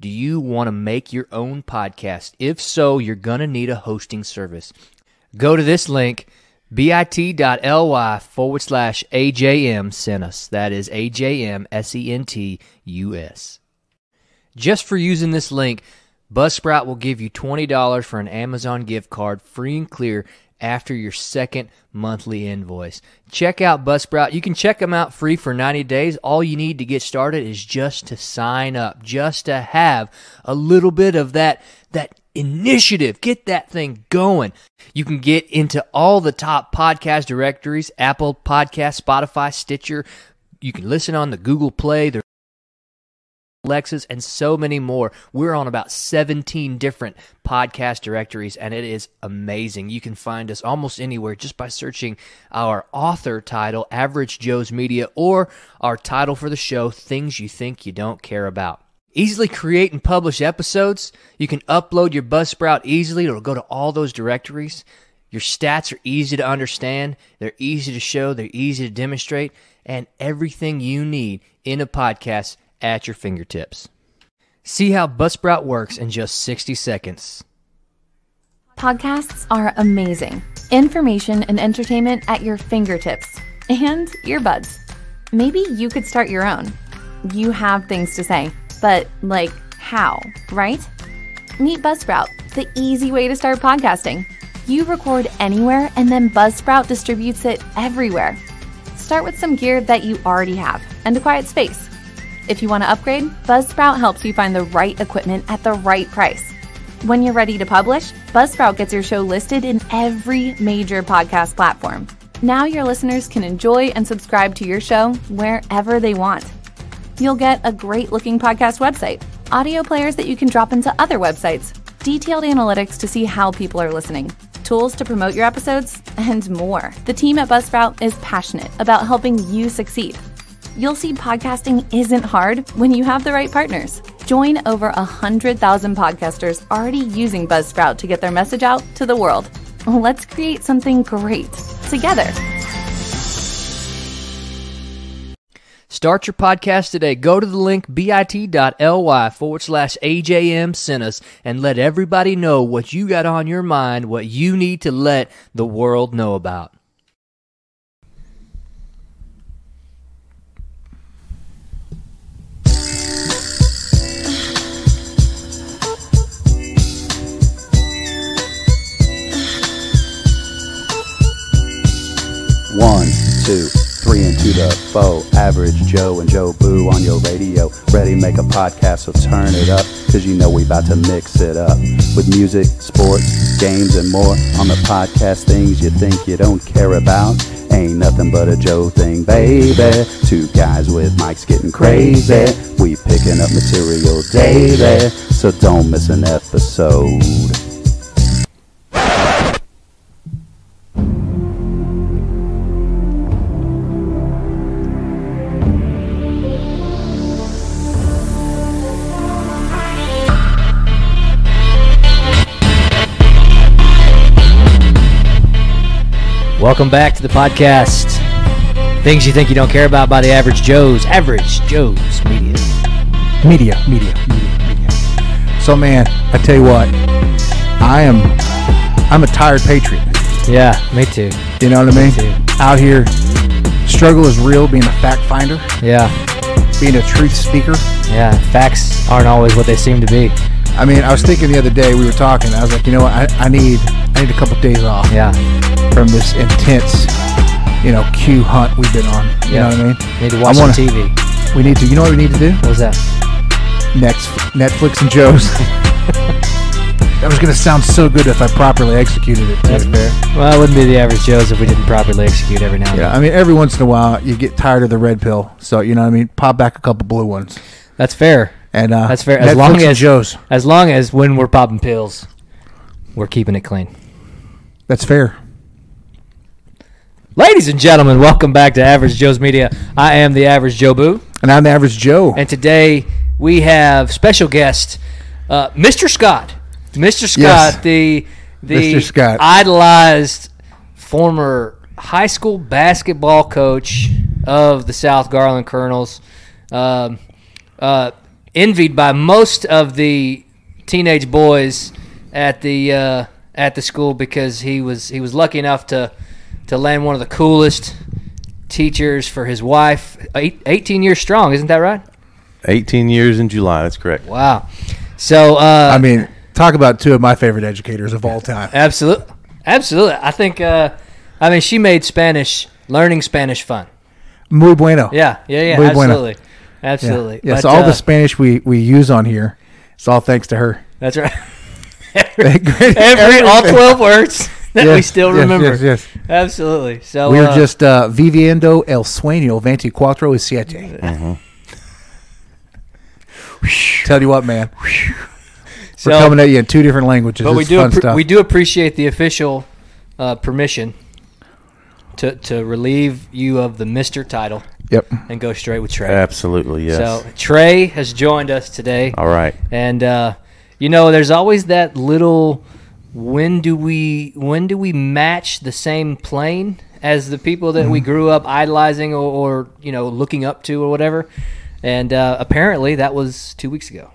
Do you want to make your own podcast? If so, you're going to need a hosting service. Go to this link, bit.ly forward slash AJM sent us. That is AJM S E N T U S. Just for using this link, Buzzsprout will give you $20 for an Amazon gift card free and clear after your second monthly invoice. Check out Buzzsprout. You can check them out free for 90 days. All you need to get started is just to sign up, just to have a little bit of that that initiative. Get that thing going. You can get into all the top podcast directories, Apple Podcast, Spotify, Stitcher. You can listen on the Google Play, the Lexus, and so many more. We're on about 17 different podcast directories, and it is amazing. You can find us almost anywhere just by searching our author title, Average Joe's Media, or our title for the show, Things You Think You Don't Care About. Easily create and publish episodes. You can upload your Buzzsprout easily. It'll go to all those directories. Your stats are easy to understand, they're easy to show, they're easy to demonstrate, and everything you need in a podcast at your fingertips. See how Buzzsprout works in just 60 seconds. Podcasts are amazing. Information and entertainment at your fingertips and earbuds. Maybe you could start your own. You have things to say, but like how, right? Meet Buzzsprout, the easy way to start podcasting. You record anywhere and then Buzzsprout distributes it everywhere. Start with some gear that you already have and a quiet space. If you want to upgrade, Buzzsprout helps you find the right equipment at the right price. When you're ready to publish, Buzzsprout gets your show listed in every major podcast platform. Now your listeners can enjoy and subscribe to your show wherever they want. You'll get a great looking podcast website, audio players that you can drop into other websites, detailed analytics to see how people are listening, tools to promote your episodes, and more. The team at Buzzsprout is passionate about helping you succeed you'll see podcasting isn't hard when you have the right partners. Join over 100,000 podcasters already using Buzzsprout to get their message out to the world. Let's create something great together. Start your podcast today. Go to the link bit.ly forward slash AJM sent us and let everybody know what you got on your mind, what you need to let the world know about. One, two, three, and to the foe. Average Joe and Joe Boo on your radio. Ready, make a podcast, so turn it up. Cause you know we about to mix it up. With music, sports, games, and more. On the podcast, things you think you don't care about. Ain't nothing but a Joe thing, baby. Two guys with mics getting crazy. We picking up material daily. So don't miss an episode. Welcome back to the podcast. Things you think you don't care about by the average Joe's. Average Joe's Media. Media, media, media, media. So man, I tell you what, I am I'm a tired patriot. Yeah, me too. You know what I mean? too. Out here, struggle is real. Being a fact finder, Yeah, being a truth speaker. yeah. Facts aren't always what they seem to be. I mean, I was thinking the other day we were talking. I was like, you know what? I, I need I need a couple days off Yeah. from this intense, you know, Q hunt we've been on. You Yeah. know what I mean? Need to watch wanna- some TV. We need to. You know what we need to do? What's that? Next, Netflix and Joe's. that was gonna sound so good if I properly executed it. Too. That's fair. Well, it wouldn't be the average Joe's if we didn't properly execute every now and Yeah, I mean, every once in a while you get tired of the red pill, so you know what I mean. Pop back a couple blue ones, then. That's fair. and uh, That's fair. As long Netflix and as- Joe's, As long as when we're popping pills, we're keeping it clean. that's fair. Ladies and gentlemen, welcome back to Average Joe's Media. I am the Average Joe Boo, And I'm the average Joe. and today we have special guest, uh, Mr. Scott. Mr. Scott, Yes. the the Mr. Scott. idolized former high school basketball coach of the South Garland Colonels. Um, uh, envied by most of the teenage boys at the uh, at the school because he was he was lucky enough to to land one of the coolest teachers for his wife. Eight, 18 years strong, isn't that right? 18 years in July. That's correct. Wow. So uh, I mean, talk about two of my favorite educators of all time. Absolutely, absolutely. I think. Uh, I mean, she made Spanish learning Spanish fun. Muy bueno. Yeah, yeah, yeah. Muy bueno. absolutely, Yeah. absolutely. Yeah, But, so all uh, the Spanish we, we use on here, it's all thanks to her. That's right. Great. Every all twelve words that we Yes, still yes, remember. Yes, yes. Absolutely. So We're uh, just uh, viviendo el sueño 24 y 7 Tell you what, man. so, We're coming at you in two different languages. but we It's do fun appre- stuff. we do appreciate the official uh, permission to to relieve you of the Mister title Yep. and go straight with Trey. Absolutely. Yes. So Trey has joined us today. All right. And uh, you know, there's always that little when do we when do we match the same plane as the people that Mm-hmm. we grew up idolizing or, or you know looking up to or whatever. And uh, apparently that was two weeks ago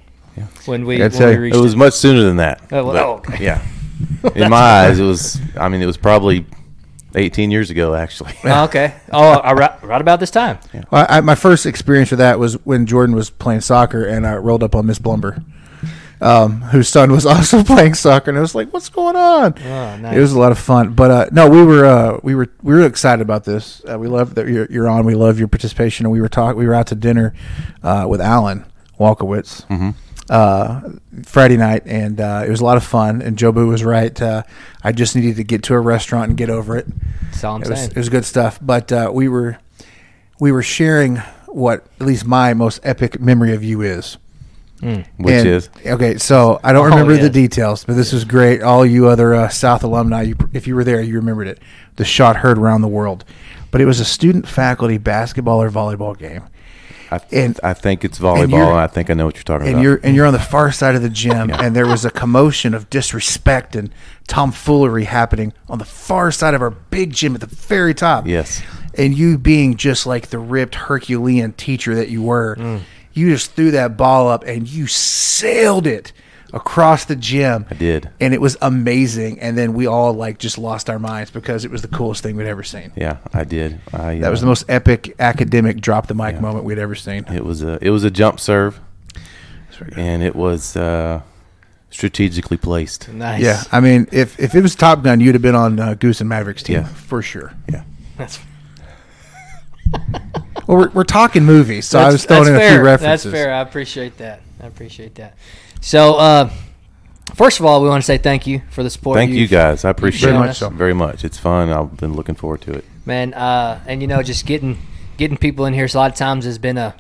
when we, when I'd we say reached It was much sooner than that. Oh, well, but- oh, okay. Yeah. In my eyes, it was. I mean, it was probably 18 years ago, actually. Oh, okay. Oh, I, right, right about this time. Well, I, my first experience with that was when Jordan was playing soccer, and I rolled up on Miss Blumber, um, whose son was also playing soccer, and I was like, "What's going on?" Oh, nice. It was a lot of fun, but uh, no, we were uh, we were we were excited about this. Uh, we love that you're, you're on. We love your participation, and we were talk. We were out to dinner uh, with Alan Walkowitz uh, Friday night, and uh, it was a lot of fun. And Jobu was right. Uh, I just needed to get to a restaurant and get over it That's all I'm it was, saying. it was good stuff. But uh, we were we were sharing what at least my most epic memory of you is, Which And- is okay. So I don't Oh, remember yeah. the details, but this was great. All you other uh, South alumni, you, if you were there, you remembered it. The shot heard around the world, but it was a student faculty basketball or volleyball game. I, and- I think it's and volleyball. you're- And I think I know what you're talking and about. you're and you're on the far side of the gym, and there was a commotion of disrespect and tomfoolery happening on the far side of our big gym at the very top. Yes. and you being just like the ripped Herculean teacher that you were, Mm. you just threw that ball up and you sailed it across the gym. I did. and it was amazing. And then we all like just lost our minds because it was the coolest thing we'd ever seen. yeah, I did. I, uh, That was the most epic academic drop the mic moment we'd ever seen. It was a it was a jump serve, and it was uh, strategically placed. nice. Yeah, I mean, if if it was Top Gun, you'd have been on uh, Goose and Maverick's team Yeah. for sure. Yeah, That's, Well, we're, we're talking movies, so I that's- was throwing that's in a fair. few references. That's fair. I appreciate that. I appreciate that. So, uh, first of all, we want to say thank you for the support. thank you you've- guys. I appreciate Very it much so. very much. It's fun. I've been looking forward to it. man. Uh, and you know, just getting getting people in here. So a lot of times has been a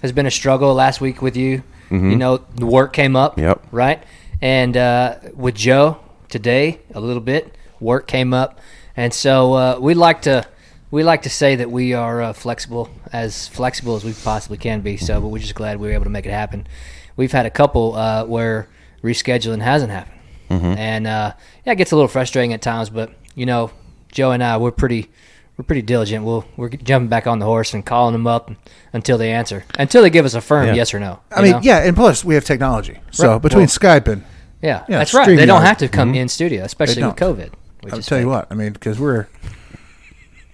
has been a struggle. Last week with you, you know, the work came up. Yep. Right. And uh, with Joe today, a little bit work came up, and so uh, we like to we like to say that we are uh, flexible, as flexible as we possibly can be. So, but we're just glad we were able to make it happen. We've had a couple uh, where rescheduling hasn't happened, Mm-hmm. and uh, yeah, it gets a little frustrating at times. But you know, Joe and I, we're pretty we're pretty diligent. We'll we're jumping back on the horse and calling them up until they answer, until they give us a firm Yeah. yes or no. I you mean, know? yeah, and plus we have technology. So Right, between well- Skype and yeah, Yeah, that's right. They don't StreamYard. have to come in studio, especially with Mm-hmm. don't. COVID. which I'll is tell you fake. what. I mean, because we're.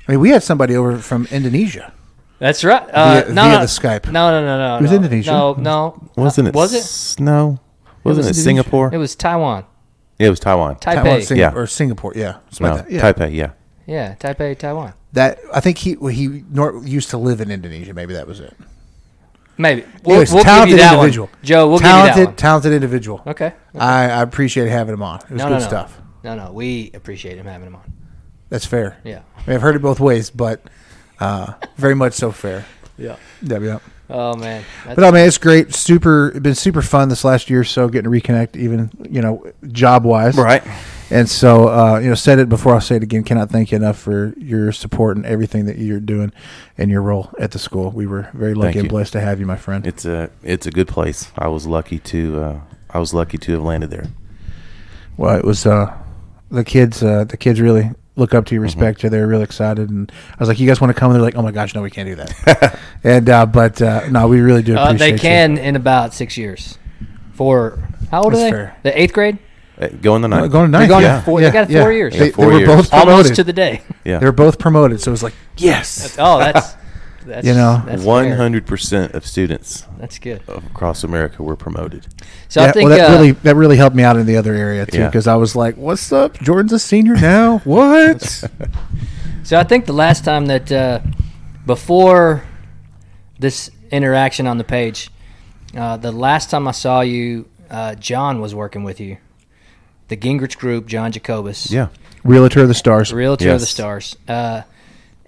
I mean, we had somebody over from Indonesia. That's right. Uh, Via- no, via no, the Skype. No, no, no, no. It was no. Indonesia. No, no. Wasn't it? Was it? s- No. Wasn't it, was Indonesia. Singapore? It was Taiwan, Yeah, it was Taiwan. Taipei. Taiwan, Sing- Yeah. or Singapore. Yeah, something no, like that. Yeah. Taipei. Yeah. yeah, Taipei, Taiwan. That I think he well, he nor, used to live in Indonesia. Maybe that was it. Maybe we'll, Anyways, we'll give you that one, Joe. We'll talented, give you that one. talented individual. Okay. I, I appreciate having him on. It was No, good no, no. stuff. No, no. We appreciate him having him on. That's fair. Yeah. I mean, I've heard it both ways, but uh, very much so fair. Yeah. Yeah, yeah. Oh man. That's, But I mean, it's great. Super, it's been super fun this last year or so getting to reconnect, even you know, job wise. Right. And so, uh, you know, said it before. I'll say it again. Cannot thank you enough for your support and everything that you're doing and your role at the school. We were very lucky Thank and you. blessed to have you, my friend. It's a it's a good place. I was lucky to uh, I was lucky to have landed there. well, it was uh, the kids. Uh, the kids really look up to, you, Mm-hmm. respect you. They were real excited, and I was like, "You guys want to come?" And they're like, "Oh my gosh, no, we can't do that." and uh, but uh, no, we really do Uh, appreciate. they you. can in about six years. For how old are That's they? fair. The eighth grade. Uh, Go in the Uh, night. Going to They're ninth, going yeah. to four- they yeah, got yeah. four years. They, Yeah, four they were years. both promoted. Almost to the day. yeah. They were both promoted, so it was like, yes. Oh, that's that's You know. that's fair. One hundred percent of students That's good. across America were promoted. So I Yeah, think well, that uh, really that really helped me out in the other area too, Yeah. because I was like, "What's up? Jordan's a senior now. What?" So I think the last time that uh, before this interaction on the page, uh, the last time I saw you, uh, John was working with you, the Gingrich Group, John Jacobus, Yeah. Realtor of the stars. Realtor of the Yes. Stars, uh,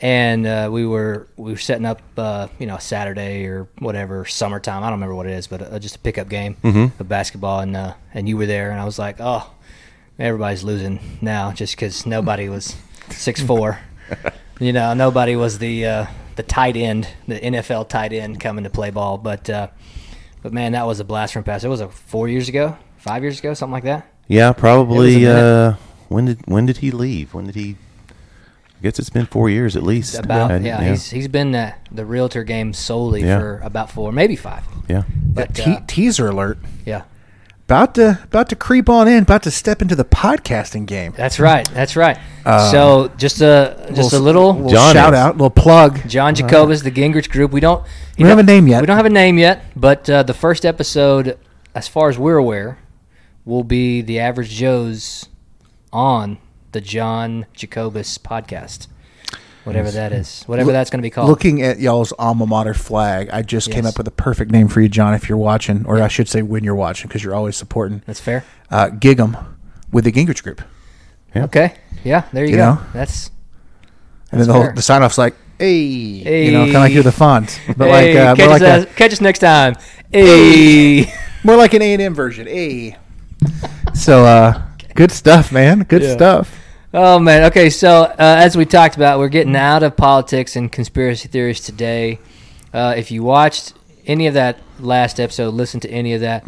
and uh, we were we were setting up, uh, you know, Saturday or whatever, summertime. I don't remember what it is, but uh, just a pickup game of basketball, and uh, and you were there, and I was like, oh, everybody's losing now just because nobody was six four. you know, nobody was the uh, the tight end, the NFL tight end coming to play ball. But uh, but man, that was a blast from the past. It was uh, four years ago, five years ago, something like that. Yeah, It probably. was a Uh, when did when did he leave? When did he? I guess it's been four years at least. About hadn't- yeah, he's he's been the, the realtor game solely Yeah. for about four, maybe five. yeah. But Te- uh, teaser alert. yeah, About to about to creep on in. About to step into the podcasting game. that's right, that's right. Uh, so just a just a little little John shout is. out, little plug. John Jacobus, the Gingrich Group. We don't you uh, We don't have a name yet. We don't have a name yet, but uh, the first episode, as far as we're aware, will be the Average Joe's on the John Jacobus podcast, whatever that is, whatever Look- that's going to be called. Looking at y'all's alma mater flag, I just came Yes. up with a perfect name for you, John. If you're watching, or I should say, when you're watching, because you're always supporting. that's fair. Uh, Gig'em with the Gingrich Group, Okay, yeah, there you, You go. know? That's and then the whole fair. the sign off's like, hey, you know, kind of like Hey. you're the font, but Hey, like, uh, catch, more like us, a, catch us next time. Hey. more like an A and M version. Hey, so uh, good stuff, man. Good Yeah. stuff. Oh man. Okay, so uh, as we talked about, we're Mm. getting out of politics and conspiracy theories today. Uh, if you watched any of that last episode, listen to any of that.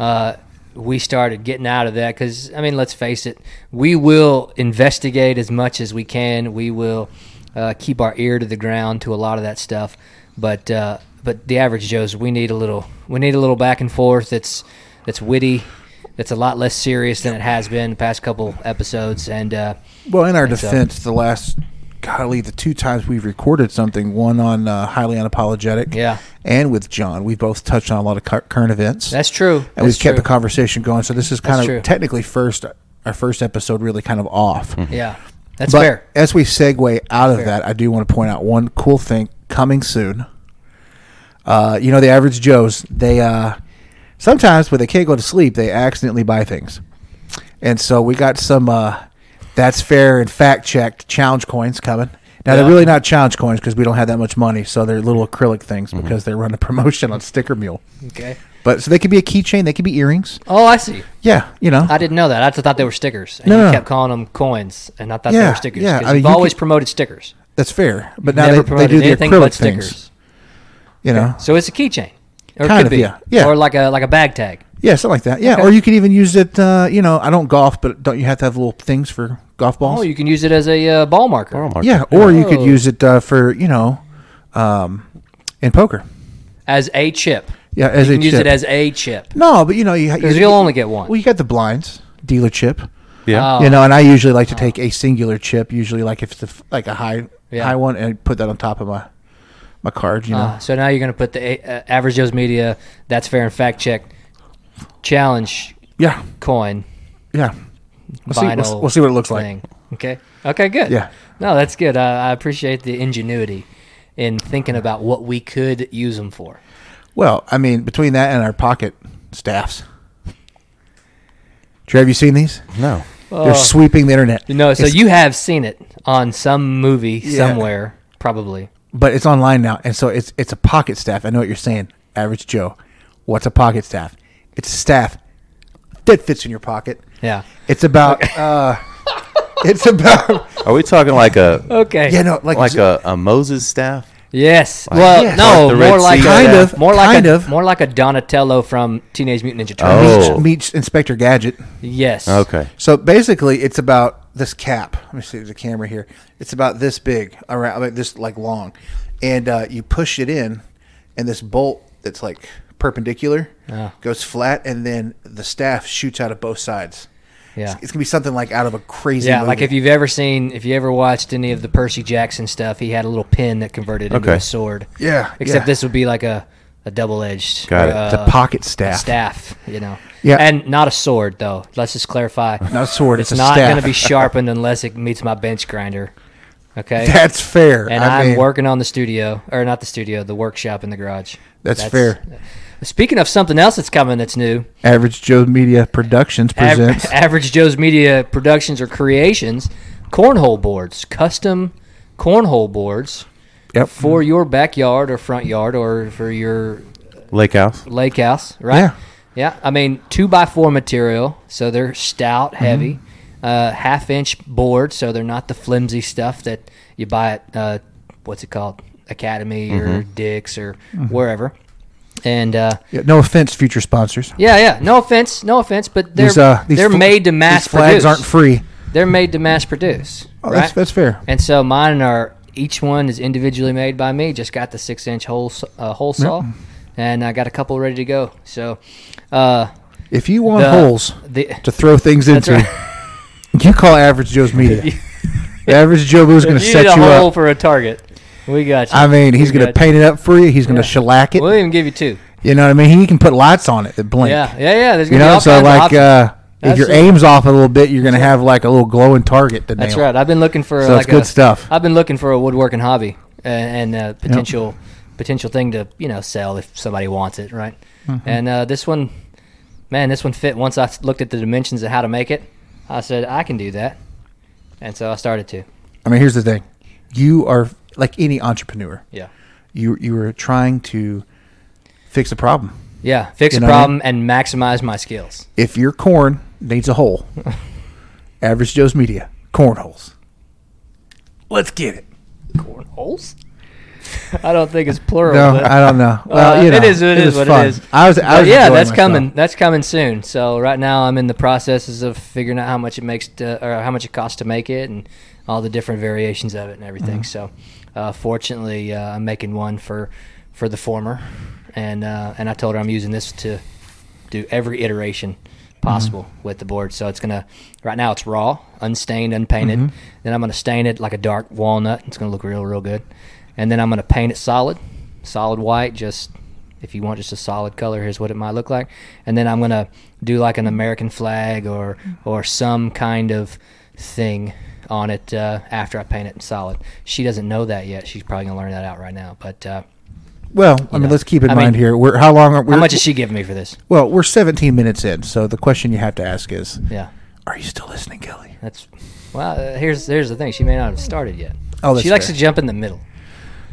Uh, we started getting out of that because I mean, let's face it, we will investigate as much as we can. We will uh, keep our ear to the ground to a lot of that stuff, but uh, but the average Joe's, we need a little, we need a little back and forth. That's that's witty. That's a lot less serious than it has been the past couple episodes, and uh, Well, in our Thanks, Al. defense, the last golly, the two times we've recorded something, one on uh, highly unapologetic, Yeah. and with John, we've both touched on a lot of cur- current events. that's true. and That's we've kept true. the conversation going. So this is kind That's of true. technically first our first episode, really kind of off. yeah, that's but fair. as we segue out of that, I do want to point out one cool thing coming soon. Uh, you know, the average Joes, they uh, sometimes when they can't go to sleep, they accidentally buy things. And so we got some uh, that's fair and fact checked challenge coins coming. Now Yeah. Mm-hmm. they're really not challenge coins because we don't have that much money, so they're little acrylic things because they run a promotion on Sticker Mule. Okay. But so they could be a keychain, they could be earrings. Oh, I see. Yeah, you know. I didn't know that. I just thought they were stickers, and No, you no. kept calling them coins, and I thought they Yeah, were stickers. yeah. 'cause I mean, you've you always could- promoted stickers. That's fair. But now Never they, they promoted do the anything but acrylic stickers. things. You know, So it's a keychain, or it Kind could of, be, yeah. Yeah. or like a like a bag tag. yeah, something like that. Yeah, Okay. or you could even use it. Uh, you know, I don't golf, but don't you have to have little things for golf balls? Oh, you can use it as a uh, ball marker. Ball marker. yeah, or you could Oh. use it uh, for you know, um, in poker. as a chip. Yeah, as you a can use chip. it as a chip. no, but you know, you ha- 'Cause you- you'll only get one. Well, you got the blinds dealer chip. Yeah. Oh, You know, and I usually like to take a singular chip, usually like if it's a f like a high Yeah. high one, and put that on top of my my card. You know, uh, so now you're going to put the a- uh, average Joe's media. That's fair and fact check challenge yeah, coin yeah. We'll see, we'll, vinyl. s- we'll see what it looks like. thing. Okay. Okay. Good. Yeah. No, that's good. I, I appreciate the ingenuity in thinking about what we could use them for. Well, I mean, between that and our pocket staffs. Trey, have you seen these? No. They're sweeping the internet. Oh. You know, so It's- you have seen it on some movie Yeah. somewhere, probably. but it's online now, and so it's it's a pocket staff. I know what you're saying, average Joe. What's a pocket staff? It's a staff that fits in your pocket. Yeah. It's about. uh It's about. Are we talking like a Okay. Yeah, no, like like a, a Moses staff? Yes. well, Yes. no, Like the more Red like Sea a, Kind of, more like kind a, of. more like a Donatello from Teenage Mutant Ninja Oh. Turtles. meets Inspector Gadget. Yes. Okay. So basically, it's about about this cap. Let me see the camera here. It's about this big around like this like long, and uh, you push it in, and this bolt that's like perpendicular goes flat, and then the staff shoots out of both sides. Yeah. It's, it's gonna be something like out of a crazy. Yeah, like movie. if you've ever seen, if you ever watched any of the Percy Jackson stuff, he had a little pin that converted into Okay. a sword. Yeah, Except yeah. this would be like a, a double edged. Got it. It's a pocket staff. Staff, you know. Yeah. And not a sword, though. Let's just clarify. Not a sword, It's, it's a not staff. going to be sharpened unless it meets my bench grinder. Okay. That's fair. and I I'm mean, working on the studio, or not the studio, the workshop in the garage. Uh, That's fair. Speaking of something else that's coming that's new, Average Joe Media Productions Aver- presents. Average Joe's Media Productions or Creations, cornhole boards, custom cornhole boards yep. for your backyard or front yard or for your Lake House. lake house, right? Yeah. Yeah, I mean two by four material, so they're stout, Mm-hmm. heavy, uh, half inch board, so they're not the flimsy stuff that you buy at uh, what's it called, Academy or Mm-hmm. Dick's or wherever. And uh, Yeah, no offense, future sponsors. yeah, yeah, no offense, no offense, but they're they're uh, fl- made to mass these flags produce. aren't free. They're made to mass produce. Oh, that's- right? that's fair. And so mine are each one is individually made by me. Just got the six inch hole s- uh, hole saw, and I got a couple ready to go. So. Uh, If you want the- holes The, to throw things That's into, you call Average Joe's Media. The Average Joe Boo's going to you set need a you hole up. for a target. We got you. I mean, he's We going to got paint it up for you. He's going to Yeah. shellac you. it. We'll even give you two. You know what I mean? He can put lights on it that blink. Yeah, yeah, yeah. There's You gonna be know, all so kinds of like options. uh, if your Absolutely. aim's off a little bit, you're going to have like a little glowing target to That's nail. right. I've been looking for So it's like good a- stuff. I've been looking for a woodworking hobby and, and a potential potential thing to you know sell if somebody wants it, right? Mm-hmm. And uh, this one, man, this one fit. Once I s- looked at the dimensions of how to make it, I said I can do that, and so I started to. I mean, here's the thing: you are like any entrepreneur. Yeah, You you are trying to fix a problem. yeah. Fix You a know what I problem and maximize my skills. If your corn needs a hole, Average Joe's Media cornholes. Let's get it. cornholes. I don't think it's plural. No, but, I don't know. Well, uh, you know, it is. It it is was what fun. it is. I was- I But was yeah, enjoying that's myself. coming. That's coming soon. So right now, I'm in the processes of figuring out how much it makes to, or how much it costs to make it, and all the different variations of it and Mm-hmm. everything. So, uh, fortunately, uh, I'm making one for for the former, and uh, and I told her I'm using this to do every iteration possible with the board. So it's gonna right now it's raw, unstained, unpainted. Then I'm gonna stain it like a dark walnut. It's gonna look real, real good. And then I'm gonna paint it solid, solid white. Just if you want just a solid color, here's what it might look like. And then I'm gonna do like an American flag or or some kind of thing on it uh, after I paint it solid. She doesn't know that yet. She's probably gonna learn that out right now. But uh, Well, I mean, know. let's keep in I mind mean, here. We're how long? Are, we how much is she giving me for this? Well, we're 17 minutes in, so the question you have to ask is: Yeah. Are you still listening, Kelly? That's well. Uh, here's here's the thing. She may not have started yet. Oh, that's she likes fair. to jump in the middle.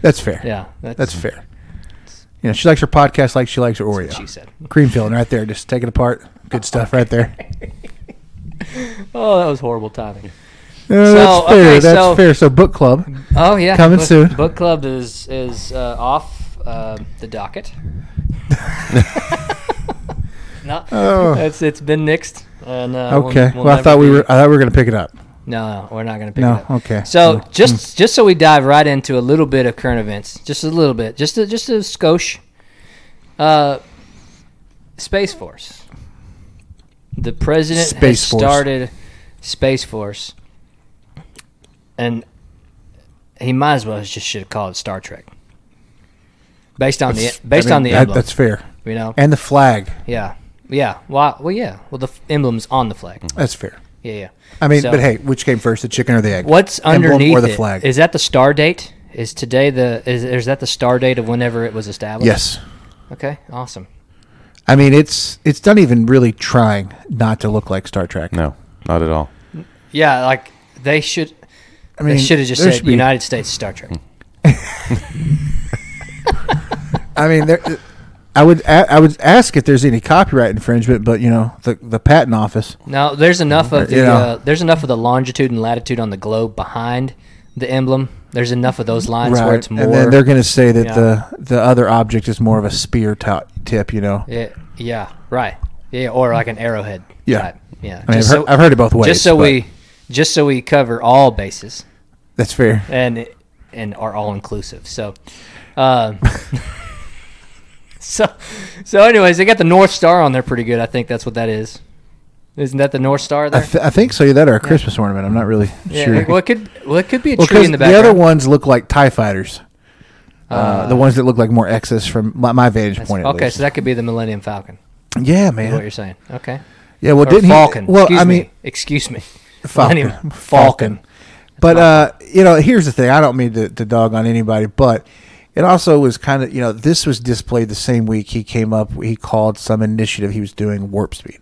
That's fair. Yeah, that's, that's fair. You know, she likes her podcast like she likes her Oreo. she said. cream filling right there. Just take it apart. Good stuff right there. Uh, Oh, that was horrible timing. Yeah, So, that's fair. okay, that's so- fair. So book club. Oh yeah, Coming book, soon. Book club is is uh, off uh, the docket. Uh, no, Oh. it's it's been nixed. And, uh, we'll- Okay. we'll well, I never thought we be- were. I thought we were going to pick it up. No, no, we're not going to pick No, it up. okay. So Mm. just just so we dive right into a little bit of current events, just a little bit, just a, just a skosh. Uh, Space Force. The president Space has Force. started Space Force, and he might as well just should have called it Star Trek. Based on That's- the based I mean, on the that- emblem, that's fair. you know, And the flag. yeah, yeah. Well, well, yeah. Well, the f- emblem's on the flag. That's fair. Yeah, yeah. Hmm. I mean, So- but hey, which came first, the chicken or the egg? What's Emblem underneath or the it? flag? Is that the star date? Is today the is, is that the star date of whenever it was established? yes. Okay. Awesome. I mean, it's it's not even really trying not to look like Star Trek. No, not at all. Yeah, like they should. I mean, they should have just there said should be- United States Star Trek. I mean, there, I would a- I would ask if there's any copyright infringement, but you know, the the patent office. No, there's enough of the Yeah. uh, there's enough of the longitude and latitude on the globe behind the emblem. There's enough of those lines where it's more. and then they're going to say that Yeah. the the other object is more of a spear top tip. You know, yeah, yeah, right. Yeah, or like an arrowhead. Yeah. type. yeah. I mean, I've Just heard, I've heard it both ways. just so but- we just so we cover all bases That's fair. and and are all inclusive. So, um, so so anyways, they got the North Star on there pretty good. I think that's what that is. Isn't that the North Star I, there? th- I think so. That or a Christmas ornament. I'm not really Yeah, sure. Well, it could well it could be a Well, tree 'cause in the the other background. Ah. ones look like Tie Fighters. Uh, the ones that look like more X's from my, my vantage point. at okay, least. so that could be the Millennium Falcon. Is yeah, what man. you're saying? Okay. Yeah, well, Or didn't Falcon. he? Well, excuse I mean, me. excuse me. Falcon. Millennium- Oh, Falcon. But uh, you know, here's the thing. I don't mean to, to dog on anybody, but it also was kind of you know this was displayed the same week he came up. He called some initiative he was doing warp speed.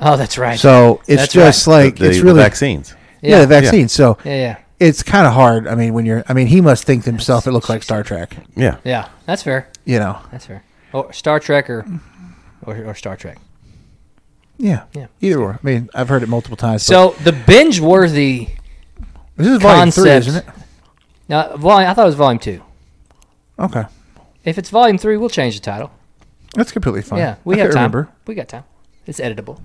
Oh, that's right. So it's That's just The- like the, it's the really vaccines. yeah, Yeah. the vaccine. So Yeah, yeah. it's kind of hard. I mean, when you're I mean, he must think to himself it looks like Star Trek. Yeah. Yeah, that's fair. You know, That's fair. Or Star Trek or or, or Star Trek. yeah, Yeah. Either or. I mean, I've heard it multiple times. So the binge worthy. but this is volume three, concept- isn't it? Now, volume. I thought it was volume two. Okay, If it's volume three, we'll change the title. that's completely fine. Yeah, we I have couldn't time. remember. We got time. It's editable.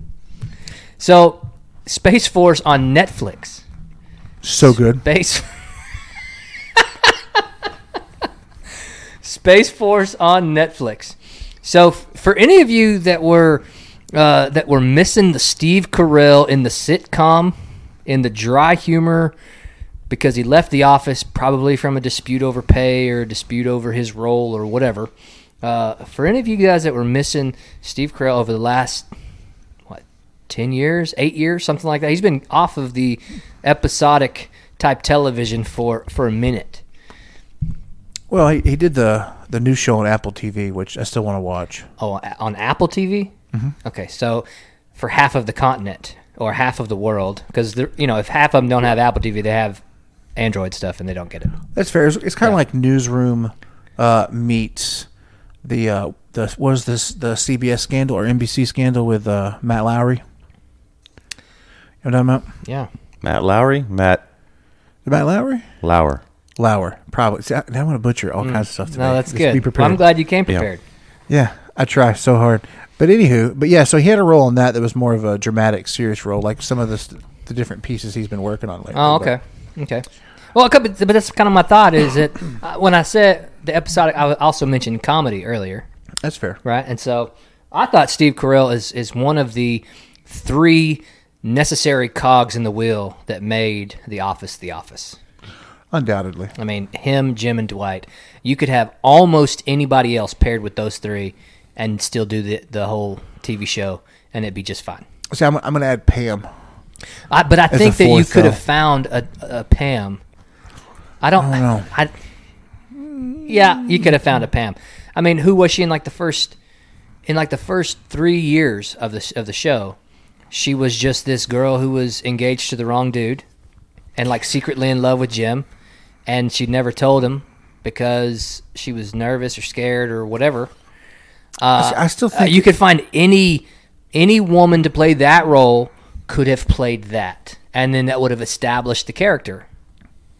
So, Space Force on Netflix. So good. Space. Space Force on Netflix. So, f- for any of you that were uh, that were missing the Steve Carell in the sitcom, in the dry humor, because he left the office probably from a dispute over pay or a dispute over his role or whatever. Uh, for any of you guys that were missing Steve Carell over the last what 10 years, 8 years, something like that. He's been off of the episodic type television for for a minute. Well, he, he did the the new show on Apple TV, which I still want to watch. Oh, a- on Apple TV? Mm-hmm. Okay, so for half of the continent or half of the world cuz you know, if half of them don't have Apple TV, they have Android stuff and they don't get it. That's fair. It's, it's kind of like Newsroom uh, meets the uh, the what was this the CBS scandal or NBC scandal with uh, Matt Lowry. You know what I'm talking about? Yeah. Matt Lowry. Matt Is it Matt Lowry? Lauer. Lauer, probably. See, I, I want to butcher all kinds of stuff. Today. Mm. No, that's Just good. Be Well, prepared. I'm glad you came prepared. Yeah, I try so hard. But anywho, but yeah, so he had a role in that that was more of a dramatic, serious role, like some of the st- the different pieces he's been working on lately. Oh, but- okay, okay. Well, it could be, but that's kind of my thought is that uh, when I said the episodic, I also mentioned comedy earlier, that's fair. right? And so I thought Steve Carell is is one of the three necessary cogs in the wheel that made The Office The Office. Undoubtedly. I mean, him, Jim, and Dwight. You could have almost anybody else paired with those three and still do the the whole TV show, and it'd be just fine. See, I'm, I'm going to add Pam. I, but I a think that you fourth, could though. have found a, a Pam. I don't, I don't know. I, yeah, you could have found a Pam. I mean, who was she in like the first in like the first three years of the of the show? She was just this girl who was engaged to the wrong dude, and like secretly in love with Jim, and she never told him because she was nervous or scared or whatever. See, I still Uh, think you could find any any woman to play that role could have played that, and then that would have established the character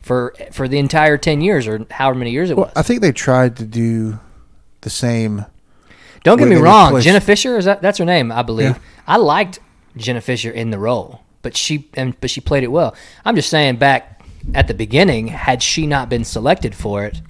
for for the entire ten years or however many years it was. Well, I think they tried to do the same. Don't get Well, me they wrong, replaced- Jenna Fisher is that that's her name, I believe. Yeah. I liked Jenna Fisher in the role, but she and but she played it well. I'm just saying, back at the beginning, had she not been selected for it.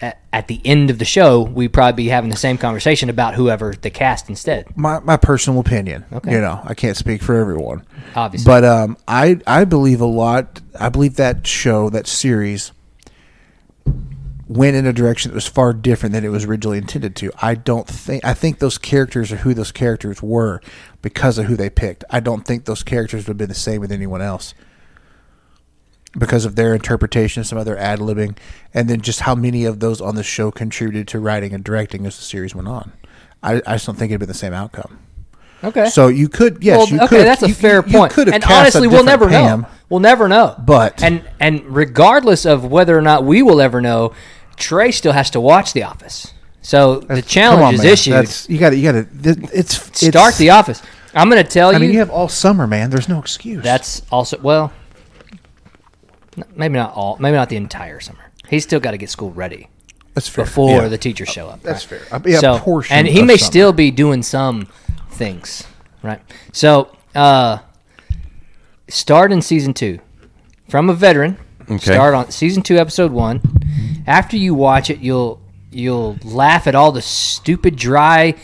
At, at the end of the show, we'd probably be having the same conversation about whoever they cast instead. My, my personal opinion. Okay. You know, I can't speak for everyone. Obviously. But um, I I believe a lot. I believe that show that series went in a direction that was far different than it was originally intended to. I don't think I think those characters are who those characters were because of who they picked. I don't think those characters would have been the same with anyone else. Because of their interpretation, some of their ad libbing, and then just how many of those on the show contributed to writing and directing as the series went on. I, I just don't think it'd been the same outcome. Okay. So you could, yes, well, you okay, could. that's a you- fair you- you point. could have and cast a honestly, we'll different never Pam. know. We'll never know. But- and and regardless of whether or not we will ever know, Trey still has to watch The Office. So the challenge Come on, is man. issued. That's, you got to, you got to. It's, it's Start The Office. I'm going to tell I you. mean, you have all summer, man. There's no excuse. that's also well, n- maybe not all. Maybe not the entire summer. He's still got to get school ready that's fair. before Yeah. the teachers show up. That's right? fair. Uh, yeah, so, a portion and he of may summer. still be doing some things, right? So, uh, start in season two from a veteran. Okay. Start on season two, episode one. After you watch it, you'll you'll laugh at all the stupid, dry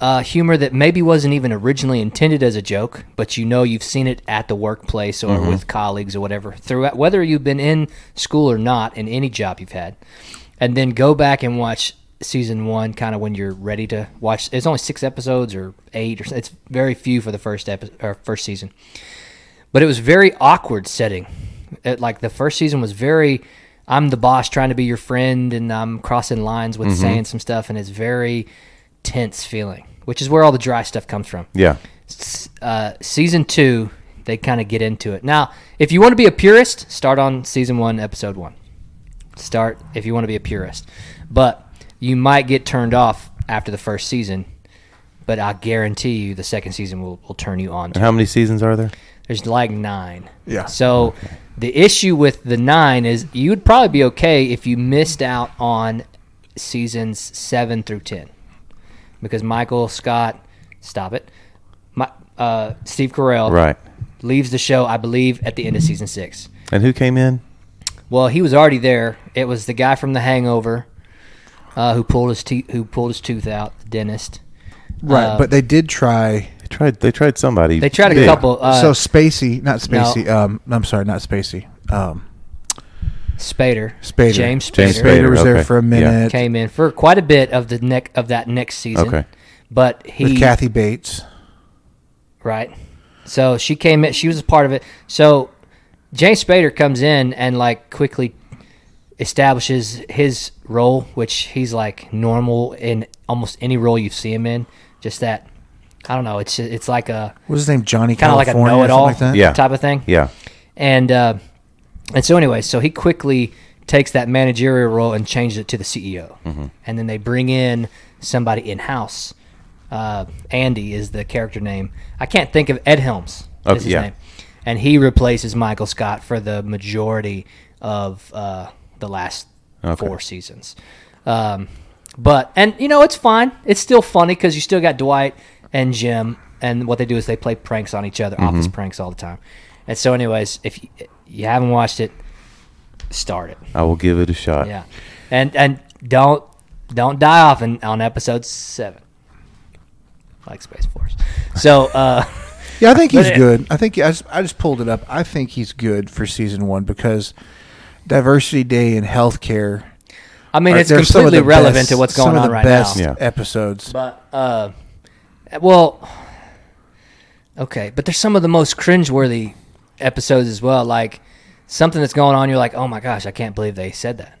uh, humor that maybe wasn't even originally intended as a joke, but you know you've seen it at the workplace or with colleagues or whatever. Throughout, whether you've been in school or not, in any job you've had, and then go back and watch season one kind of when you're ready to watch it's only six episodes or eight or so- it's very few for the first epi- or first season but it was very awkward setting. It, like the first season was very, I'm the boss trying to be your friend, and I'm crossing lines with saying some stuff, and it's very tense feeling, which is where all the dry stuff comes from. Yeah. S- Uh, season two, they kind of get into it. Now, if you want to be a purist, start on season one, episode one. Start if you want to be a purist, but you might get turned off after the first season. But I guarantee you, the second season will, will turn you on. to And how many seasons are there? there's like nine. Yeah. So the issue with the nine is you would probably be okay if you missed out on seasons seven through ten, because Michael Scott, stop it, my, uh, Steve Carell, Right. leaves the show I believe at the end of season six. And who came in? Well, he was already there. It was the guy from The Hangover, uh, who pulled his te- who pulled his tooth out, the dentist. Right, Uh, but they did try. They tried. They tried somebody. They tried a big. couple. Uh, so Spacey, not Spacey. Um, I'm sorry, not Spacey. Um, Spader, Spader. James Spader, James Spader was there okay. for a Yeah. minute came in for quite a bit of the neck of that next season. Okay. But he with Kathy Bates. right. So she came in. She was a part of it. So James Spader comes in and like quickly establishes his role, which he's like normal in almost any role you see him in. Just that I don't know. It's it's like a What was his name? Johnny kind of like a California, or something know-it-all Like that? Yeah. type of thing. Yeah. And uh, and so anyway, so he quickly takes that managerial role and changes it to the CEO, Mm-hmm. and then they bring in somebody in house. Uh, Andy is the character name. I can't think of Ed Helms. Okay, is his yeah. name, and he replaces Michael Scott for the majority of uh, the last Okay. four seasons. Um, but and you know it's fine. It's still funny because you still got Dwight and Jim, and what they do is they play pranks on each other, office pranks all the time. And so, anyways, if you, you haven't watched it, start it. I will give it a shot. Yeah, and and don't don't die off in, on episode seven, like Space Force. So uh, Yeah, I think But he's it- good. I think I just, I just pulled it up. I think he's good for season one because Diversity Day in healthcare. I mean, are- it's they're some of completely the relevant best- to what's some going of on the right best now. Yeah. Episodes. But uh, well, okay, but there's some of the most cringeworthy episodes as well. Like something that's going on, you're like, oh my gosh, I can't believe they said that.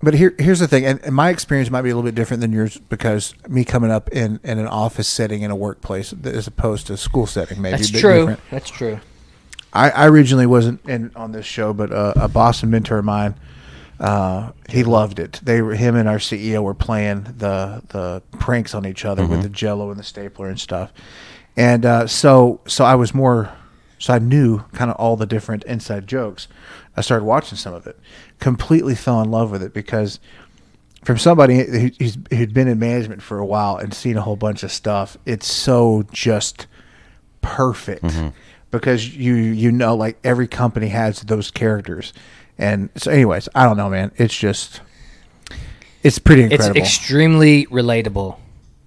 But here, here's the thing, and, and my experience might be a little bit different than yours because me coming up in, in an office setting in a workplace th- as opposed to a school setting, maybe That's a bit true. different. That's true. I, I originally wasn't in on this show, but uh, a Boston mentor of mine, uh, he loved it. They were him and our CEO were playing the the pranks on each other with the Jello and the stapler and stuff, and uh, so so I was more so I knew kind of all the different inside jokes. I started watching some of it, completely fell in love with it because from somebody who- who's who'd been in management for a while and seen a whole bunch of stuff, it's so just perfect because you you know like every company has those characters, and so anyways, I don't know, man. It's just it's pretty It's incredible. extremely relatable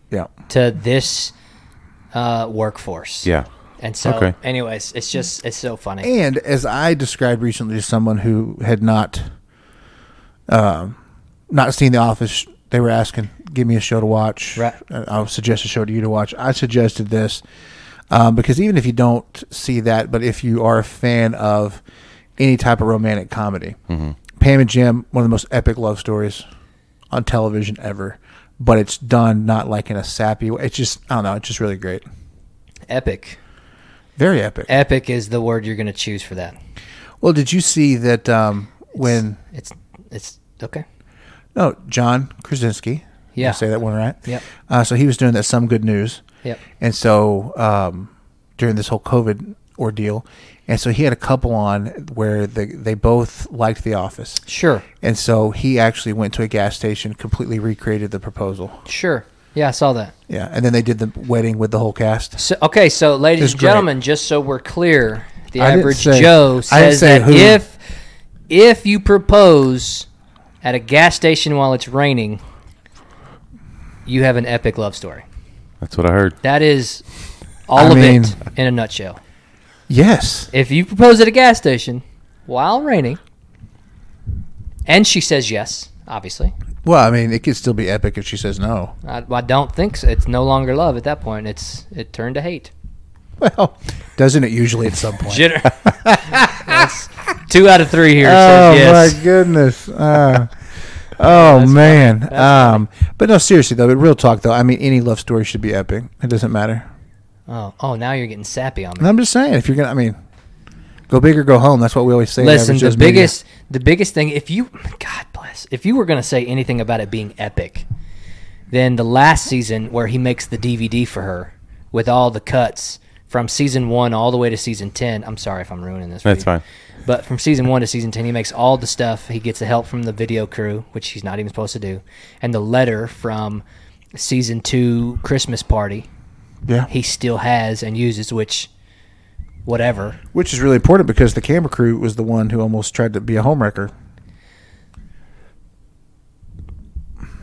yeah, to this uh, workforce. Yeah. And so, Okay. anyways, it's just it's so funny. and as I described recently to someone who had not, um, not seen The Office, they were asking, "Give me a show to watch." Right. Uh, I'll suggest a show to you to watch. I suggested this um, because even if you don't see that, but if you are a fan of any type of romantic comedy, Mm-hmm. Pam and Jim, one of the most epic love stories on television ever. But it's done not like in a sappy way. It's just I don't know. It's just really great. Epic. Very epic. Epic is the word you're going to choose for that. Well, did you see that um, when? It's it's okay. No, Oh, John Krasinski. Did Yeah. I say that one right. Yep. Uh, so he was doing that some good news. Yep. And so um, during this whole COVID ordeal, and so he had a couple on where they they both liked The Office, Sure. and so he actually went to a gas station, completely recreated the proposal. Sure. Yeah, I saw that. Yeah, and then they did the wedding with the whole cast. So, okay, so ladies It's and great. gentlemen, just so we're clear, the I didn't average say- I Joe didn't says say that who. if if you propose at a gas station while it's raining, you have an epic love story. That's what I heard. That is all I of mean- it in a nutshell. Yes. If you propose at a gas station while raining, and she says yes, obviously, Well, I mean, it could still be epic if she says no. I, I don't think so. it's no longer love at that point. It's it turned to hate. Well, doesn't it usually at some point? Jitter. That's two out of three here Oh says yes. my goodness! Uh, oh man! That's Um, but no, seriously though, but real talk though. I mean, any love story should be epic. It doesn't matter. Oh, oh, now you're getting sappy on me. And I'm just saying, if you're gonna, I mean, go big or go home. That's what we always say. in Listen, Average the Joe's Media. biggest, the biggest thing. If you, God bless, if you were going to say anything about it being epic, then the last season where he makes the DVD for her with all the cuts from season one all the way to season ten. I'm sorry if I'm ruining this. for That's you. fine. But from season one to season ten, he makes all the stuff. He gets the help from the video crew, which he's not even supposed to do, and the letter from season two Christmas party yeah, he still has and uses, which, whatever. which is really important because the camera crew was the one who almost tried to be a homewrecker.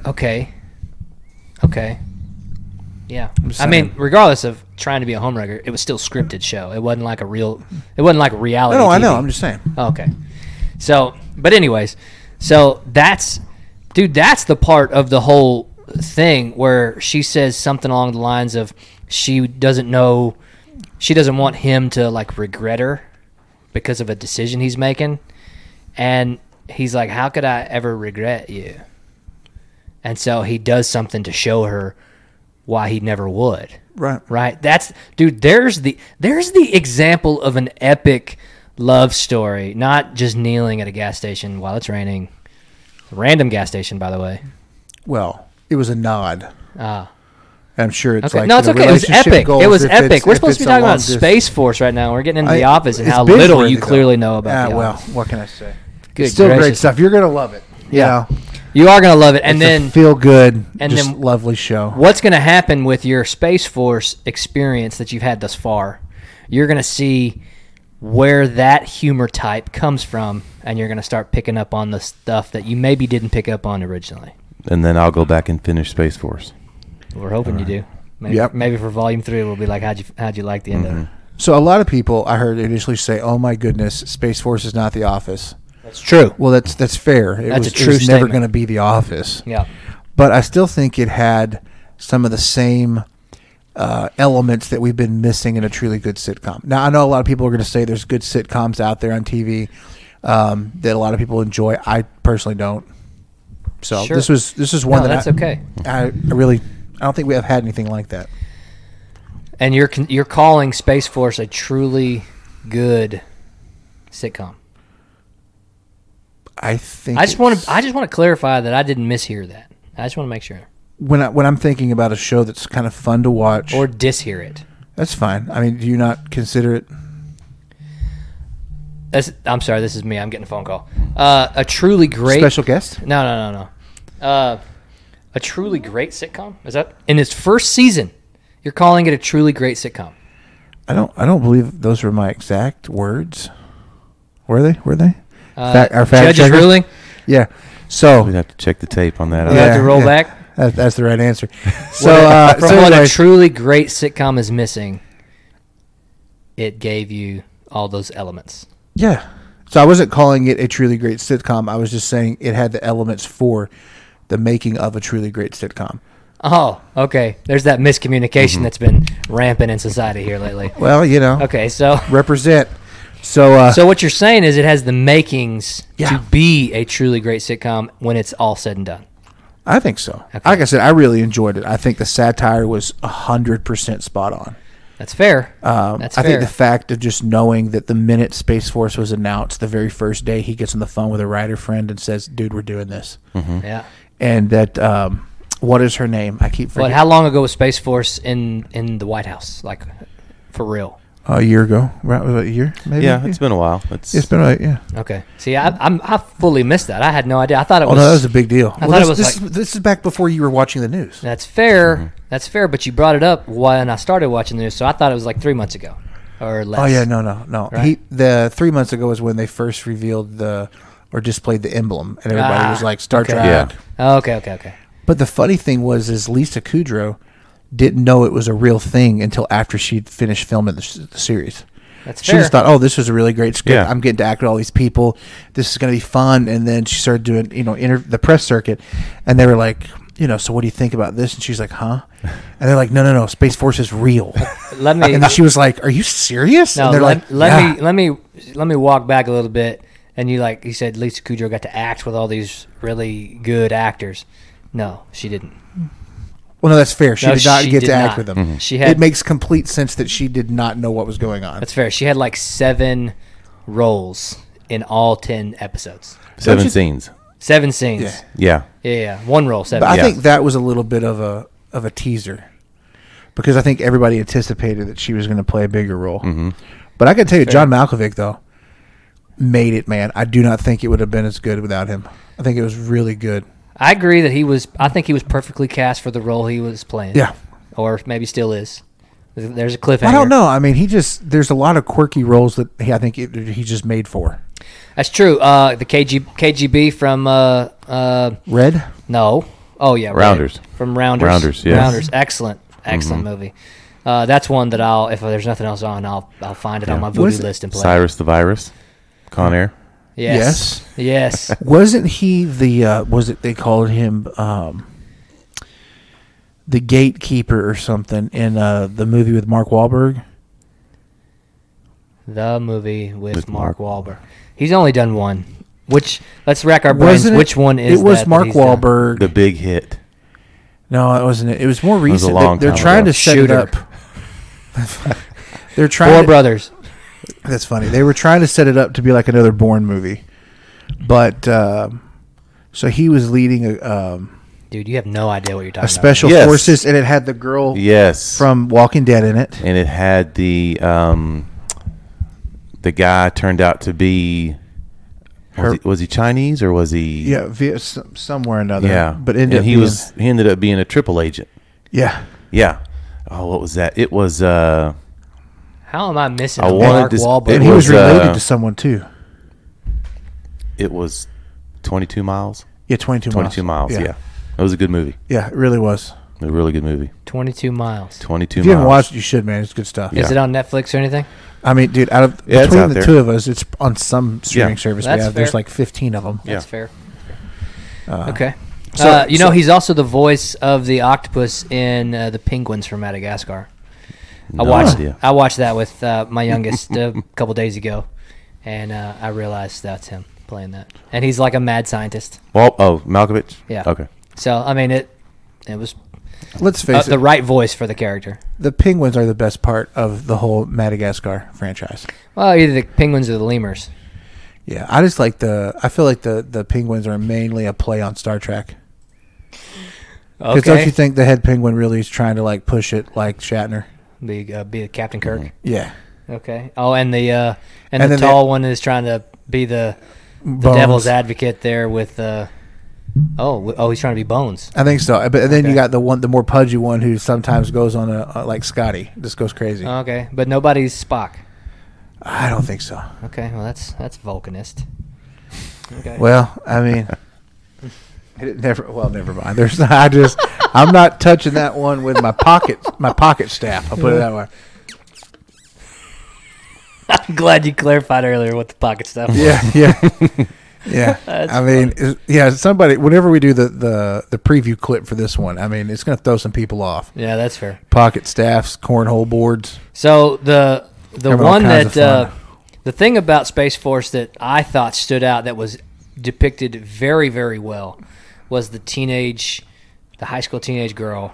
Okay. Okay. Yeah. I saying. mean, regardless of trying to be a homewrecker, it was still scripted show. It wasn't like a real. It wasn't like reality. No, I TV. know. I'm just saying. Oh, okay. So, but anyways, so that's, dude, that's the part of the whole thing where she says something along the lines of she doesn't know, she doesn't want him to like regret her because of a decision he's making, and he's like, how could I ever regret you? And so he does something to show her why he never would Right. right that's dude there's the there's the example of an epic love story not just kneeling at a gas station while it's raining random gas station by the way Well, it was a nod. Ah. I'm sure it's okay like no it's the okay it was relationship epic goals, it was if it's- epic we're if supposed to be it's a talking long about dis- space force right now we're getting into I- the office and it's how little binge-worthy, you though. clearly know about Ah, the well, office. what can I say? Good it's still great gracious. stuff. You're gonna love it. you Yeah. know? you are going to love it and then feel good and and just then- lovely show. what's going to happen with your space force experience that you've had thus far you're going to see where that humor type comes from and you're going to start picking up on the stuff that you maybe didn't pick up on originally And then I'll go back and finish Space Force. we're hoping you do maybe, Yep. maybe for volume three we'll be like how'd you how'd you like the end of it So a lot of people I heard initially say, "Oh my goodness, Space Force is not the Office." that's true Well, that's that's fair. It That's was, a true it was never statement. going to be the Office. yeah But I still think it had some of the same uh, elements that we've been missing in a truly good sitcom. Now I know a lot of people are going to say there's good sitcoms out there on TV um, that a lot of people enjoy. I personally don't. So Sure. this was this is one No, that that's I, okay. I, I really I don't think we have had anything like that. and you're con- you're calling space force a truly good sitcom I think i just it's- want to i just want to clarify that i didn't mishear that i just want to make sure when I, when I'm thinking about a show that's kind of fun to watch, or dishear it that's fine. I mean, do you not consider it? That's, I'm sorry, this is me. I'm getting a phone call. Uh, a truly great Special guest? No, no, no, no. Uh, a truly great sitcom is that in its first season? You're calling it a truly great sitcom? I don't. I don't believe those were my exact words. Were they? Were they? Uh, Fact- our fact judge's checker? ruling. Yeah. So We'd have to check the tape on that. We'll have Yeah, to roll yeah. back. that, that's the right answer. So, uh, From so what a anyways, truly great sitcom is missing, it gave you all those elements. yeah. So I wasn't calling it a truly great sitcom. I was just saying it had the elements for the making of a truly great sitcom. Oh, okay. There's that Mm-hmm. miscommunication that's been rampant in society here lately. Well, you know, Okay, so represent. So, uh, So what you're saying is it has the makings Yeah. to be a truly great sitcom when it's all said and done. I think so. Like I said, I really enjoyed it. I think the satire was hundred percent spot on. That's fair. Um, That's I fair. think the fact of just knowing that the minute Space Force was announced, the very first day he gets on the phone with a writer friend and says, "Dude, we're doing this," Mm-hmm. yeah. and that um, what is her name? I keep But forgetting. how long ago was Space Force in in the White House? Like for real? a year ago, right? Was it a year? Maybe. Yeah, it's been a while. It's, It's been a yeah. Okay. See, I I'm, I fully missed that. I had no idea. I thought it Oh was. no, that was a big deal. I thought it this, was this, like- this is back before you were watching the news. Mm-hmm. That's fair. That's fair. But you brought it up when I started watching the news, so I thought it was like three months ago. or less. Oh yeah, no, no, no. Right. He the three months ago was when they first revealed the or displayed the emblem, and everybody Ah, was like Star okay. Trek. Yeah. Oh, Okay, okay, okay. But the funny thing was, is Lisa Kudrow didn't know it was a real thing until after she'd finished filming the, s- the series. That's she fair. just thought, "Oh, this was a really great script. Yeah. I'm getting to act with all these people. This is going to be fun." And then she started doing, you know, inter- the press circuit, and they were like, "You know, so what do you think about this?" And she's like, "Huh?" And they're like, "No, no, no. Space Force is real." Let me. and then she was like, "Are you serious?" no, and they're let, like, let "Yeah." me let me let me walk back a little bit. And you like you said, Lisa Kudrow got to act with all these really good actors. No, she didn't. Well, no, that's fair. She No, did not she get did to act not. with them. Mhm. She had- it makes complete sense that she did not know what was going on. That's fair. She had like seven roles in all ten episodes. Seven you- scenes. Seven scenes. Yeah. Yeah. Yeah, yeah. One role, seven. But I Yeah. think that was a little bit of a of a teaser because I think everybody anticipated that she was going to play a bigger role. But I can tell you, John Malkovich though made it, man. I do not think it would have been as good without him. I think it was really good. I agree that he was. I think he was perfectly cast for the role he was playing. Yeah. or maybe still is. There's a cliffhanger. I don't know. I mean, he just there's a lot of quirky roles that he, I think it, he just made for That's true. Uh, the KG, KGB from uh, uh, Red. no. Oh yeah, right. Rounders. from Rounders. Rounders, Mm-hmm. yes. Rounders. Excellent, excellent movie. Uh, that's one that I'll if there's nothing else on, I'll I'll find it on my voodoo Was it- list and play. Cyrus the Virus. Con Air. Yes. Yes. Wasn't he the uh, was it they called him um, the gatekeeper or something in uh, the movie with Mark Wahlberg? the movie with, With Mark Wahlberg. He's only done one. Which let's rack our brains. Wasn't it- Which one is It was that that Mark he's done? Wahlberg. The Big Hit. no, it wasn't. It It was more was a recent. long they're time trying to ago. set Shooter. it up. they're trying. Four to- brothers. That's funny. They were trying to set it up to be like another Bourne movie, but um, so he was leading a, um, Dude, you have no idea what you're talking a special Yes. forces, and it had the girl Yes. from Walking Dead in it. and it had the um, the guy turned out to be Her- was he, was he Chinese or was he Yeah, via s- somewhere or another. yeah but ended and up he being- was he ended up being a triple agent yeah. yeah oh what was that it was uh about. How am I missing I the wanted Mark to s- Wahlberg? it And he was, was, related uh, to someone too. it was twenty two miles Yeah, twenty two twenty two miles yeah. yeah, it was a good movie Yeah, it really was. a really good movie 22 miles. twenty two If you miles haven't watched, it, you should, man. It's good stuff. Yeah. Is it on Netflix or anything? I mean, dude, out of Yeah, it's between out the there. two of us, it's on some streaming Yeah. service we That's have. There's fair. like fifteen of them. Yeah. That's fair. okay. so- uh, you know, so- he's also the voice of the octopus in uh, the penguins from Madagascar. I No watched. idea. I watched that with uh, my youngest a couple days ago, and uh, I realized that's him playing that. And he's like a mad scientist. Wal- oh Malkovich Yeah. okay So I mean, it it was Let's uh, face the it, right voice for the character. the penguins are the best part of the whole Madagascar franchise. Well, either the penguins or the lemurs. Yeah, I just like the. I feel like the the penguins are mainly a play on Star Trek. Because don't you Okay, think the head penguin really is trying to like push it like Shatner? be uh, be Captain Kirk. Yeah, Okay. Oh, and the uh, and, And the then the- tall one is trying to be the the Bones. devil's advocate there with. Uh, oh, w- oh, he's trying to be Bones. I think so. But then Okay. you got the one, the more pudgy one, who sometimes goes on a, a like Scotty, just goes crazy. Okay, but nobody's Spock. I don't think so. Okay, well that's that's Vulcanist. Okay. Well, I mean, it never. Well, never mind. There's. I just. I'm not touching that one with my pocket. My pocket staff. I'll put it that way. I'm glad you clarified earlier what the pocket stuff. Was. Yeah, yeah, yeah. That's I mean, is- yeah. Somebody. Whenever we do the the the preview clip for this one, I mean, it's going to throw some people off. Yeah, that's fair. Pocket staffs, cornhole boards. So the the Having all one kinds that of uh, fun. the thing about Space Force that I thought stood out that was depicted very very well was the teenage, the high school teenage girl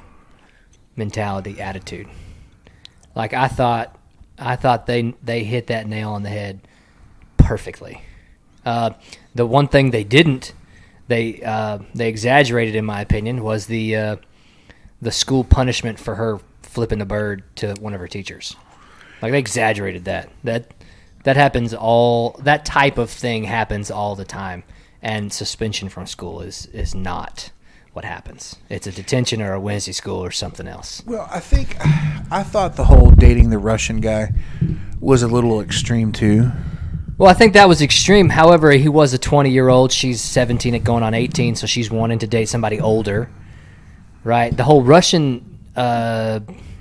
mentality attitude. Like I thought, I thought they they hit that nail on the head perfectly. Uh, the one thing they didn't, they uh, they exaggerated in my opinion, was the uh, the school punishment for her flipping the bird to one of her teachers. Like they exaggerated that. That that happens all that type of thing happens all the time and suspension from school is is not what happens. It's a detention or a Wednesday school or something else. Well, I think I thought the whole dating the Russian guy was a little extreme too. Well, I think that was extreme. However, he was a 20 year old. She's 17 and going on 18, so she's wanting to date somebody older, right? The whole Russian uh,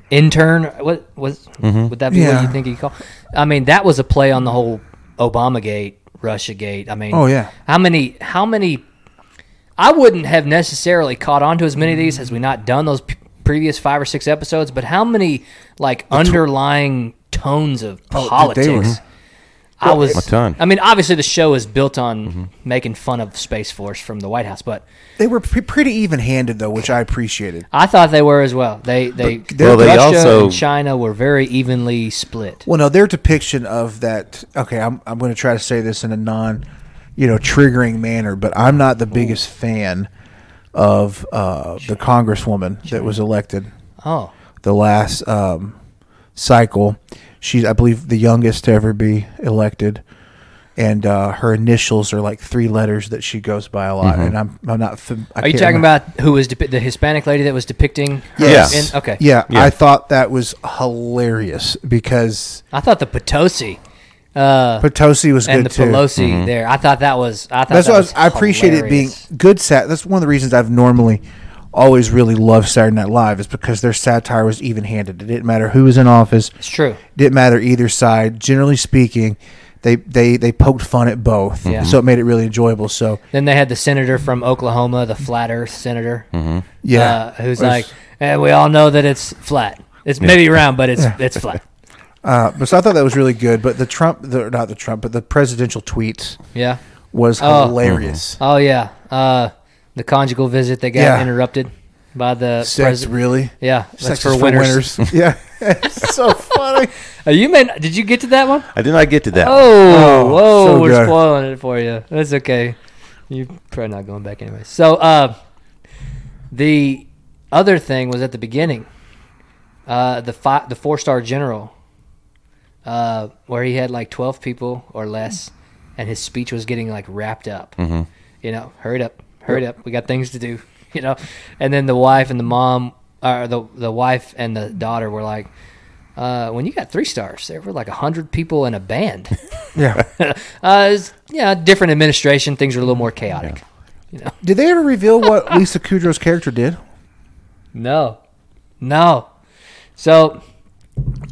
intern, what was Mm-hmm. would that be? Yeah. What you think he called? I mean, that was a play on the whole Obamagate, RussiaGate. I mean, Oh, yeah. How many? How many? I wouldn't have necessarily caught on to as many of these as we not done those p- previous five or six episodes. But how many like underlying tones of dude, politics? Oh, they were- I was A ton. I mean, obviously, the show is built on Mm-hmm. making fun of Space Force from the White House, but They were pre- pretty even-handed though, which I appreciated. I thought they were as well. They they Well, they Russia also- and China were very evenly split. Well, no, their depiction of that. Okay, I'm I'm going to try to say this in a non, you know, triggering manner, but I'm not the biggest fan of uh, the congresswoman that was elected Oh, the last um, cycle. She's, I believe, the youngest to ever be elected, and uh, her initials are like three letters that she goes by a lot. And I'm I'm not. fam- I are you can't talking remember- about who was depi- the Hispanic lady that was depicting? her Yes. in- okay. Yeah, Yeah. I thought that was hilarious because I thought the Potosi uh, Potosi was and good the too. Pelosi Mm-hmm. there. I thought that was. I thought That's that why I, was was- I appreciate it being hilarious. good sat. That's one of the reasons I've normally always really loved Saturday Night Live is because their satire was even handed. It didn't matter who was in office. It's true. Didn't matter either side. Generally speaking, they they they poked fun at both. Yeah. So it made it really enjoyable. So Then they had the senator from Oklahoma, the flat Earth senator, Mm-hmm. yeah, uh, who's It was- like, "Eh, we all know that it's flat. It's maybe round, but it's it's flat. Uh, but so I thought that was really good. But the Trump, the, not the Trump, but the presidential tweets Yeah. was Oh. hilarious. Oh yeah. Uh, the conjugal visit that got Yeah. interrupted by the Sex, president. really? Yeah, that's Sex for is winners. winners. yeah, it's so funny. Uh, you mean did you get to that one? I did not get to that. one. Oh, whoa, so we're good. spoiling it for you. That's okay. You're probably not going back anyway. So uh, the other thing was at the beginning, uh, the fi- the four star general, uh, where he had like twelve people or less, and his speech was getting like wrapped up. You know, hurry up, hurry up, we got things to do. You know, and then the wife and the mom, or the the wife and the daughter were like. Uh, when you got three stars, there were like a hundred people in a band. Yeah. uh, it's, yeah, different administration. Things are a little more chaotic. Did they ever reveal what Lisa Kudrow's character did? No, no. So,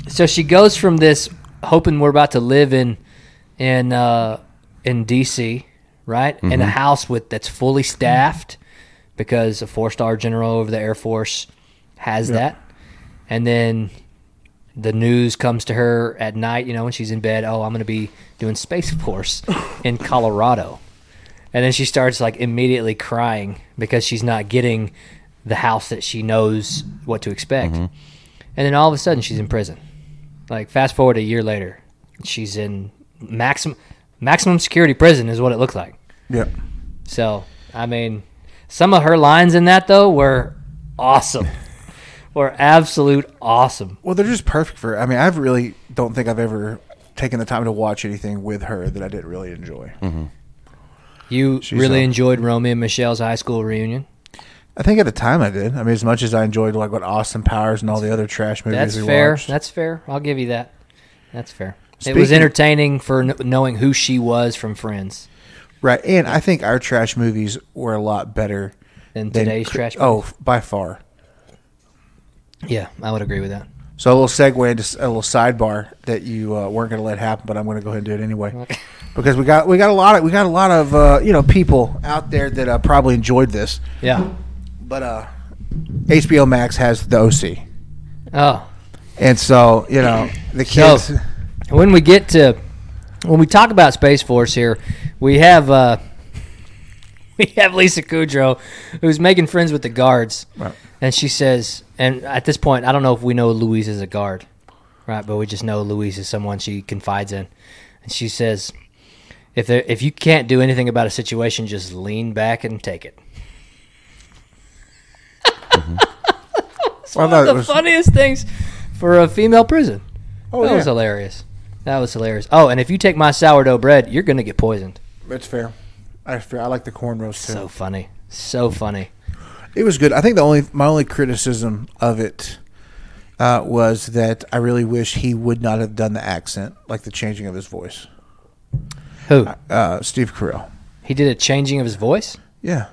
so she goes from this hoping we're about to live in in uh, in D.C. right in a house with that's fully staffed because a four star general over the Air Force has that, and then the news comes to her at night. You know when she's in bed. Oh, I'm going to be doing Space Force in Colorado. And then she starts like immediately crying because she's not getting the house that she knows what to expect. And then all of a sudden she's in prison. Like fast forward a year later, she's in maximum maximum security prison is what it looks like. Yeah. So, I mean, some of her lines in that though were awesome. were absolute awesome. Well, they're just perfect for. I mean, I really don't think I've ever taken the time to watch anything with her that I didn't really enjoy. You She's, really uh, enjoyed Romeo and Michelle's high school reunion. I think at the time I did. I mean, as much as I enjoyed like what Austin Powers and all the other trash movies That's we fair. watched. That's fair. I'll give you that. That's fair. it was Speaking- entertaining for kn- knowing who she was from Friends. right, and I think our trash movies were a lot better Than today's cr- trash Oh, f- by far. Yeah, I would agree with that. So a little segue into s- a little sidebar that you uh, weren't going to let happen, but I'm going to go ahead and do it anyway, because we got we got a lot of we got a lot of uh, you know people out there that uh, probably enjoyed this. Yeah. But uh, HBO Max has the OC, Oh, and so you know the so kids. when we get to when we talk about Space Force here, we have uh, we have Lisa Kudrow who's making friends with the guards, and she says, and at this point, I don't know if we know Louise is a guard, right? But we just know Louise is someone she confides in, and she says, if there, if you can't do anything about a situation, just lean back and take it. I One thought of it the was- funniest things for a female prison. Oh, that yeah. was hilarious. That was hilarious. Oh, and if you take my sourdough bread, you're gonna get poisoned. It's fair. I fair. I like the corn roast too. So funny. So funny. It was good. I think the only my only criticism of it, uh, was that I really wish he would not have done the accent, like the changing of his voice. Who? Uh, Steve Carell. He did a changing of his voice. Yeah.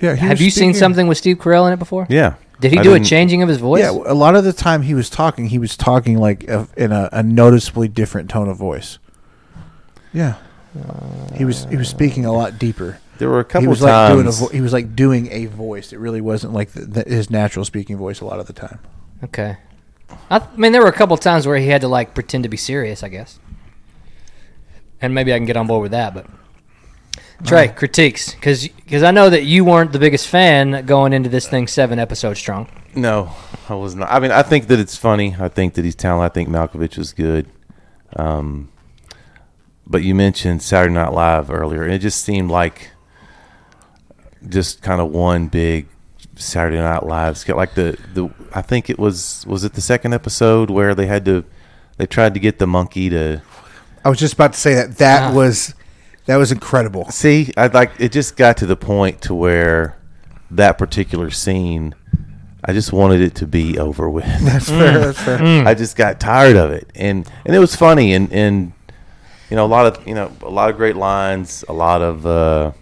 Yeah. he Have was you seen speaking- something with Steve Carell in it before? Yeah. Did he I do a didn't- changing of his voice? Yeah, a lot of the time he was talking, he was talking like a, in a, a noticeably different tone of voice. Yeah, he was he was speaking a lot deeper. There were a couple he was like doing a times. vo- he was like doing a voice. It really wasn't like the, the, his natural speaking voice a lot of the time. Okay. I, th- I mean, there were a couple times where he had to like pretend to be serious, I guess. And maybe I can get on board with that, but Trey critiques because I know that you weren't the biggest fan going into this thing seven episodes strong. no, I was not. I mean, I think that it's funny. I think that he's talented. I think Malkovich was good. Um, but you mentioned Saturday Night Live earlier, and it just seemed like just kind of one big Saturday Night Live skit. Like the the I think it was was it the second episode where they had to they tried to get the monkey to I was just about to say that that Ah. was that was incredible. See, I like it. Just got to the point to where that particular scene, I just wanted it to be over with. That's fair. That's fair. I just got tired of it, and and it was funny, and and you know a lot of you know a lot of great lines, a lot of uh,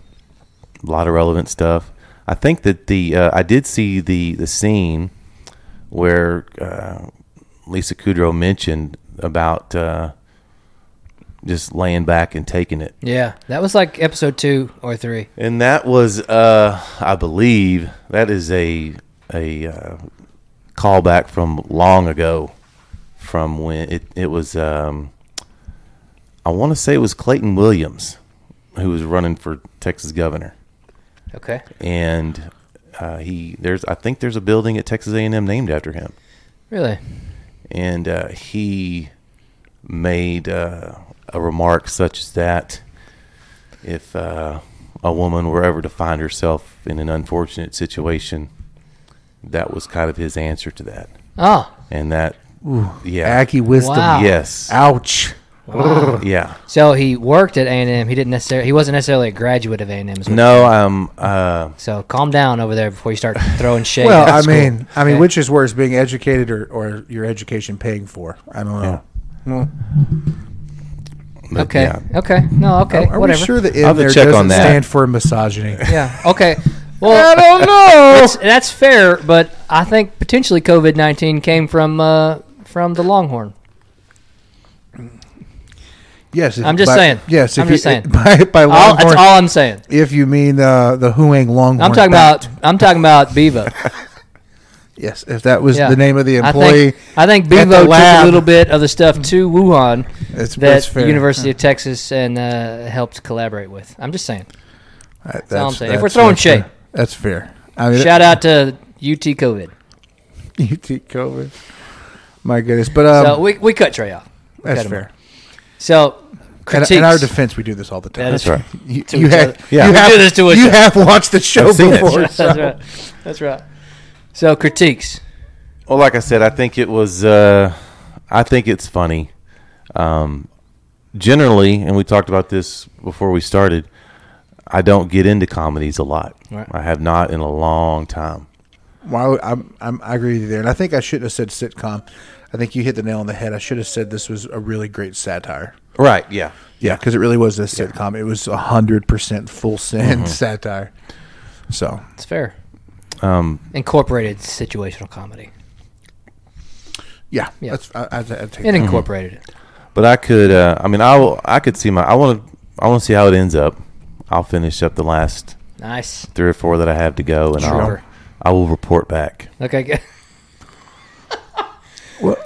a lot of relevant stuff. I think that the uh, I did see the the scene where uh, Lisa Kudrow mentioned about uh, just laying back and taking it. Yeah, that was like episode two or three. And that was, uh, I believe, that is a a uh, callback from long ago, from when it it was. Um, I want to say it was Clayton Williams, who was running for Texas governor, Okay. and uh, he there's I think there's a building at Texas A and M named after him Really? and uh, he made uh, a remark such as that if uh, a woman were ever to find herself in an unfortunate situation, that was kind of his answer to that. Oh, And that, yeah, Aki wisdom. Wow. yes, Ouch. yeah. so he worked at A and M. He didn't necessarily. He wasn't necessarily a graduate of A and M. No, um, uh, So calm down over there before you start throwing shade. Well, at I school. mean, I mean, Okay. which is worse, being educated or, or your education paying for? I don't know. Hmm. but okay, yeah. okay, no, okay, Are whatever. we sure the I'll N have to there check doesn't on that. stand for misogyny? Yeah. Okay. Well, I don't know. That's, that's fair, but I think potentially COVID nineteen came from uh, from the Longhorn. Yes, if- I'm just by- saying. Yes, if I'm you, just saying. By, by All, that's Longhorn- all I'm saying. If you mean uh, the Huang Longhorn, I'm talking about. I'm talking about Bevo. yes. If that was Yeah. the name of the I employee, think, I think at Bevo the took a lab. Mm. little bit of the stuff to Wuhan That's- that that's the fair. University of Texas and uh, helped collaborate with. I'm just saying. Uh, that's, all I'm saying. If we're that's- throwing that's shade. fair. that's fair. I mean, Shout out to UT COVID. you take COVID. My goodness, but um, so we, we cut Trey off. We that's cut him fair. off. So And critiques. in our defense, we do this all the time. That is that's right. You, to you each have, other. Yeah. you, We have, do this to each you other. have watched the show I've seen it. before. That's right. That's right. So critiques. Well, like I said, I think it was. Uh, I think it's funny. Um, generally, and we talked about this before we started. I don't get into comedies a lot. Right. I have not in a long time. Why would- I'm, I'm, I agree with you there, and I think I shouldn't have said sitcom. I think you hit the nail on the head. I should have said this was a really great satire. Right. Yeah. Yeah, because it really was a sitcom. It was hundred percent full Mm-hmm. sin satire. So It's fair. Um, Incorporated situational comedy. yeah, Yeah. that's I, I, I take It Mm-hmm. that. incorporated it. but I could. Uh, I mean, I will- I could see my. I want to. I want to see how it ends up. I'll finish up the last Nice. three or four that I have to go, and Sure. I'll. I will report back. Okay. good.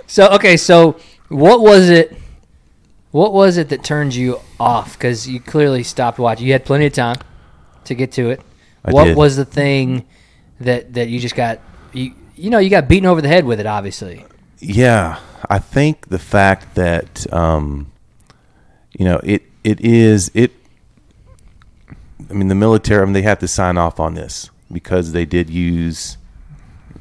so okay, so what was it? What was it that turned you off? Because you clearly stopped watching. You had plenty of time to get to it. I what did. was the thing that that you just got? You you know you got beaten over the head with it. Obviously, Yeah, I think the fact that um, you know it it is it. I mean, the military. I mean, they have to sign off on this because they did use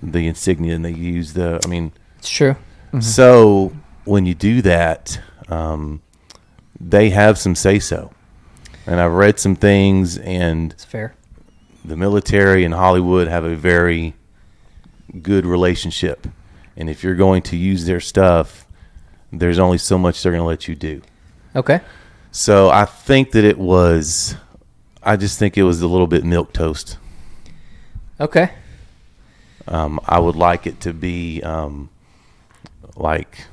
the insignia and they used the. I mean, it's true. so when you do that, um, they have some say so. And I've read some things, and It's fair. the military and Hollywood have a very good relationship. And if you're going to use their stuff, there's only so much they're going to let you do. Okay. So I think that it was, I just think it was a little bit milk toast. Okay. Um, I would like it to be um, like,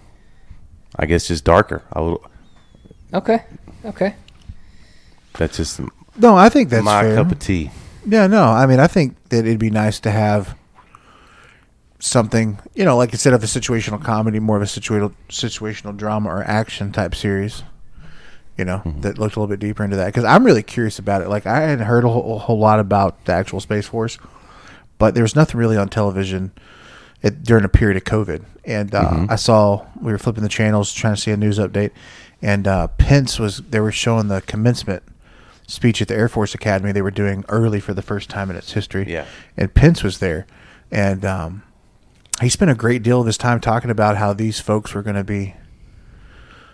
I guess, just darker. I would. Okay. Okay. That's just No, I think that's my fair. cup of tea. Yeah, no. I mean, I think that it'd be nice to have something, you know, like instead of a situational comedy, more of a situational situational drama or action type series. You know, that looked a little bit deeper into that because I'm really curious about it. Like, I hadn't heard a whole, a whole lot about the actual Space Force, but there was nothing really on television at, during a period of COVID. And uh, I saw we were flipping the channels trying to see a news update, and uh, Pence was they were showing the commencement speech at the Air Force Academy they were doing early for the first time in its history. Yeah. and Pence was there, and um, he spent a great deal of his time talking about how these folks were going to be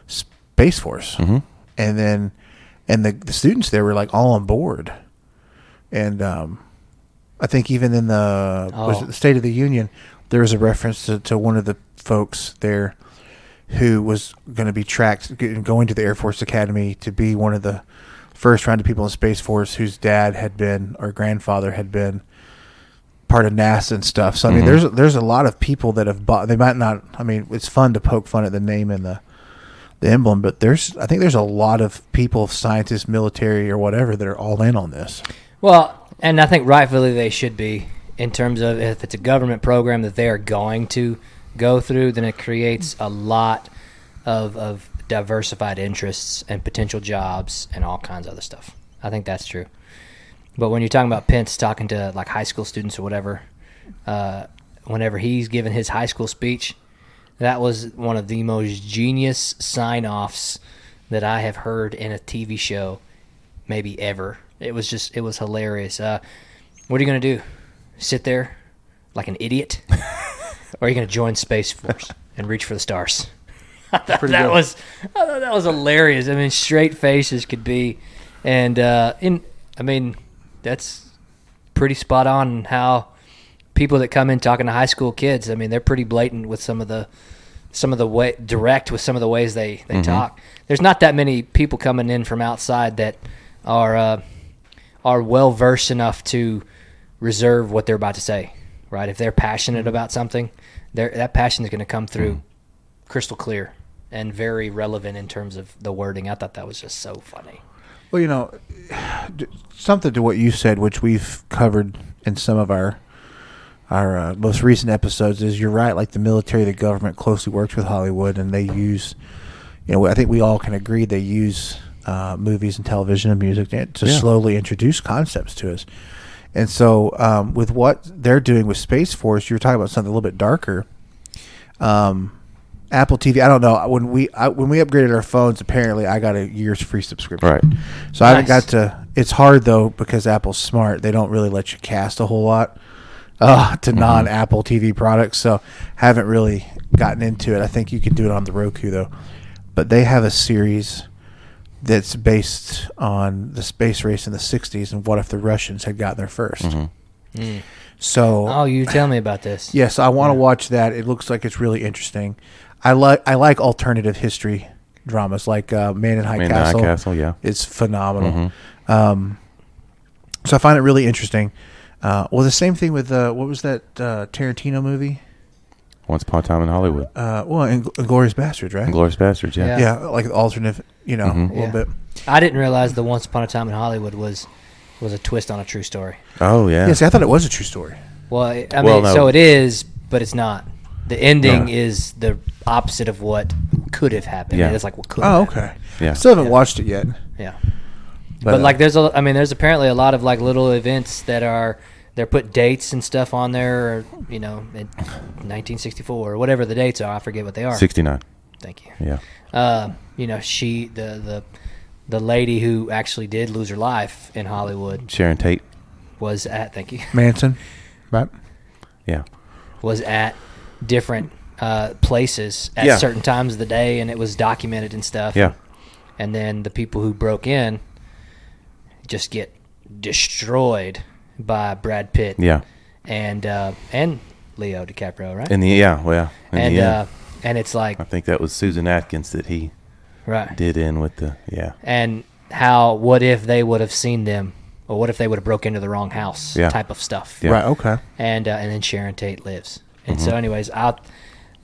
Space Force, and then and the, the students there were like all on board, and um, I think even in the was Oh. it the State of the Union, there was a reference to, to one of the folks there who was going to be tracked g- going to the Air Force Academy to be one of the first round of people in Space Force whose dad had been or grandfather had been part of NASA and stuff. So I mean, there's there's a lot of people that have bought. They might not. I mean, it's fun to poke fun at the name and the the emblem, but there's I think there's a lot of people, scientists, military, or whatever, that are all in on this. Well, and I think rightfully they should be in terms of if it's a government program that they are going to go through, then it creates a lot of, of diversified interests and potential jobs and all kinds of other stuff. I think that's true. But when you're talking about Pence talking to like high school students or whatever, uh, whenever he's giving his high school speech, that was one of the most genius sign offs that I have heard in a TV show, maybe ever. It was just, it was hilarious. Uh, what are you going to do? Sit there like an idiot? or are you going to join Space Force and reach for the stars? I thought that was, I thought that was hilarious. I mean, straight faces could be, and uh, in, I mean, that's pretty spot on in how people that come in talking to high school kids. I mean, they're pretty blatant with some of the some of the way direct with some of the ways they Mm-hmm. they talk. There's not that many people coming in from outside that are uh, are well versed enough to reserve what they're about to say. Right? If they're Mm-hmm. passionate about something, their that passion is going to come through Mm-hmm. crystal clear and very relevant in terms of the wording. I thought that was just so funny. Well, you know, d- something to what you said, which we've covered in some of our our uh, most recent episodes, is you're right. Like the military, the government closely works with Hollywood, and they use, you know, I think we all can agree they use uh, movies and television and music to, to slowly introduce concepts to us. And so, um, with what they're doing with Space Force, you were talking about something a little bit darker. Um, Apple TV. I don't know when we I, when we upgraded our phones. Apparently, I got a year's free subscription. Right. So I haven't Nice. got to. It's hard though because Apple's smart. They don't really let you cast a whole lot uh, to non-Apple TV products. So haven't really gotten into it. I think you can do it on the Roku though. But they have a series that's based on the space race in the '60s and what if the Russians had gotten there 1st So Oh, you tell me about this. Yes, I want to watch that. It looks like it's really interesting. I like I like alternative history dramas like uh, Man in High Man in High Castle. Castle, yeah. Mm-hmm. it's phenomenal. Um, so I find it really interesting. Uh, well, the same thing with uh, what was that uh, Tarantino movie? Once upon a time in Hollywood, Uh, well, Inglorious Bastards, right? Glorious Bastards. Yeah. Yeah. yeah, like alternative, you know, Mm-hmm. a little Yeah. bit. I didn't realize the Once Upon a Time in Hollywood was was a twist on a true story. Oh yeah. Yeah, see, I thought it was a true story. Well, I I mean, Well, no. so it is, but it's not. The ending No. is the opposite of what could have happened. Yeah. It's like what could. Oh, have happened. okay. Yeah. Still haven't watched it yet. Yeah, But, but, uh, like, there's a. I mean, there's apparently a lot of like little events that are they're put dates and stuff on there. Or, you know, in 1964 or whatever the dates are. I forget what they are. Sixty nine. Thank you. Yeah. uh, you know, she the the the lady who actually did lose her life in Hollywood Sharon Tate. was at thank you Manson, right? Yeah. was at different uh, places at Yeah. certain times of the day, and it was documented and stuff. Yeah. and then the people who broke in just get destroyed by Brad Pitt. Yeah. and uh, and Leo DiCaprio, right? In the yeah, well, in and the end. uh, and it's like I think that was Susan Atkins that he right. did in with the yeah. and how what if they would have seen them or what if they would have broke into the wrong house Yeah. type of stuff Yeah. Right. Okay. and uh, and then Sharon Tate lives and Mm-hmm. so anyways I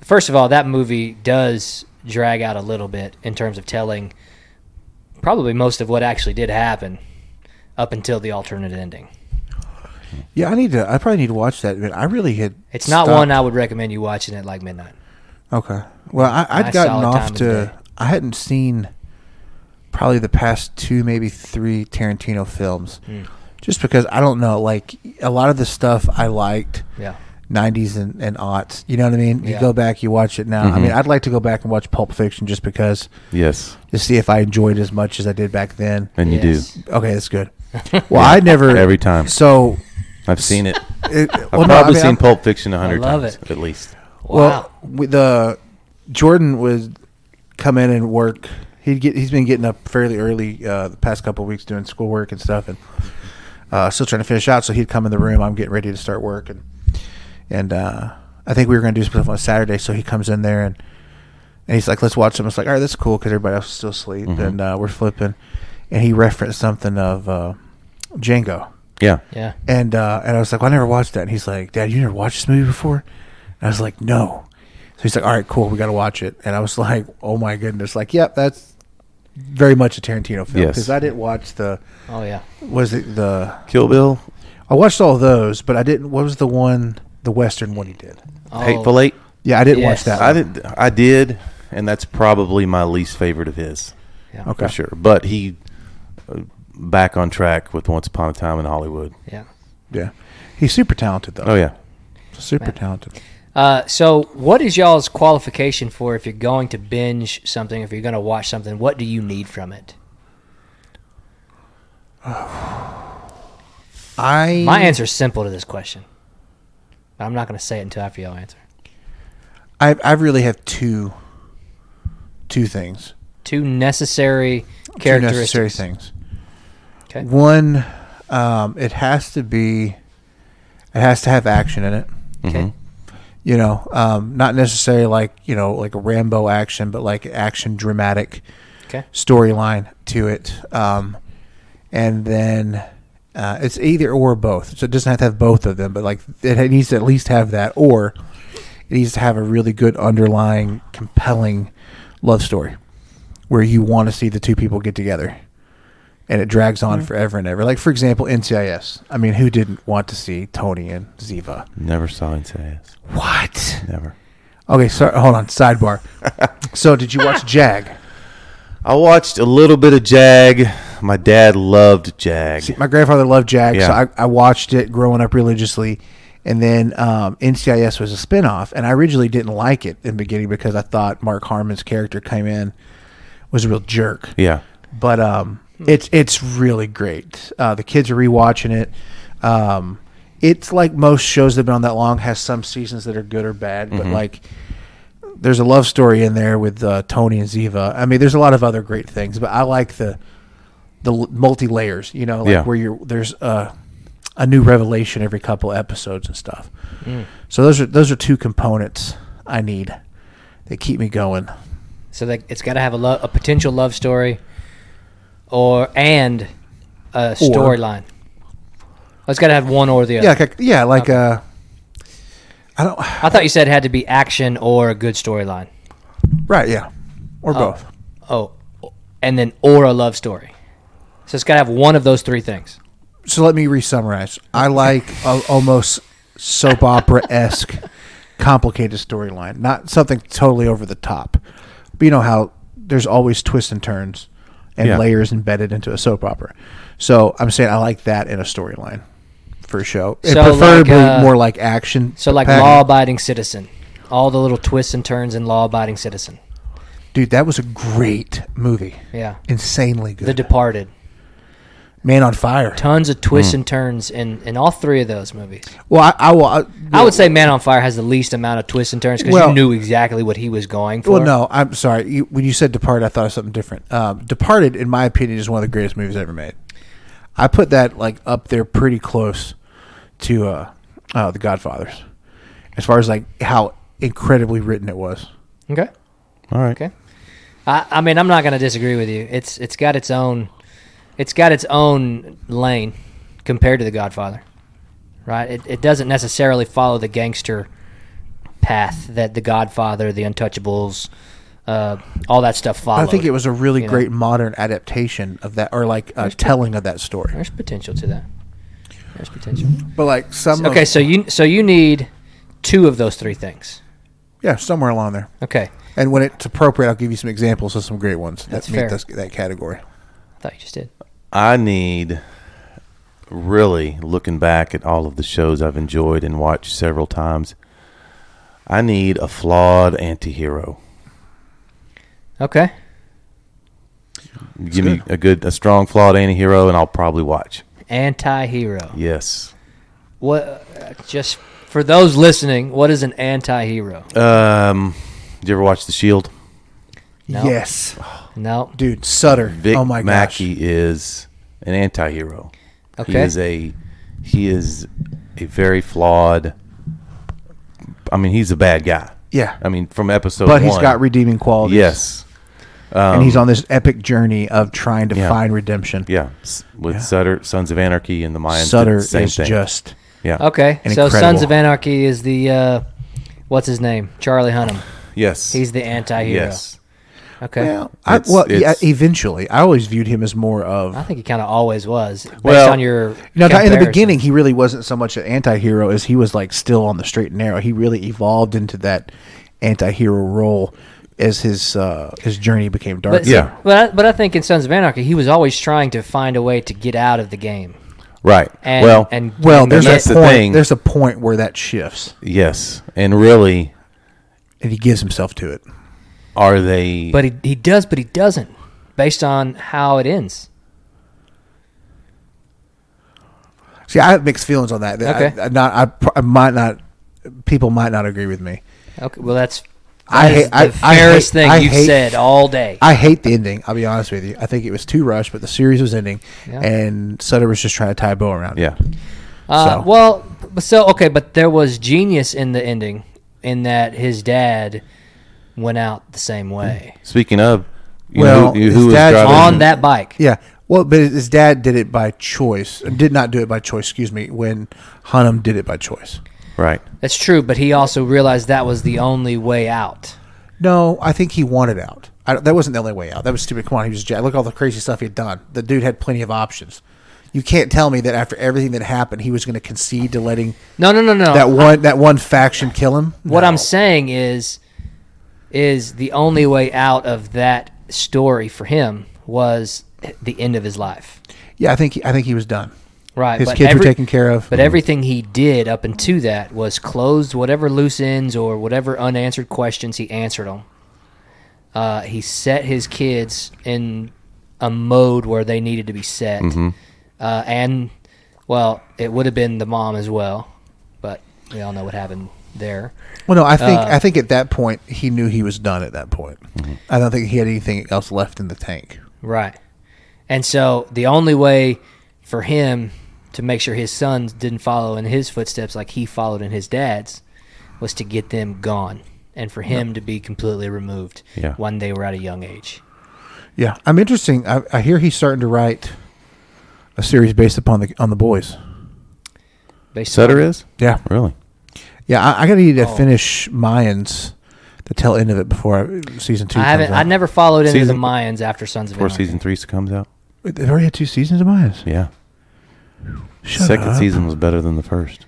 first of all that movie does drag out a little bit in terms of telling probably most of what actually did happen up until the alternate ending Yeah, I need to. I probably need to watch that. Man, I really had. it's not stopped- one I would recommend you watching at like midnight Okay. Well, I, I'd Nice gotten solid off time of the day. to. I hadn't seen probably the past two, maybe three Tarantino films, Hmm. just because I don't know. Like a lot of the stuff I liked. yeah 90s and, and aughts. You know what I mean? You Yeah. go back, you watch it now. Mm-hmm. I mean, I'd like to go back and watch Pulp Fiction just because Yes, to see if I enjoyed as much as I did back then. and you Yes. do Okay, that's good. Well, I never every time. So, I've seen it. it, I've well, no, I probably mean, seen I'm- Pulp Fiction a hundred love times it. at least. wow Well, with the Jordan would come in and work. He'd get. He's been getting up fairly early uh, the past couple of weeks doing schoolwork and stuff, and uh, still trying to finish out. So he'd come in the room. I'm getting ready to start work, and and uh, I think we were going to do stuff on Saturday. So he comes in there and and he's like, "Let's watch them." It's like, "All right, that's cool," because everybody else is still asleep, and uh, we're flipping. And he referenced something of uh, Django. Yeah, yeah And uh, and I was like, well, I never watched that. And he's like, Dad, you never watched this movie before? And I was like, No. So he's like, All right, cool, we got to watch it. And I was like, Oh my goodness, like, yep, that's very much a Tarantino film Yes. because I didn't watch the oh yeah was it the Kill Bill, I watched all those, but I didn't. What was the one the Western one he did? oh, Hateful Eight. Yeah, I didn't Yes. watch that. I one. did. I did, and that's probably my least favorite of his yeah, Okay, for sure. But he uh, back on track with Once Upon a Time in Hollywood. yeah yeah, he's super talented though. Oh yeah, super talented. Uh, so, what is y'all's qualification for if you're going to binge something, if you're going to watch something? What do you need from it? I My answer is simple to this question. But I'm not going to say it until after y'all answer. I I really have two two things. Two necessary two characteristics. necessary things. Okay. One, um, it has to be, it has to have action in it. Okay. Mm-hmm. You know, um, not necessarily like you know like a Rambo action, but like action dramatic Okay. storyline to it. Um, and then uh, it's either or both. So it doesn't have to have both of them, but like it needs to at least have that, or it needs to have a really good underlying, compelling love story where you want to see the two people get together. And it drags on forever and ever. Like for example, NCIS. I mean, who didn't want to see Tony and Ziva? Never saw NCIS. What? Never. Okay, so hold on. Sidebar. so, did you watch Jag? I watched a little bit of Jag. My dad loved Jag. See, my grandfather loved Jag, so Yeah. I, I watched it growing up religiously. And then um, NCIS was a spinoff, and I originally didn't like it in the beginning because I thought Mark Harmon's character came in was a real jerk. yeah. But um, it's it's really great. Uh, the kids are rewatching it. Um, it's like most shows that've been on that long has some seasons that are good or bad, but like there's a love story in there with uh, Tony and Ziva. I mean, there's a lot of other great things, but I like the the multi layers. You know, like Yeah. where you're there's a a new revelation every couple episodes and stuff. So those are those are two components I need that keep me going. So that it's got to have a, lo- a potential love story, or and a storyline. Well, it's got to have one or the other. Yeah, like a, yeah, like uh, I don't I thought you said it had to be action or a good storyline. right, yeah, or both. Oh, and then or a love story. So it's got to have one of those three things. So let me re-summarize. I like a, almost soap opera esque, complicated storyline, not something totally over the top. But you know how there's always twists and turns and Yeah. layers embedded into a soap opera. So I'm saying I like that in a storyline for a show, and So like, preferably uh, more like action. So like packed. law-abiding citizen, all the little twists and turns in law-abiding citizen. dude, that was a great movie. Yeah, Insanely The good. Departed. Man on Fire. Tons of Mm. twists and turns in in all three of those movies. Well, I, I will. I, I would say Man on Fire has the least amount of twists and turns because Well- you knew exactly what he was going for. Well, no, I'm sorry. You, when you said Departed, I thought of something different. Um, Departed, in my opinion, is one of the greatest movies ever made. I put that like up there, pretty close to uh, uh, The Godfather's. as far as like how incredibly written it was. Okay. All right. Okay. I, I mean, I'm not going to disagree with you. It's it's got its own, it's got its own lane compared to The Godfather, right? It, it doesn't necessarily follow the gangster path that The Godfather, The Untouchables, uh, all that stuff I follows. think it was a really you know. great modern adaptation of that, or like a telling of that story. There's potential to that. There's potential. But like some, of- Okay, so you so you need two of those three things. yeah, somewhere along there. Okay, And when it's appropriate, I'll give you some examples of some great ones that That's meet fair. this, that category. I thought you just did. I need really looking back at all of the shows I've enjoyed and watched several times. I need a flawed anti-hero. Okay, Give me a good, a strong, flawed anti-hero, and I'll probably watch. anti-hero. Yes. What? Uh, just for those listening, what is an anti-hero? Um, did you ever watch The Shield? No. Yes, No. dude, Sutter. Vic oh my gosh, Mackey is an anti-hero. He Okay. is a he is a very flawed. I mean, he's a bad guy. Yeah. I mean, from episode but he's one. got redeeming qualities. Yes. um, and he's on this epic journey of trying to Yeah. find redemption. Yeah. S- With Sutter, Sons of Anarchy, and the Mayans. Sutter did the same is thing. just yeah. Okay. And so Sons incredible. of Anarchy is the uh, what's his name? Charlie Hunnam. Yes. He's the anti-hero. Yes. Okay. well. I, It's- well, yeah, it's- eventually, I always viewed him as more of. I think he kind of always was. Based Well, on your You know, in the comparison. beginning, he really wasn't so much an anti-hero as he was like still on the straight and narrow. He really evolved into that anti-hero role as his uh, his journey became darker. But, see, Yeah. but I, but I think in Sons of Anarchy, he was always trying to find a way to get out of the game. Right. And, well. and Well, and there's that's a the point. thing. There's a point where that shifts, yes. And really, and he gives himself to it. are they? but he he does, but he doesn't, based on how it ends. See, I have mixed feelings on that. I- Okay. I, not, I, pr- I might not. People might not agree with me. Okay, well that's I that is hate- I- the I hate- fairest thing I you've hate- said all day. I hate the ending. I'll be honest with you. I think it was too rushed, but the series was ending, Yeah. and Sutter was just trying to tie a bow around. it. yeah. Uh, So- Well, b- so okay, but there was genius in the ending, in that his dad went out the same way Speaking of, you know Well, who, you- his who was dad's driving on that bike. Mm-hmm. Yeah. Well, but his dad did it by choice. Did not do it by choice, excuse me, when Hunnam did it by choice. Right. That's true, but he also realized that was the only way out. No, I think he wanted out. I, don't- that wasn't the only way out. That was stupid. Come on, he was jacked. Look at all the crazy stuff he had done. The dude had plenty of options. You can't tell me that after everything that happened, he was going to concede to letting No, no, no, no. that one that one faction kill him. Oh, what No. I'm saying is, is the only way out of that story for him was the end of his life. yeah, I think he, I think he was done. Right. His but kids were every- taken care of. But everything he did up until that was closed whatever loose ends or whatever unanswered questions he answered them. Uh, he set his kids in a mode where they needed to be set, Mm-hmm. uh, and well, it would have been the mom as well, but we all know what happened there. Well, no, I think Uh. I think at that point he knew he was done. At that point, Mm-hmm. I don't think he had anything else left in the tank. Right. And so the only way for him to make sure his sons didn't follow in his footsteps like he followed in his dad's was to get them gone and for him to be completely removed Yeah. when they were at a young age. Yeah, I'm interesting. I, I hear he's starting to write a series based upon the on the boys. Based Sutter on- is. Yeah, Really. yeah. I, I gotta need to Oh. finish Mayans, the tail end of it before I, season two. I haven't. comes I out. never followed into Season- the Mayans after Sons of Before Anarchy. season three comes out. Wait, They've already had two seasons of Mayans. Yeah. Shut Second up. season was better than the first.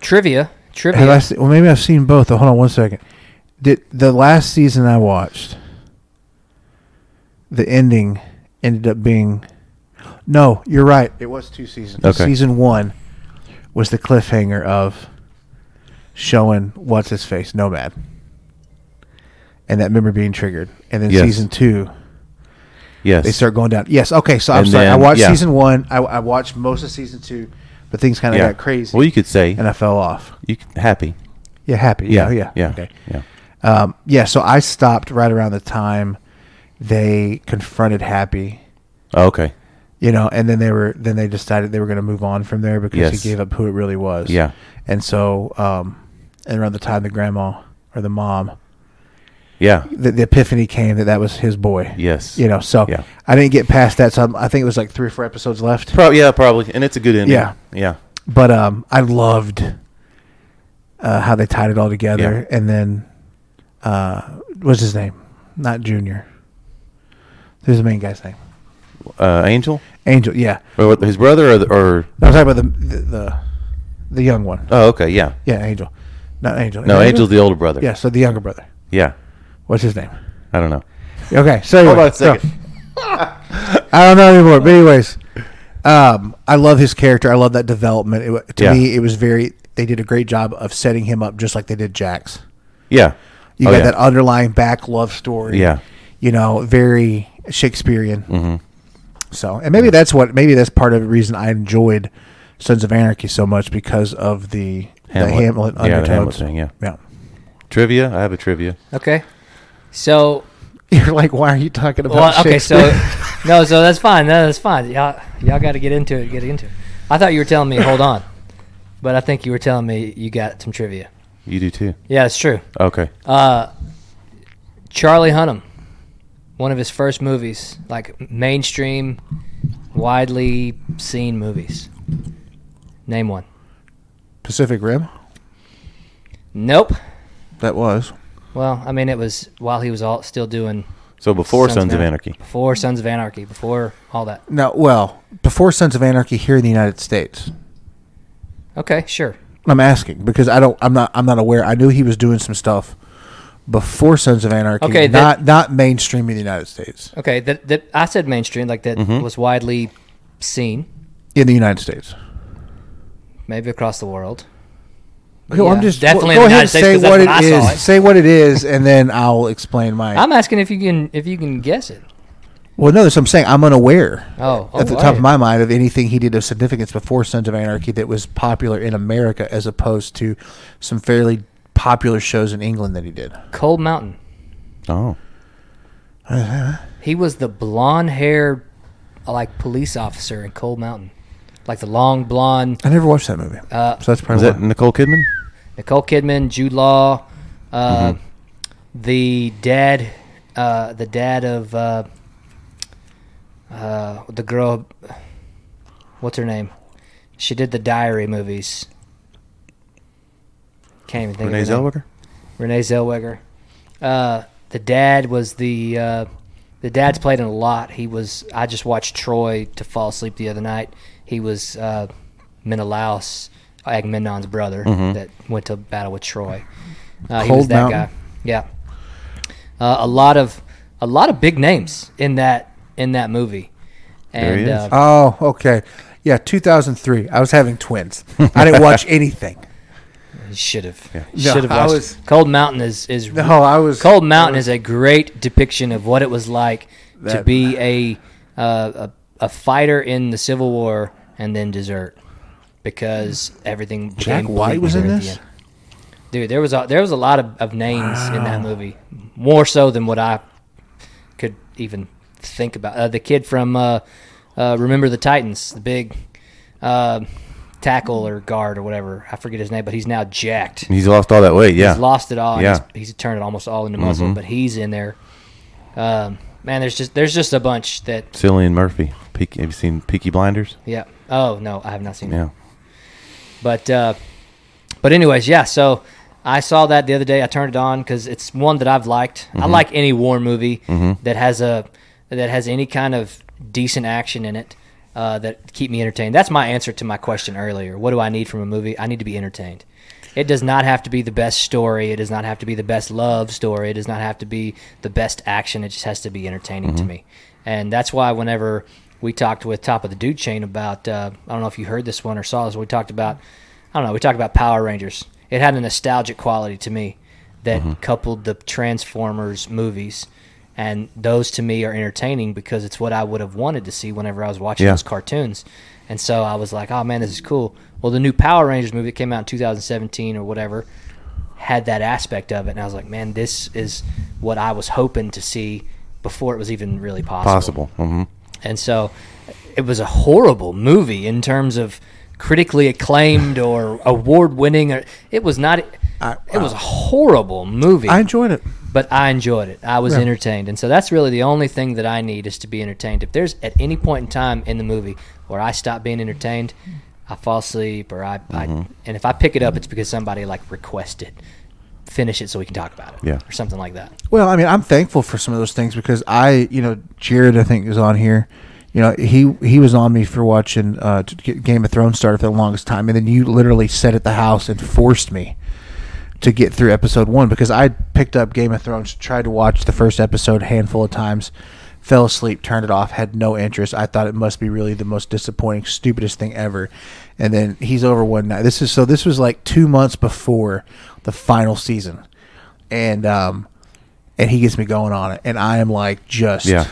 Trivia. Have I Trivia. se- well, maybe I've seen both. Oh, hold on one second. Did the last season I watched? The ending ended up being. No, you're right. It was two seasons. Okay. Season one was the cliffhanger of showing what's his face, Nomad, and that member being triggered, and then Yes. season two Yes. they start going down. Yes. Okay. So I'm And sorry. I then- watched yeah. season one. I, I watched most of season two, but things kind of yeah. got crazy, Well, you could say and I fell off. you c- happy. Yeah, happy. Yeah, Yeah. yeah, Yeah. Okay. Yeah. Um, yeah, so I stopped right around the time they confronted Happy, Oh, okay. you know, and then they were then they decided they were going to move on from there because Yes. he gave up who it really was. Yeah. and so um, and around the time the grandma or the mom Yeah. the, the epiphany came that that was his boy. Yes. You know, so Yeah. I didn't get past that. So I'm, I think it was like three or four episodes left. Pro- yeah, probably. And it's a good ending. Yeah. Yeah. But um, I loved uh, how they tied it all together. And then, uh, what's his name? Not Junior. Who's the main guy's name? Uh, Angel? Angel. Yeah, Or what- his brother or, the, or I was talking about the the the, the young one. Oh, okay. Yeah. Yeah, Angel. Not Angel. No, Angel's the older brother. Yeah, so the younger brother. Yeah. What's his name? I don't know. Okay, so anyway, Hold on a so- second. I don't know anymore. But anyways, um, I love his character. I love that development. It, wa- to Yeah. me, it was very. They did a great job of setting him up, just like they did Jax. Yeah. You Oh, got yeah. that underlying back love story. Yeah. you know, very Shakespearean. Mm-hmm. So, and maybe that's what. Maybe that's part of the reason I enjoyed Sons of Anarchy so much because of the Hamlet. the Hamlet Yeah, the Hamlet undertones. thing, yeah. yeah. Trivia? I have a trivia. Okay. So You're like, why are you talking about? Well, okay, so Shakespeare? no, so that's fine. No, that's fine. Y'all, y'all got to get into it. Get into it. I thought you were telling me hold on, but I think you were telling me you got some trivia. You do too. Yeah, it's true. Okay. Uh, Charlie Hunnam, one of his first movies, like mainstream, widely seen movies. Name one. Pacific Rim. Nope. That was. Well, I mean, it was while he was all still doing So before Sons, of Anarchy. before Sons of Anarchy, before all that. No, well, before Sons of Anarchy here in the United States. Okay, sure. I'm asking because I don't. I'm not. I'm not aware. I knew he was doing some stuff before Sons of Anarchy. Okay, not that- not mainstream in the United States. Okay, that that I said mainstream, like that was widely seen, In the United States. maybe across the world. No, Yeah, I'm just definitely go in the United ahead and States say 'cause that's what when I it saw is. it. Say what it is, and then I'll explain my. I'm asking if you can if you can guess it. well, no, that's what I'm saying. I'm unaware Oh, oh, at the are top you? of my mind of anything he did of significance before Sons of Anarchy that was popular in America, as opposed to some fairly popular shows in England that he did. Cold Mountain. Oh. He was the blonde haired like police officer in Cold Mountain, like the long blonde I never watched that movie, so that's Was probably Oh, that Nicole Kidman? Nicole Kidman, Jude Law, uh, Mm-hmm. the dad, uh, the dad of uh, uh, the girl. What's her name? She did the Diary movies. Can't even think Renee of her name. Zellweger? Renee Zellweger. Uh, the dad was the uh, the dad's played in a lot. He was. I just watched Troy to fall asleep the other night. He was uh, Menelaus, Agamemnon's brother Mm-hmm. that went to battle with Troy. Uh, he was Cold that Mountain. guy. Yeah. Uh, a lot of a lot of big names in that in that movie. There he And is. uh, Oh, okay. Yeah, 2003. I was having twins. I didn't watch anything. should have No, should have I watched. was- Cold Mountain is is No, I was- Cold Mountain is a great depiction of what it was like to be a, uh, a a fighter in the Civil War and then desert because everything. became White was in bleak at the this? end. Dude, there was a, there was a lot of, of names in that movie, more so than what I could even think about. Uh, the kid from uh, uh, Remember the Titans, the big uh, tackle or guard or whatever. I forget his name, but he's now jacked. He's lost all that weight. Yeah. He's lost it all. and Yeah. Mm-hmm. He's, he's turned it almost all into muscle, but he's in there. Um, man, there's just there's just a bunch that Cillian Murphy. Peaky, have you seen Peaky Blinders? yeah. Oh no, I have not seen. it. Yeah. But uh, but anyways, yeah. So I saw that the other day. I turned it on because it's one that I've liked. Mm-hmm. I like any war movie that has a that has any kind of decent action in it uh, that keep me entertained. That's my answer to my question earlier. What do I need from a movie? I need to be entertained. It does not have to be the best story. It does not have to be the best love story. It does not have to be the best action. It just has to be entertaining to me. And that's why whenever we talked with Top of the Dude Chain about, uh, I don't know if you heard this one or saw this, we talked about, I don't know, we talked about Power Rangers. It had a nostalgic quality to me that coupled the Transformers movies. And those to me are entertaining because it's what I would have wanted to see whenever I was watching Yeah. those cartoons. And so I was like, oh man, this is cool. Well, the new Power Rangers movie that came out in 2017 or whatever had that aspect of it. And I was like, man, this is what I was hoping to see before it was even really Possible. hmm and so it was a horrible movie in terms of critically acclaimed or award winning. It was not. I, It was a horrible movie. I enjoyed it. but I enjoyed it. I was entertained, and so that's really the only thing that I need is to be entertained. If there's at any point in time in the movie where I stop being entertained, I fall asleep, or I, I Mm-hmm. and if I pick it up, it's because somebody like requested finish it so we can talk about it, Yeah. or something like that. Well, I mean, I'm thankful for some of those things because I, you know, Jared, I think is on here. You know, he he was on me for watching uh, to get Game of Thrones started for the longest time, and then you literally sat at the house and forced me to get through episode one because I picked up Game of Thrones, tried to watch the first episode a handful of times, fell asleep, turned it off, had no interest. I thought it must be really the most disappointing, stupidest thing ever. And then he's over one night. This is so. This was like two months before the final season, and um, and he gets me going on it, and I am like just Yeah.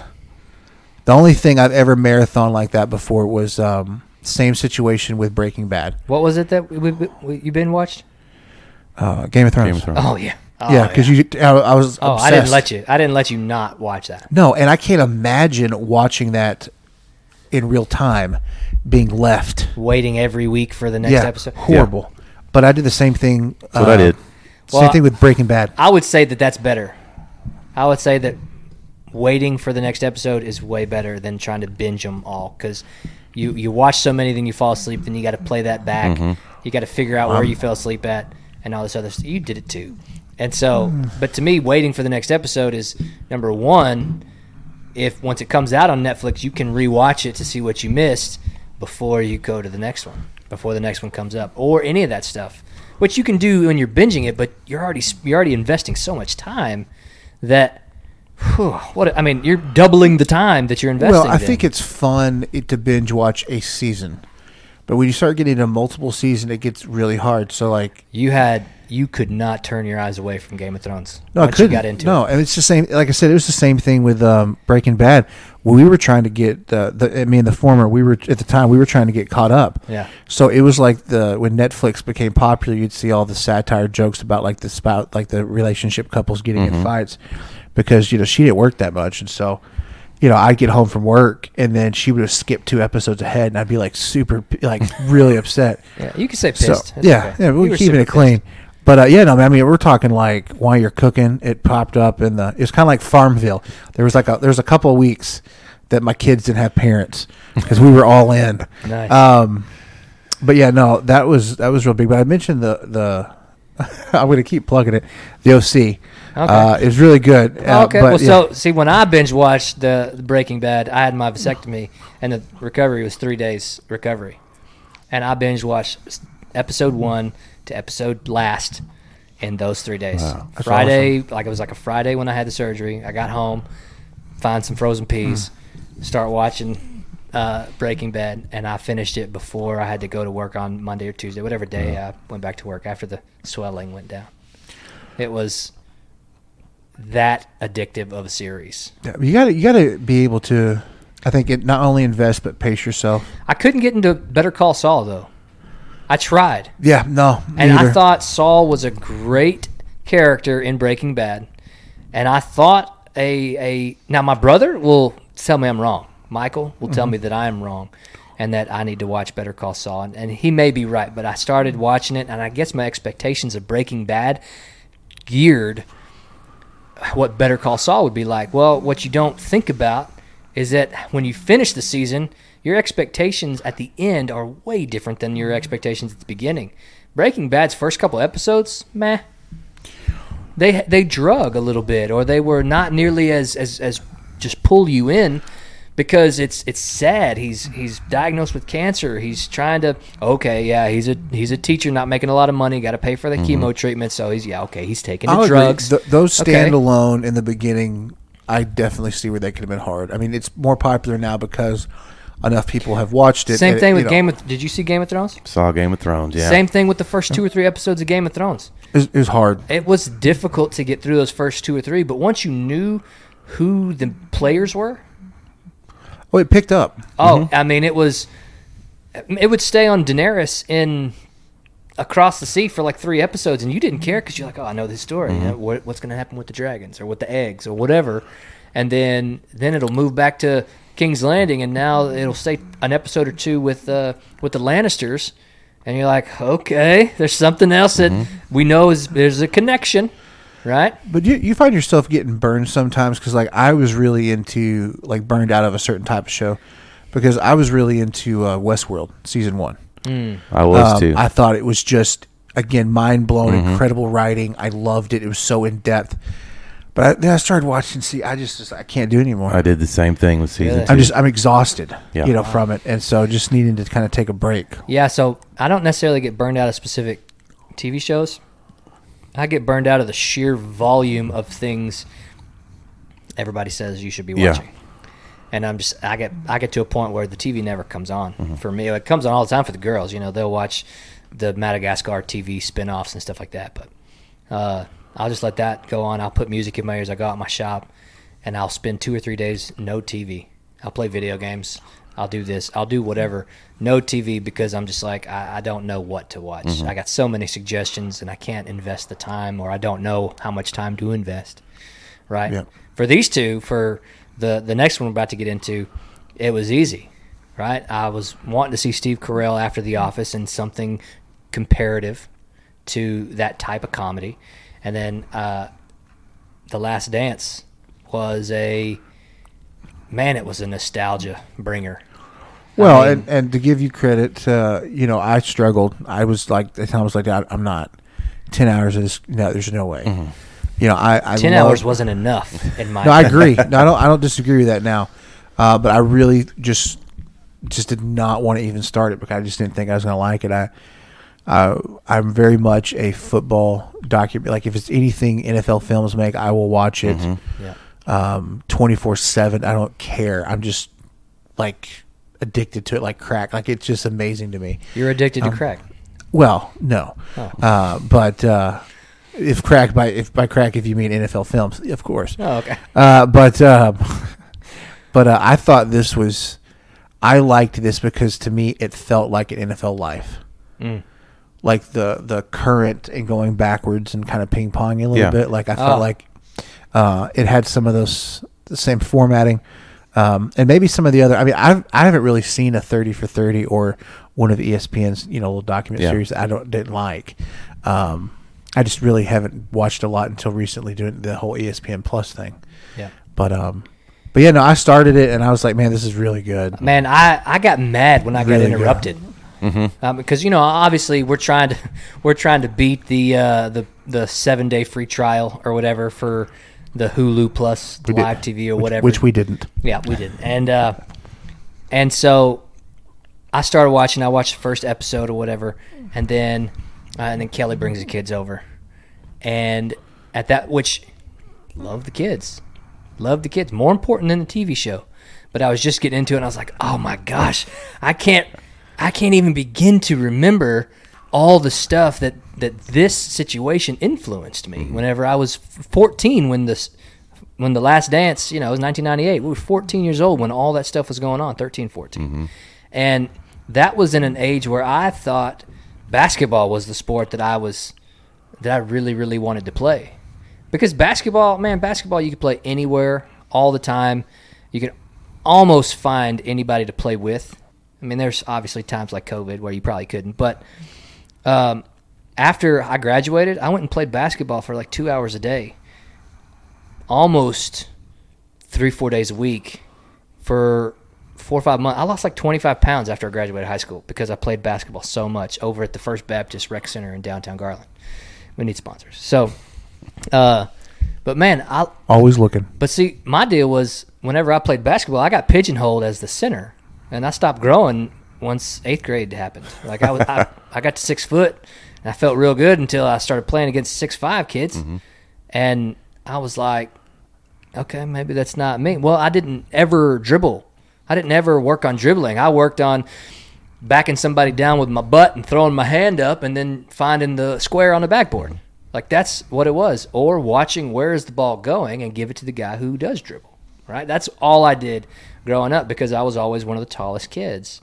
The only thing I've ever marathon like that before was um, same situation with Breaking Bad, What was it that we, we, we, you been watched? uh, Game of Thrones. Game of Thrones. Oh yeah, oh, yeah, because you, I, I was. Oh, I didn't obsessed. let you. I didn't let you not watch that. No, and I can't imagine watching that in real time being left. Waiting every week for the next yeah, episode. horrible. But I did the same thing. uh, That's what I did. Same Well, thing with Breaking Bad. I would say that that's better. I would say that waiting for the next episode is way better than trying to binge them all because you you watch so many, then you fall asleep, then you got to play that back. You got to figure out where you fell asleep at and all this other stuff. You did it too, and so. But to me, waiting for the next episode is number one. If once it comes out on Netflix, you can rewatch it to see what you missed before you go to the next one, before the next one comes up, or any of that stuff, which you can do when you're binging it. But you're already you're already investing so much time that Whew, what a- I mean, you're doubling the time that you're investing. Well, I then. think it's fun it, to binge watch a season, but when you start getting into multiple season, it gets really hard. So like, you had you could not turn your eyes away from Game of Thrones. no, I once you couldn't. got into no, it. and it's the same. Like I said, it was the same thing with um, Breaking Bad. When we were trying to get uh, the, me and the former, we were at the time we were trying to get caught up. Yeah. So it was like the when Netflix became popular, you'd see all the satire jokes about like the spout, like the relationship couples getting in fights, because you know she didn't work that much, and so you know I'd get home from work and then she would have skipped two episodes ahead, and I'd be like super, like really upset. Yeah, you could say So pissed. That's yeah, okay. yeah, You we're were keeping super it clean. pissed. But uh, yeah, no, I mean we're talking like while you're cooking, it popped up in the. It's kind of like Farmville. There was like a there was a couple of weeks that my kids didn't have parents because we were all in. Nice. Um, but yeah, no, that was that was real big. But I mentioned the the. I'm going to keep plugging it. The OC. Uh, it was really good. Uh, Oh, okay. well, but yeah. so see, when I binge watched the, the Breaking Bad, I had my vasectomy, and the recovery was three days recovery, and I binge watched s- episode one to episode last in those three days. Friday, like it was like a Friday when I had the surgery. I got home, find some frozen peas, start watching uh, Breaking Bad, and I finished it before I had to go to work on Monday or Tuesday, whatever day I went back to work after the swelling went down. It was that addictive of a series. Yeah, you got to you got to be able to. I think it not only invest but pace yourself. I couldn't get into Better Call Saul though. I tried, Yeah, no. and I neither. thought Saul was a great character in Breaking Bad, and I thought a a now my brother will tell me I'm wrong. Michael will tell me that I am wrong, and that I need to watch Better Call Saul, and, and he may be right. But I started watching it, and I guess my expectations of Breaking Bad geared what Better Call Saul would be like. Well, what you don't think about is that when you finish the season, your expectations at the end are way different than your expectations at the beginning. Breaking Bad's first couple episodes, meh. They they drug a little bit, or they were not nearly as as, as just pull you in because it's it's sad. He's he's diagnosed with cancer. He's trying to okay, yeah, he's a he's a teacher, not making a lot of money, got to pay for the chemo treatment. So he's yeah, okay, he's taking the I'll Mm-hmm. agree. drugs. Th- those Okay. stand alone in the beginning. I definitely see where they could have been hard. I mean, it's more popular now because enough people have watched it. Same and it- thing you with know, Game of. Did you see Game of Thrones? Saw Game of Thrones. Yeah. Same thing with the first two or three episodes of Game of Thrones. It was, it was hard. It was difficult to get through those first two or three, but once you knew who the players were, Oh, it picked up. oh, I mean, it was. It would stay on Daenerys in across the sea for like three episodes, and you didn't care because you're like, oh, I know this story. You know, what, what's going to happen with the dragons or with the eggs or whatever, and then then it'll move back to King's Landing, and now it'll stay an episode or two with uh, with the Lannisters, and you're like, okay, there's something else that we know is there's a connection, right? But you, you find yourself getting burned sometimes because like I was really into like burned out of a certain type of show because I was really into uh, Westworld season one. I was Um, too. Mm-hmm. I thought it was just again mind blown, incredible writing. I loved it. It was so in depth. But I, then I started watching. See, I just, just I can't do it anymore. I did the same thing with season Really? two. I'm just I'm exhausted, Yeah. you know, from it, and so just needing to kind of take a break. Yeah, so I don't necessarily get burned out of specific TV shows. I get burned out of the sheer volume of things everybody says you should be Yeah. watching. And I'm just I get I get to a point where the TV never comes on for me. It comes on all the time for the girls, you know, they'll watch the Madagascar TV spin-offs and stuff like that, but uh, I'll just let that go on. I'll put music in my ears. I go out in my shop, and I'll spend two or three days no TV. I'll play video games. I'll do this. I'll do whatever. No TV because I'm just like I, I don't know what to watch. I got so many suggestions, and I can't invest the time, or I don't know how much time to invest. Right. Yeah. For these two, for the the next one we're about to get into, it was easy. Right. I was wanting to see Steve Carell after The Office and something comparative to that type of comedy. And then uh, The Last Dance was a man, it was a nostalgia bringer. Well, mean- and, and to give you credit, uh, you know, I struggled. I was like, at times like, I, I'm not. 10 hours is, no, there's no way. You know, I, I 10 love- hours wasn't enough in my No, I agree. no, I don't, I don't disagree with that now. Uh, but I really just, just did not want to even start it because I just didn't think I was going to like it. I, I, I'm very much a football document. Like if it's anything NFL films make, I will watch it Yeah. um 24 7 i don't care i'm just like addicted to it like crack like it's just amazing to me You're addicted to crack. well no Oh. uh but uh if crack by if by crack if you mean nfl films of course Oh, okay. uh but um but uh, i thought this was i liked this because to me it felt like an nfl life Mm. like the the current and going backwards and kind of ping ponging a little Yeah. bit like i felt Oh. like uh, it had some of those the same formatting, um, and maybe some of the other. I mean, I've I haven't really seen a thirty for thirty or one of E ESPN's you know little document Yeah. series that I don't didn't like. Um, I just really haven't watched a lot until recently doing the whole E ESPN Plus thing. Yeah. But um, but yeah, no, I started it and I was like, man, this is really good. Man, I, I got mad when I Really Mm-hmm. got good. interrupted. Um, because you know, obviously, we're trying to we're trying to beat the uh, the the seven day free trial or whatever for the Hulu Plus the did- live TV or which, whatever, which we didn't. Yeah, we did. And uh, and so I started watching. I watched the first episode or whatever, and then uh, and then Kelly brings the kids over, and at that which love the kids, love the kids more important than the TV show. But I was just getting into it, and I was like, oh my gosh, I can't, I can't even begin to remember all the stuff that that this situation influenced me. Whenever I was 14, when this when the last dance you know it was 1998 we were 14 years old when all that stuff was going on 13 14 and that was in an age where i thought basketball was the sport that i was that i really really wanted to play because basketball man basketball you could play anywhere all the time you could almost find anybody to play with i mean there's obviously times like covid where you probably couldn't but um, after i graduated i went and played basketball for like two hours a day almost three four days a week for four or five months i lost like 25 pounds after i graduated high school because i played basketball so much over at the first baptist rec center in downtown garland we need sponsors so uh but man i Always looking. but see, my deal was whenever I played basketball, I got pigeonholed as the center, and I stopped growing once eighth grade happened. Like I, was, I, I got to six foot, and I felt real good until I started playing against six five kids, and I was like, okay, maybe that's not me. Well, I didn't ever dribble. I didn't ever work on dribbling. I worked on backing somebody down with my butt and throwing my hand up and then finding the square on the backboard. Like that's what it was. Or watching where is the ball going and give it to the guy who does dribble. Right? That's all I did growing up because I was always one of the tallest kids.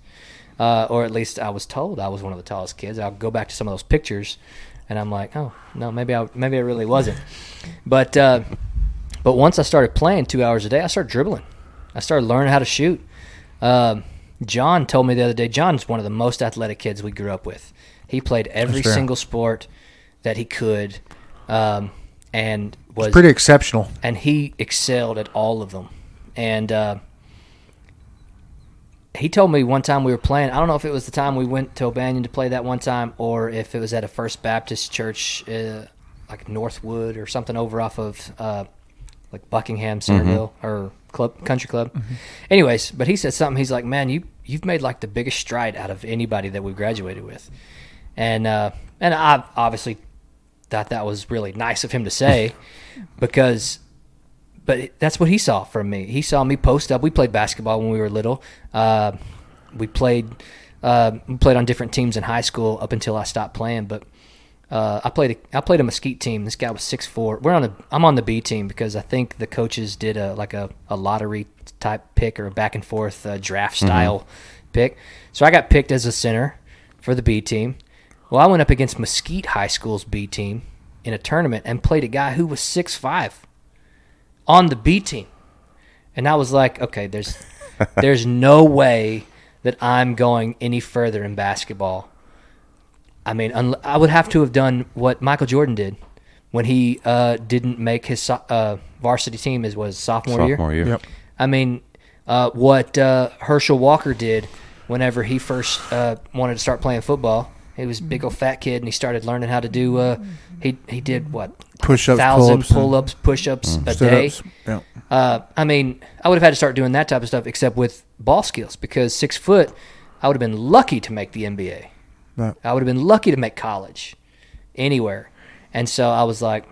Uh, or at least I was told I was one of the tallest kids. I'll go back to some of those pictures and I'm like, oh no, maybe I maybe I really wasn't. But uh, but once I started playing two hours a day, I started dribbling. I started learning how to shoot. Um, John told me the other day. John's one of the most athletic kids we grew up with. He played every fair. single sport that he could, um, and was Pretty exceptional. and he excelled at all of them. And uh, he told me one time we were playing. I don't know if it was the time we went to O'Banion to play that one time, or if it was at a First Baptist church, uh, like Northwood or something over off of uh, like Buckingham, Centerville, or club country club. Anyways, but he said something. He's like, "Man, you you've made like the biggest stride out of anybody that we graduated with," and uh, and I obviously thought that was really nice of him to say because but that's what he saw from me. He saw me post up. We played basketball when we were little. Uh, we played uh, we played on different teams in high school up until I stopped playing. But uh, I played a, I played a Mesquite team. This guy was six four. We're on a I'm on the B team because I think the coaches did a like a, a lottery type pick or a back and forth uh, draft style pick. So I got picked as a center for the B team. Well, I went up against Mesquite High School's B team in a tournament and played a guy who was six five on the B team. And I was like, okay, there's there's no way that I'm going any further in basketball. I mean, unl- I would have to have done what Michael Jordan did when he uh, didn't make his so- uh, varsity team as was sophomore, Sophomore year. Yep. I mean, uh, what uh, Herschel Walker did whenever he first uh, wanted to start playing football. He was a big old fat kid, and he started learning how to do. Uh, he he did what Push-ups, thousand pull-ups, and- pull-ups, push-ups Mm. a day. Sit-ups. Yeah. Uh, I mean, I would have had to start doing that type of stuff, except with ball skills, because six foot, I would have been lucky to make the NBA. Right. I would have been lucky to make college anywhere. And so I was like,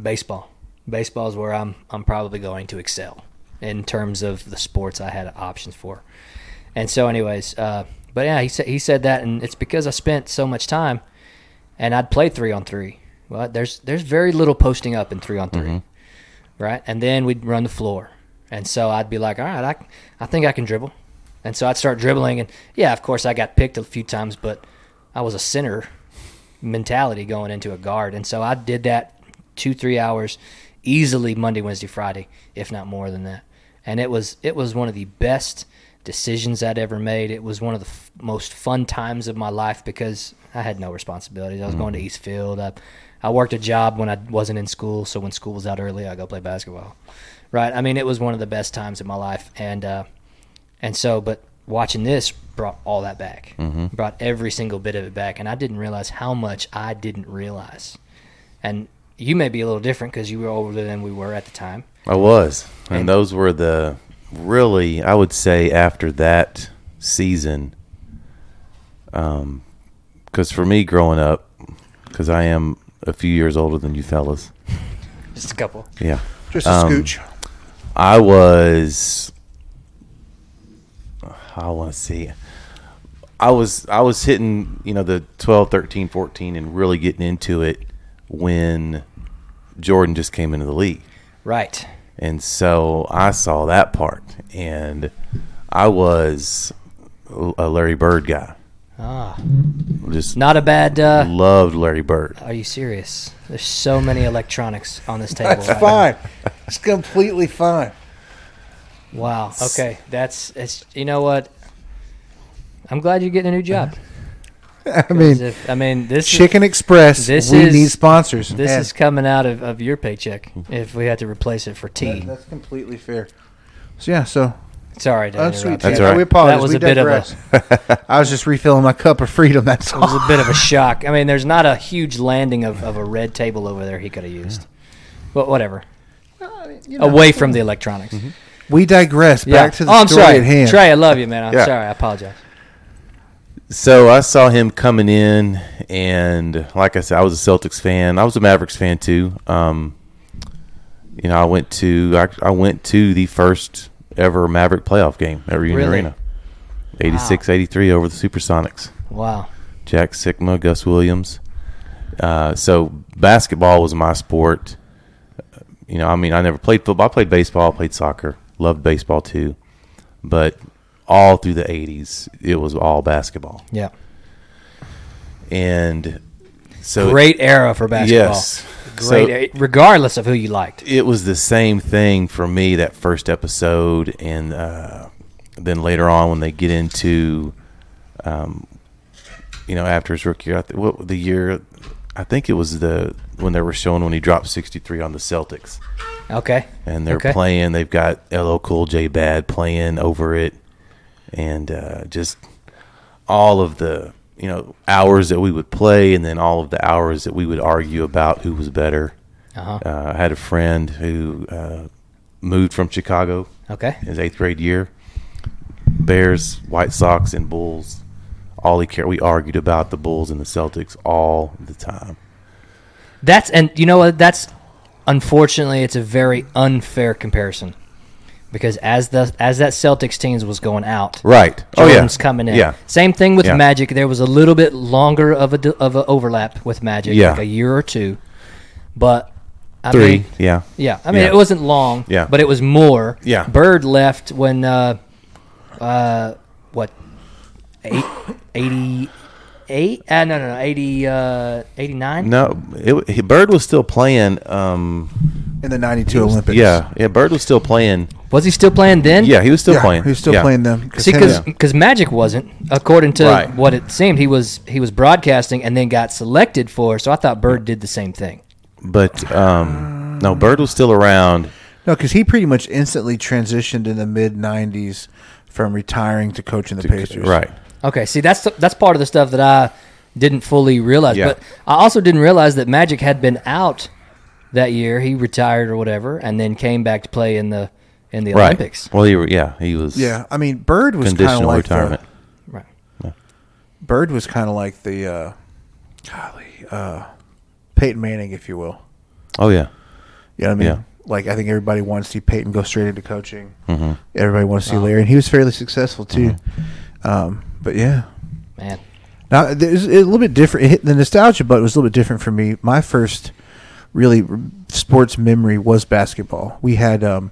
baseball. Baseball is where I'm, I'm probably going to excel in terms of the sports I had options for. And so, anyways, uh, but yeah, he said, he said that, and it's because I spent so much time and I'd play three on three. Well, there's, there's very little posting up in three on 3 right? And then we'd run the floor. And so I'd be like, all right, I, I think I can dribble. And so I'd start dribbling. And yeah, of course, I got picked a few times, but I was a center mentality going into a guard. And so I did that two, three hours easily Monday, Wednesday, Friday, if not more than that. And it was it was one of the best decisions I'd ever made. It was one of the f- most fun times of my life because I had no responsibilities. I was going to Eastfield. I, I worked a job when I wasn't in school, so when school was out early, I go play basketball. Right? I mean, it was one of the best times of my life, and uh, and so, but watching this brought all that back, brought every single bit of it back. And I didn't realize how much I didn't realize. And you may be a little different because you were older than we were at the time. I was. And, those were the really, I would say, after that season. Because for me, growing up, because I am a few years older than you fellas. Just a couple. Yeah. Just a Um, scooch. I was. I want to see. I was I was hitting you know the 12, 13, 14 and really getting into it when Jordan just came into the league. Right. And so I saw that part, and I was a Larry Bird guy. Ah, just Not a bad. Uh, loved Larry Bird. are you serious? There's so many electronics on this table. That's right fine. It's completely fine. now. Wow. Okay. That's it's. You know what? I'm glad you're getting a new job. I mean, If- I mean, this is- Chicken Express. This we is- need sponsors. this Yeah. is coming out of, of your paycheck if we had to replace it for tea. That's completely fair. So, yeah. So Sorry to unsweet. interrupt. That's tea. all right. We apologize. That was we a bit of a- digress. I was just refilling my cup of freedom. That's It was all. a bit of a shock. I mean, there's not a huge landing of, of a red table over there he could have used. But whatever. Away from the electronics. We digress. Yeah. Mm-hmm. Back to the oh, I'm story sorry. at hand. Trey, I love you, man. I'm Yeah. sorry. I apologize. So I saw him coming in, and like I said, I was a Celtics fan. I was a Mavericks fan too. Um, you know, I went to I, I went to the first ever Maverick playoff game at Reunion Really? Arena, 86-83 over the Supersonics. Wow. Jack Sigma, Gus Williams. Uh, so basketball was my sport. You know, I mean, I never played football. I played baseball. I played soccer. Loved baseball too, but all through the '80s, it was all basketball Yeah. and so Great era for basketball. Yes, Great, So era, regardless of who you liked. it was the same thing for me that first episode, and uh, then later on when they get into, um, you know, after his rookie, year, I th- what the year, I think it was the when they were showing when he dropped sixty three on the Celtics, Okay. and they're Okay. playing. They've got LL Cool J Bad playing over it, and uh, just all of the you know hours that we would play, and then all of the hours that we would argue about who was better. Uh-huh. Uh, I had a friend who uh, moved from Chicago Okay. his eighth grade year. Bears, White Sox, and Bulls. All he cared. We argued about the Bulls and the Celtics all the time. That's and you know what? That's unfortunately it's a very unfair comparison because as the as that Celtics teams was going out, Right. Oh, Jordan's coming in. Yeah. Same thing with Yeah. Magic. There was a little bit longer of a d- of a overlap with Magic, Yeah. like a year or two, but I Three. mean- yeah. yeah, I mean Yeah. it wasn't long. Yeah. but it was more. Yeah. Bird left when uh, uh, what eight eighty eight? Uh, no, no, no, eighty uh, eighty nine. No, it, he- Bird was still playing. Um, in the '92 Olympics. yeah, yeah. Bird was still playing. Was he still playing then? Yeah, he was still yeah, playing. Who's still Yeah. playing them? See, because Magic wasn't, according to Right. what it seemed, he was he was broadcasting and then got selected for. So I thought Bird did the same thing. But um, no, Bird was still around. No, because he pretty much instantly transitioned in the mid '90s from retiring to coaching the Pacers. Right. Okay, see that's that's part of the stuff that I didn't fully realize. Yeah. But I also didn't realize that Magic had been out that year. He retired or whatever, and then came back to play in the in the Right. Olympics. Well, he, were- yeah, he was. Yeah, I mean Bird was kind of Conditional like the, retirement. Right. Bird was kind of like the uh, golly uh, Peyton Manning, if you will. Oh yeah. You know what I mean? Yeah. Like I think everybody wants to see Peyton go straight into coaching. Mm-hmm. Everybody wants to see Larry, and he was fairly successful too. Um, but yeah, Man. now there's a little bit different. It hit, the nostalgia button was a little bit different for me. My first really r- sports memory was basketball. We had. Um,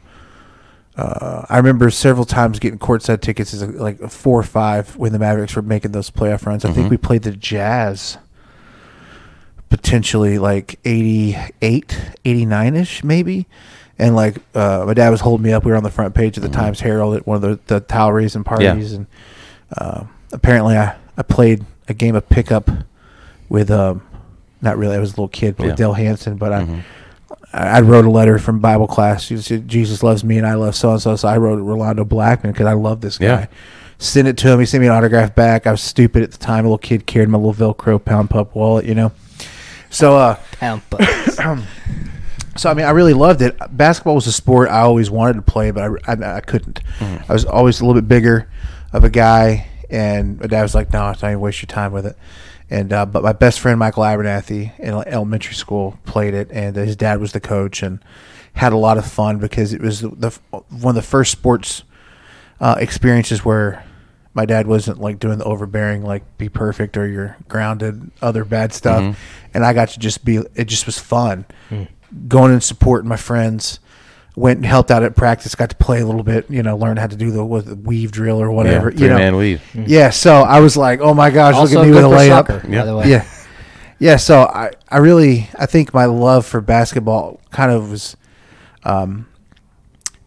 uh, I remember several times getting courtside tickets as a, like a four or five when the Mavericks were making those playoff runs. I think we played the Jazz potentially like 88 89ish maybe and like uh, my dad was holding me up we were on the front page of the times herald at one of the, the towel raising parties and um apparently I, I played a game of pickup with um not really i was a little kid but Yeah. Mm-hmm. with dale hansen but i I I wrote a letter from Bible class. You said, Jesus loves me and I love so and so. So I wrote Rolando Blackman because I love this guy. Yeah. Sent it to him. He sent me an autograph back. I was stupid at the time. A little kid carried my little Velcro pound pup wallet, you know. So, uh, um, Pampa. so I mean, I really loved it. Basketball was a sport I always wanted to play, but I, I, I couldn't. I was always a little bit bigger of a guy, and my dad was like, "No, it's not even waste your time with it." And uh, but my best friend Michael Abernathy in elementary school played it, and uh, his dad was the coach, and had a lot of fun because it was the, the one of the first sports uh, experiences where my dad wasn't like doing the overbearing, like be perfect or you're grounded, other bad stuff. Mm-hmm. And I got to just be, it just was fun Mm. going and supporting my friends. Went and helped out at practice, got to play a little bit, you know, learn how to do the, what, the weave drill or whatever, Yeah, you know. three-man weave. Yeah, so I was like, oh my gosh, also look at me good with a for layup. soccer, by Yeah. the way. Yeah. Yeah, so I, I really I think my love for basketball kind of was um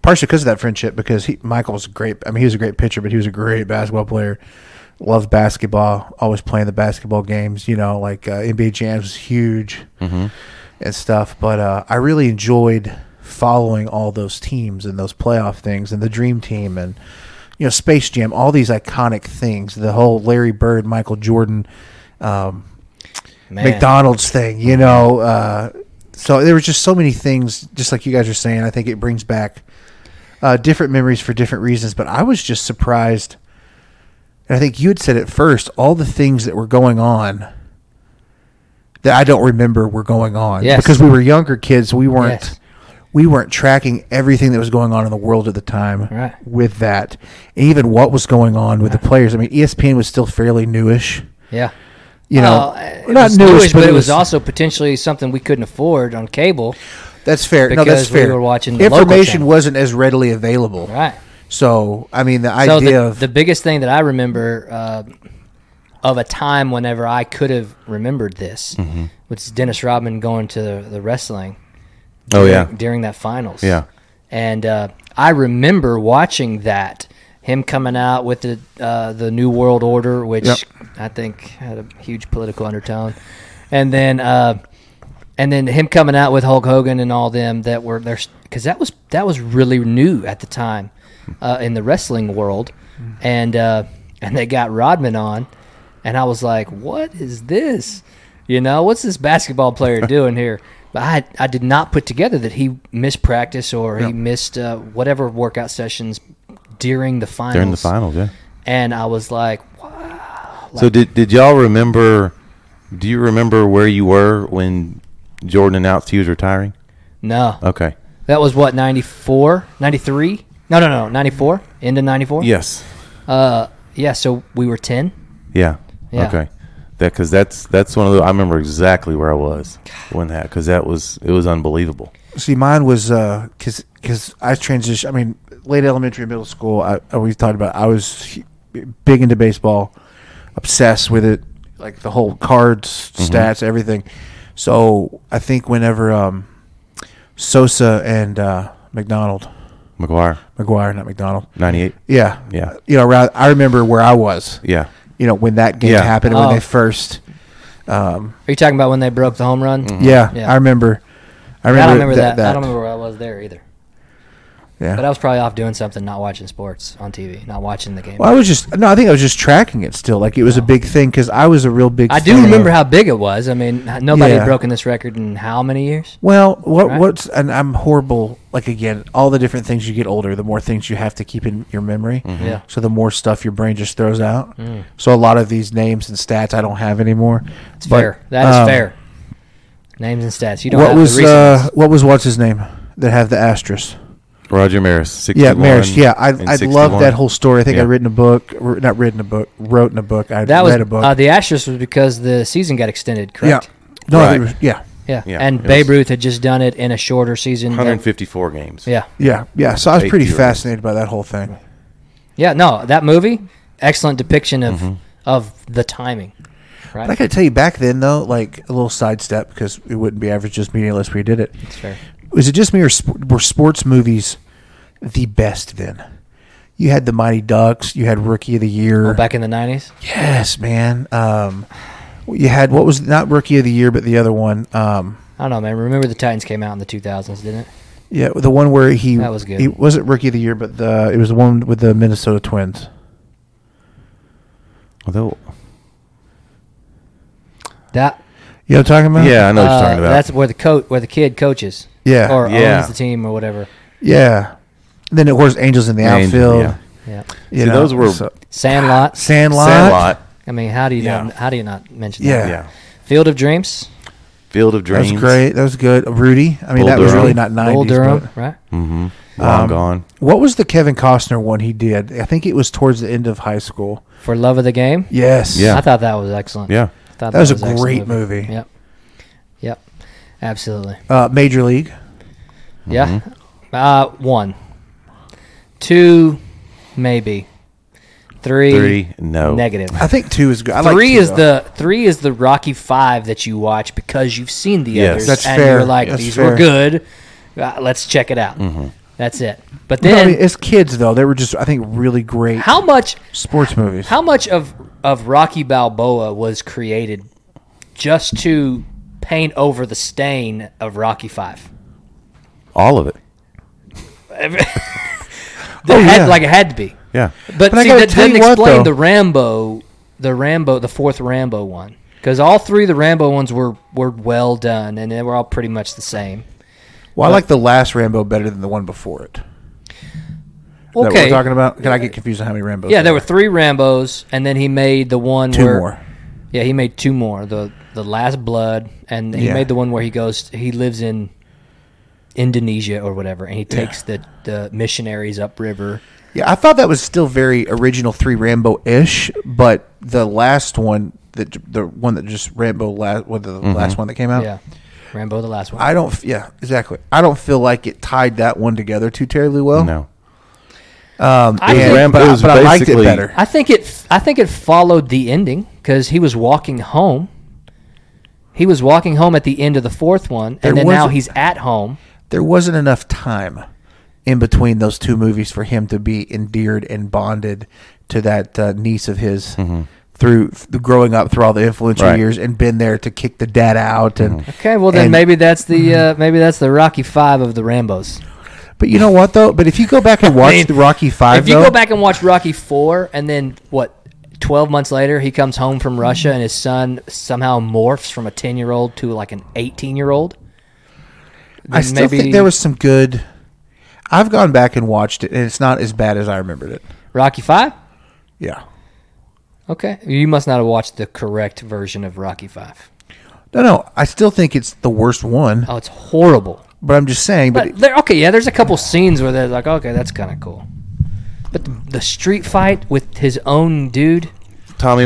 partially because of that friendship because he Michael's great I mean he was a great pitcher, but he was a great basketball player. Loved basketball, always playing the basketball games, you know, like uh, NBA Jams was huge and stuff. But uh, I really enjoyed following all those teams and those playoff things and the Dream Team and you know Space Jam, all these iconic things. The whole Larry Bird, Michael Jordan, um, Man. McDonald's thing, you know. Uh, so there was just so many things, just like you guys are saying. I think it brings back uh, different memories for different reasons. But I was just surprised, and I think you had said it first. All the things that were going on that I don't remember were going on Yes. because we were younger kids. We weren't. Yes. We weren't tracking everything that was going on in the world at the time Right. with that, and even what was going on with the players. I mean, E ESPN was still fairly newish Yeah. you know, Well, it not was newish, but, it was, also potentially something we couldn't afford on cable. that's fair. No, that's because we fair. were watching the local Information channel. wasn't as readily available, Right. So, I mean, the So idea the, of the biggest thing that I remember uh, of a time whenever I could have remembered this was Dennis Rodman going to the, the wrestling. Oh during- yeah. during that finals. Yeah. and uh, I remember watching that him coming out with the uh, the New World Order, which Yep. I think had a huge political undertone, and then uh, and then him coming out with Hulk Hogan and all them that were there because that was that was really new at the time uh, in the wrestling world, and uh, and they got Rodman on, and I was like, what is this? You know, what's this basketball player doing here? But I, I did not put together that he missed practice or he missed uh, whatever workout sessions during the finals. During the finals, yeah. And I was like, So did did y'all remember? Do you remember where you were when Jordan announced he was retiring? no. Okay. That was what, 94? 93? No, no, no, 94? Into 94? Yes. Uh, yeah, so we were 10. Yeah. Yeah. Okay. That because that's that's one of the I remember exactly where I was when that because that was it was unbelievable. See, mine was because because I transitioned. I mean, late elementary, middle school. I, I we talked about. I was hu- big into baseball, obsessed with it, like the whole cards, stats, everything. So I think whenever um, Sosa and uh, McDonald, McGuire, McGuire, not McDonald, ninety eight. yeah, Yeah. you know, around, I remember where I was. Yeah. You know, when that game Yeah. happened, Oh. when they first, Are you talking about when they broke the home run? yeah, Yeah. I remember. I I Mm-hmm. remember, don't remember that, I don't remember where I was there either. Yeah. But I was probably off doing something, not watching sports on TV, not watching the game. Well, I was just no. I think I was just tracking it still. Like it was a big thing because I was a real big. Oh. I do fan of- remember how big it was. I mean, nobody Yeah. had broken this record in how many years? Well, what Right. what's and I'm horrible. Like again, all the different things you get older, the more things you have to keep in your memory. Yeah. Mm. So the more stuff your brain just throws out. So a lot of these names and stats I don't have anymore. um, It's fair. That is fair. Names and stats. You don't What have was the recent uh, ones. what was what's his name that had the asterisk? Roger Maris, sixty Yeah, one. Maris. Yeah, I I love that whole story. I think I Yeah. read in a book, or not written a book, wrote in a book. I that was read a book. uh, the Astros was because the season got extended, yeah. correct? No, I think it Right. was- yeah. Yeah. Yeah, and it Babe was- Ruth had just done it in a shorter season. One hundred fifty four games. Yeah. Yeah, yeah. So I was Eight pretty years. fascinated by that whole thing. Yeah, no, that movie, excellent depiction of of the timing. Right? Mm-hmm. But I gotta tell you, back then though, like a little sidestep because it wouldn't be average just media unless we did it. That's fair. Was it just me or sp- were sports movies the best then? You had the Mighty Ducks. You had Rookie of the Year. Well, back in the 90s. yes, man. Um, you had what was not Rookie of the Year, but the other one. Um, I don't know, man. Remember the Titans came out in the 2000s, didn't it? yeah, the one where he That was good. He wasn't Rookie of the Year, but the it was the one with the Minnesota Twins. Although, That You know what I'm talking about? yeah, I know what uh, you're talking about. that's where the coach where the kid coaches. Yeah. Or Yeah. owns the team or whatever. yeah. And then of course, Angels in the Angels, outfield. yeah. Yeah. You See, those were- Sandlot. Sandlot. Sandlot. I mean, how do you Yeah. not how do you not mention Yeah. that? Yeah. Field of Dreams, Field of That was Dreams. great. That was good. Rudy. I mean, Bull that was Durham. really not Bull nineties. Durham, right? Mm-hmm. Um, Long gone. What was the Kevin Costner one he did? I think it was towards the end of high school. For Love of the Game. Yes. Yeah. I thought that was excellent. Yeah. I thought That was a an excellent great movie. Yep. Yep. Absolutely. Uh, Major League. Yeah. Mm-hmm. Uh, one. Two, maybe. Three. Three. No. Negative. I think two is good. I like Three two, is though. the three is the Rocky Five that you watch because you've seen the Yes. others That's and fair. you're like That's these fair. were good. Uh, let's check it out. Mm-hmm. That's it. But No, I then mean, as kids though, they were just I think really great how much sports movies. how much of of Rocky Balboa was created just to paint over the stain of Rocky Five? All of it. It had- Oh, yeah. Like it had to be. Yeah. But, But I see, gotta that tell you doesn't what, explain though. the Rambo, the Rambo, the fourth Rambo one, because all three of the Rambo ones were were well done, and they were all pretty much the same. well, I like the last Rambo better than the one before it. Is that what Okay, we're talking about? Can I get confused on how many Rambo's? yeah, there were three Rambo's, and then he made the one two where, more. Yeah, he made two more. the The Last Blood, and he Yeah. made the one where he goes, he lives in Indonesia or whatever, and he takes the the missionaries upriver. Yeah, I thought that was still very original three Rambo ish, but the last one that j- the one that just Rambo last, well, the last one that came out. Mm-hmm. Yeah, Rambo, the last one. Oh. I don't. f- Yeah, exactly. I don't feel like it tied that one together too terribly well. No. I And- think- Rambo but, I- was but I liked it basically- better. I think it. I think it followed the ending because he was walking home. He was walking home at the end of the fourth one, There and then now wasn't- he's at home. There wasn't enough time in between those two movies for him to be endeared and bonded to that uh, niece of his through th- growing up through all the influential Right. years and been there to kick the dad out and Okay, well then And- maybe that's the uh, maybe that's the Rocky Five of the Rambo's. But you know what though? But if you go back and watch mean, the Rocky Five, if you though, go back and watch Rocky Four, and then what? Twelve months later, he comes home from Russia, and his son somehow morphs from a ten-year-old to like an eighteen-year-old. I still think there was some good. I've gone back and watched it, and it's not as bad as I remembered it. Rocky Five. Yeah. Okay, you must not have watched the correct version of Rocky Five. No, no, I still think it's the worst one. Oh, it's horrible. But I'm just saying. But, But there, okay, yeah, there's a couple scenes where they're like, okay, that's kind of cool. But the, the street fight with his own dude, Tommy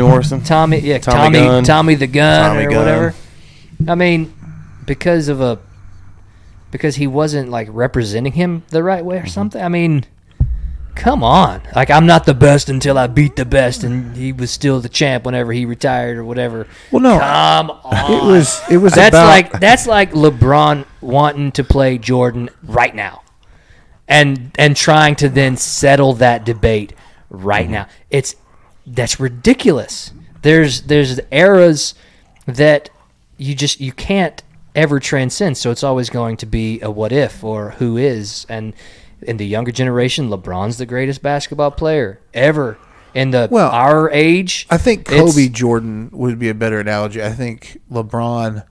Morrison. Tommy, yeah, Tommy Tommy, Tommy, Gunn. the gun Tommy or Gunn. whatever. I mean, because of a because he wasn't like representing him the right Mm-hmm. way or something. I mean, come on, like I'm not the best until I beat the best, and he was still the champ whenever he retired or whatever. well, no, Come on. it was it was That's about, like that's like LeBron wanting to play Jordan right now, and and trying to then settle that debate Mm-hmm. right now. It's that's ridiculous. There's there's eras that you just you can't ever transcend. So it's always going to be a what if or who is. And in the younger generation, LeBron's the greatest basketball player ever. In the Well, our age, I think it's- Kobe Jordan would be a better analogy. I think LeBron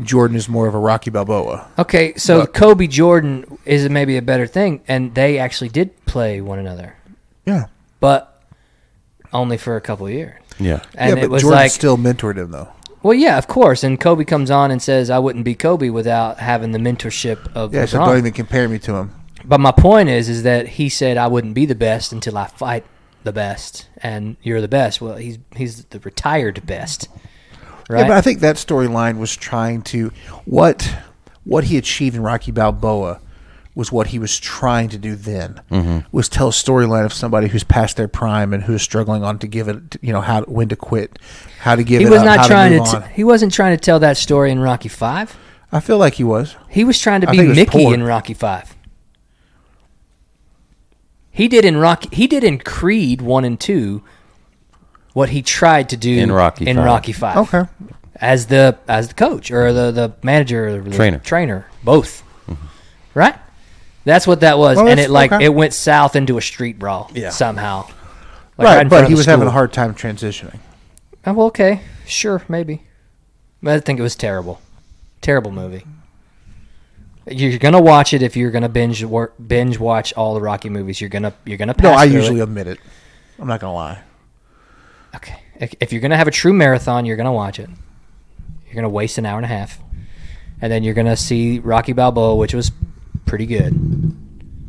Jordan is more of a Rocky Balboa. Okay, so Kobe Jordan is maybe a better thing, and they actually did play one another, Yeah. but only for a couple of years. Yeah. And yeah, it but was Jordan like, still mentored him though. well, yeah, of course. And Kobe comes on and says, "I wouldn't be Kobe without having the mentorship of Yeah, LeBron." so don't even compare me to him. but my point is, is that he said, "I wouldn't be the best until I fight the best," and you're the best. Well, he's he's the retired best, right? Yeah, but I think that storyline was trying to what what he achieved in Rocky Balboa was what he was trying to do then Mm-hmm. was tell a storyline of somebody who's past their prime and who's struggling on to give it you know how when to quit how to give he it was up, not how trying to. move t- on. he wasn't trying to tell that story in Rocky Five. I feel like he was He was trying to I be think it was Mickey poor. in Rocky Five. He did in Rocky. He did in Creed one and two. What he tried to do In Rocky in V. Rocky Five. okay As the as the coach or the the manager or the Trainer. trainer both. Right. That's what that was, Well, and that's- it like okay. it went south into a street brawl somehow. Like, right, in front but of he the was having a school. hard time transitioning Oh, well, okay, sure, maybe. But I think it was terrible, terrible movie. You're gonna watch it if you're gonna binge wor- binge watch all the Rocky movies. You're gonna you're gonna pass no I through usually it. admit it I'm not gonna lie okay. If, if you're gonna have a true marathon, you're gonna watch it. You're gonna waste an hour and a half, and then you're gonna see Rocky Balboa, which was pretty good,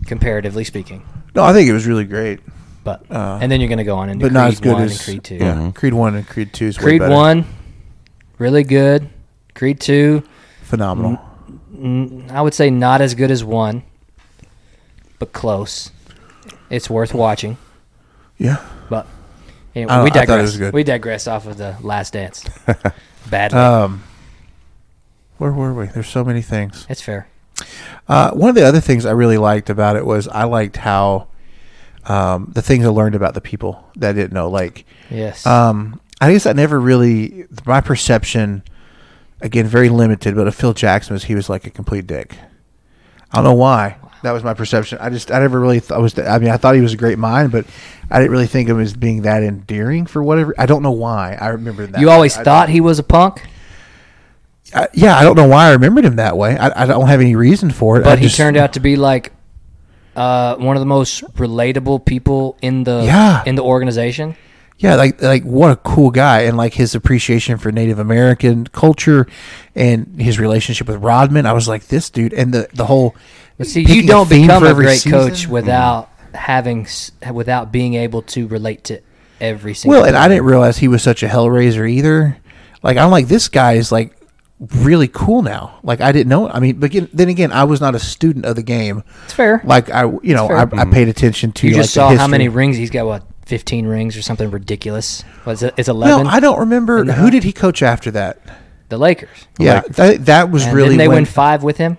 comparatively speaking. no I think it was really great But and then you're gonna go on into Uh, but Creed not as good one as and Creed two. yeah Creed one and Creed two is way Mm-hmm. Creed better. one, really good. Creed two, phenomenal Mm. I would say not as good as one, but close. It's worth watching. yeah But anyway, I- we Oh, I thought it digress. was good. We digress off of the Last Dance. Badly. um where were we there's so many things it's fair. Uh, one of the other things I really liked about it was I liked how um, the things I learned about the people that I didn't know. Like, Yes. um, I guess I never really my perception, again, very limited. But of Phil Jackson was he was like a complete dick. I don't know why that was my perception. I just I never really thought was. I mean, I thought he was a great mind, but I didn't really think of him as being that endearing for whatever. I don't know why. I remember that. you way. always I- thought he was a punk, I- yeah, I don't know why I remembered him that way. I, I don't have any reason for it. but I he just- turned out to be like uh, one of the most relatable people in the Yeah. in the organization. Yeah, like like what a cool guy, and like his appreciation for Native American culture, and his relationship with Rodman. I was like, this dude, and the the whole. But see, picking you don't theme become for a every great season. coach without having s- without being able to relate to every single. Well, and I player. didn't realize he was such a hellraiser either. Like I'm like this guy is like really cool now. Like I didn't know. I mean, but again, then again, I was not a student of the game. It's fair. Like I, you know, I, That's I paid attention to. You like, just the saw how history. many rings he's got. What, fifteen rings or something ridiculous? Was it? It's No, eleven. I don't remember who did he coach after that. the Lakers. Yeah, that, that was And really didn't they when- win five with him.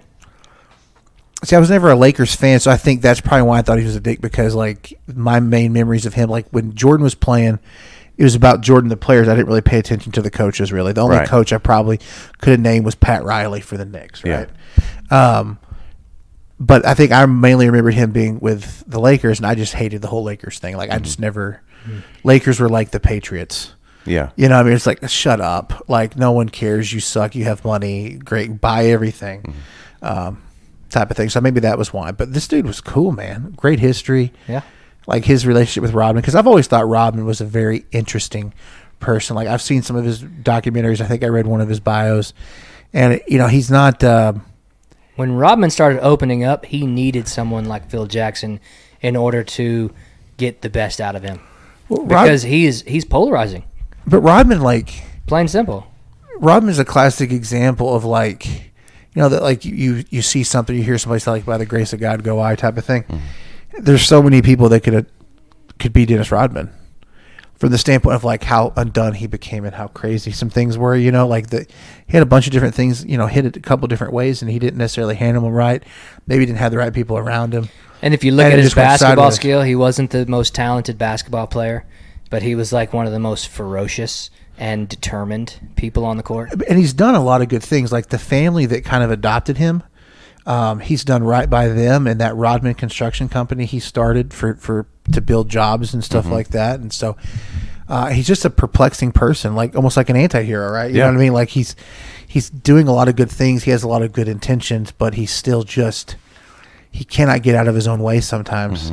See, I was never a Lakers fan, so I think that's probably why I thought he was a dick because like my main memories of him, like when Jordan was playing, it was about Jordan the players. I didn't really pay attention to the coaches really. The only Right. coach I probably could have named was Pat Riley for the Knicks, Yeah. right? Um but I think I mainly remembered him being with the Lakers and I just hated the whole Lakers thing. Mm-hmm. Like I just never Lakers were like the Patriots. Yeah. You know, what I mean, it's like shut up. Like no one cares. You suck. You have money. Great, buy everything, Mm-hmm. um, type of thing. So maybe that was why. But this dude was cool, man. Great history. Yeah. like his relationship with Rodman. Because I've always thought Rodman was a very interesting person. Like I've seen some of his documentaries. I think I read one of his bios, and you know he's not. Uh, When Rodman started opening up, he needed someone like Phil Jackson in order to get the best out of him Rod- because he is he's polarizing, but Rodman like. plain simple. Rodman's a classic example of like, you know, that like you you see something, you hear somebody say like, "By the grace of God, go I" type of thing. There's so many people that could uh, could be Dennis Rodman from the standpoint of like how undone he became and how crazy some things were. You know, like the he had a bunch of different things, you know, hit it a couple different ways, and he didn't necessarily handle them right. Maybe he didn't have the right people around him. And if you look And at it his just went basketball sideways. skill, he wasn't the most talented basketball player, but he was like one of the most ferocious and determined people on the court. and he's done a lot of good things. Like the family that kind of adopted him, um, he's done right by them and that Rodman Construction Company he started for for to build jobs and stuff like that. And so uh, he's just a perplexing person, like almost like an anti-hero, right? You Yeah. know what I mean? Like he's he's doing a lot of good things. He has a lot of good intentions, but he's still just he cannot get out of his own way sometimes.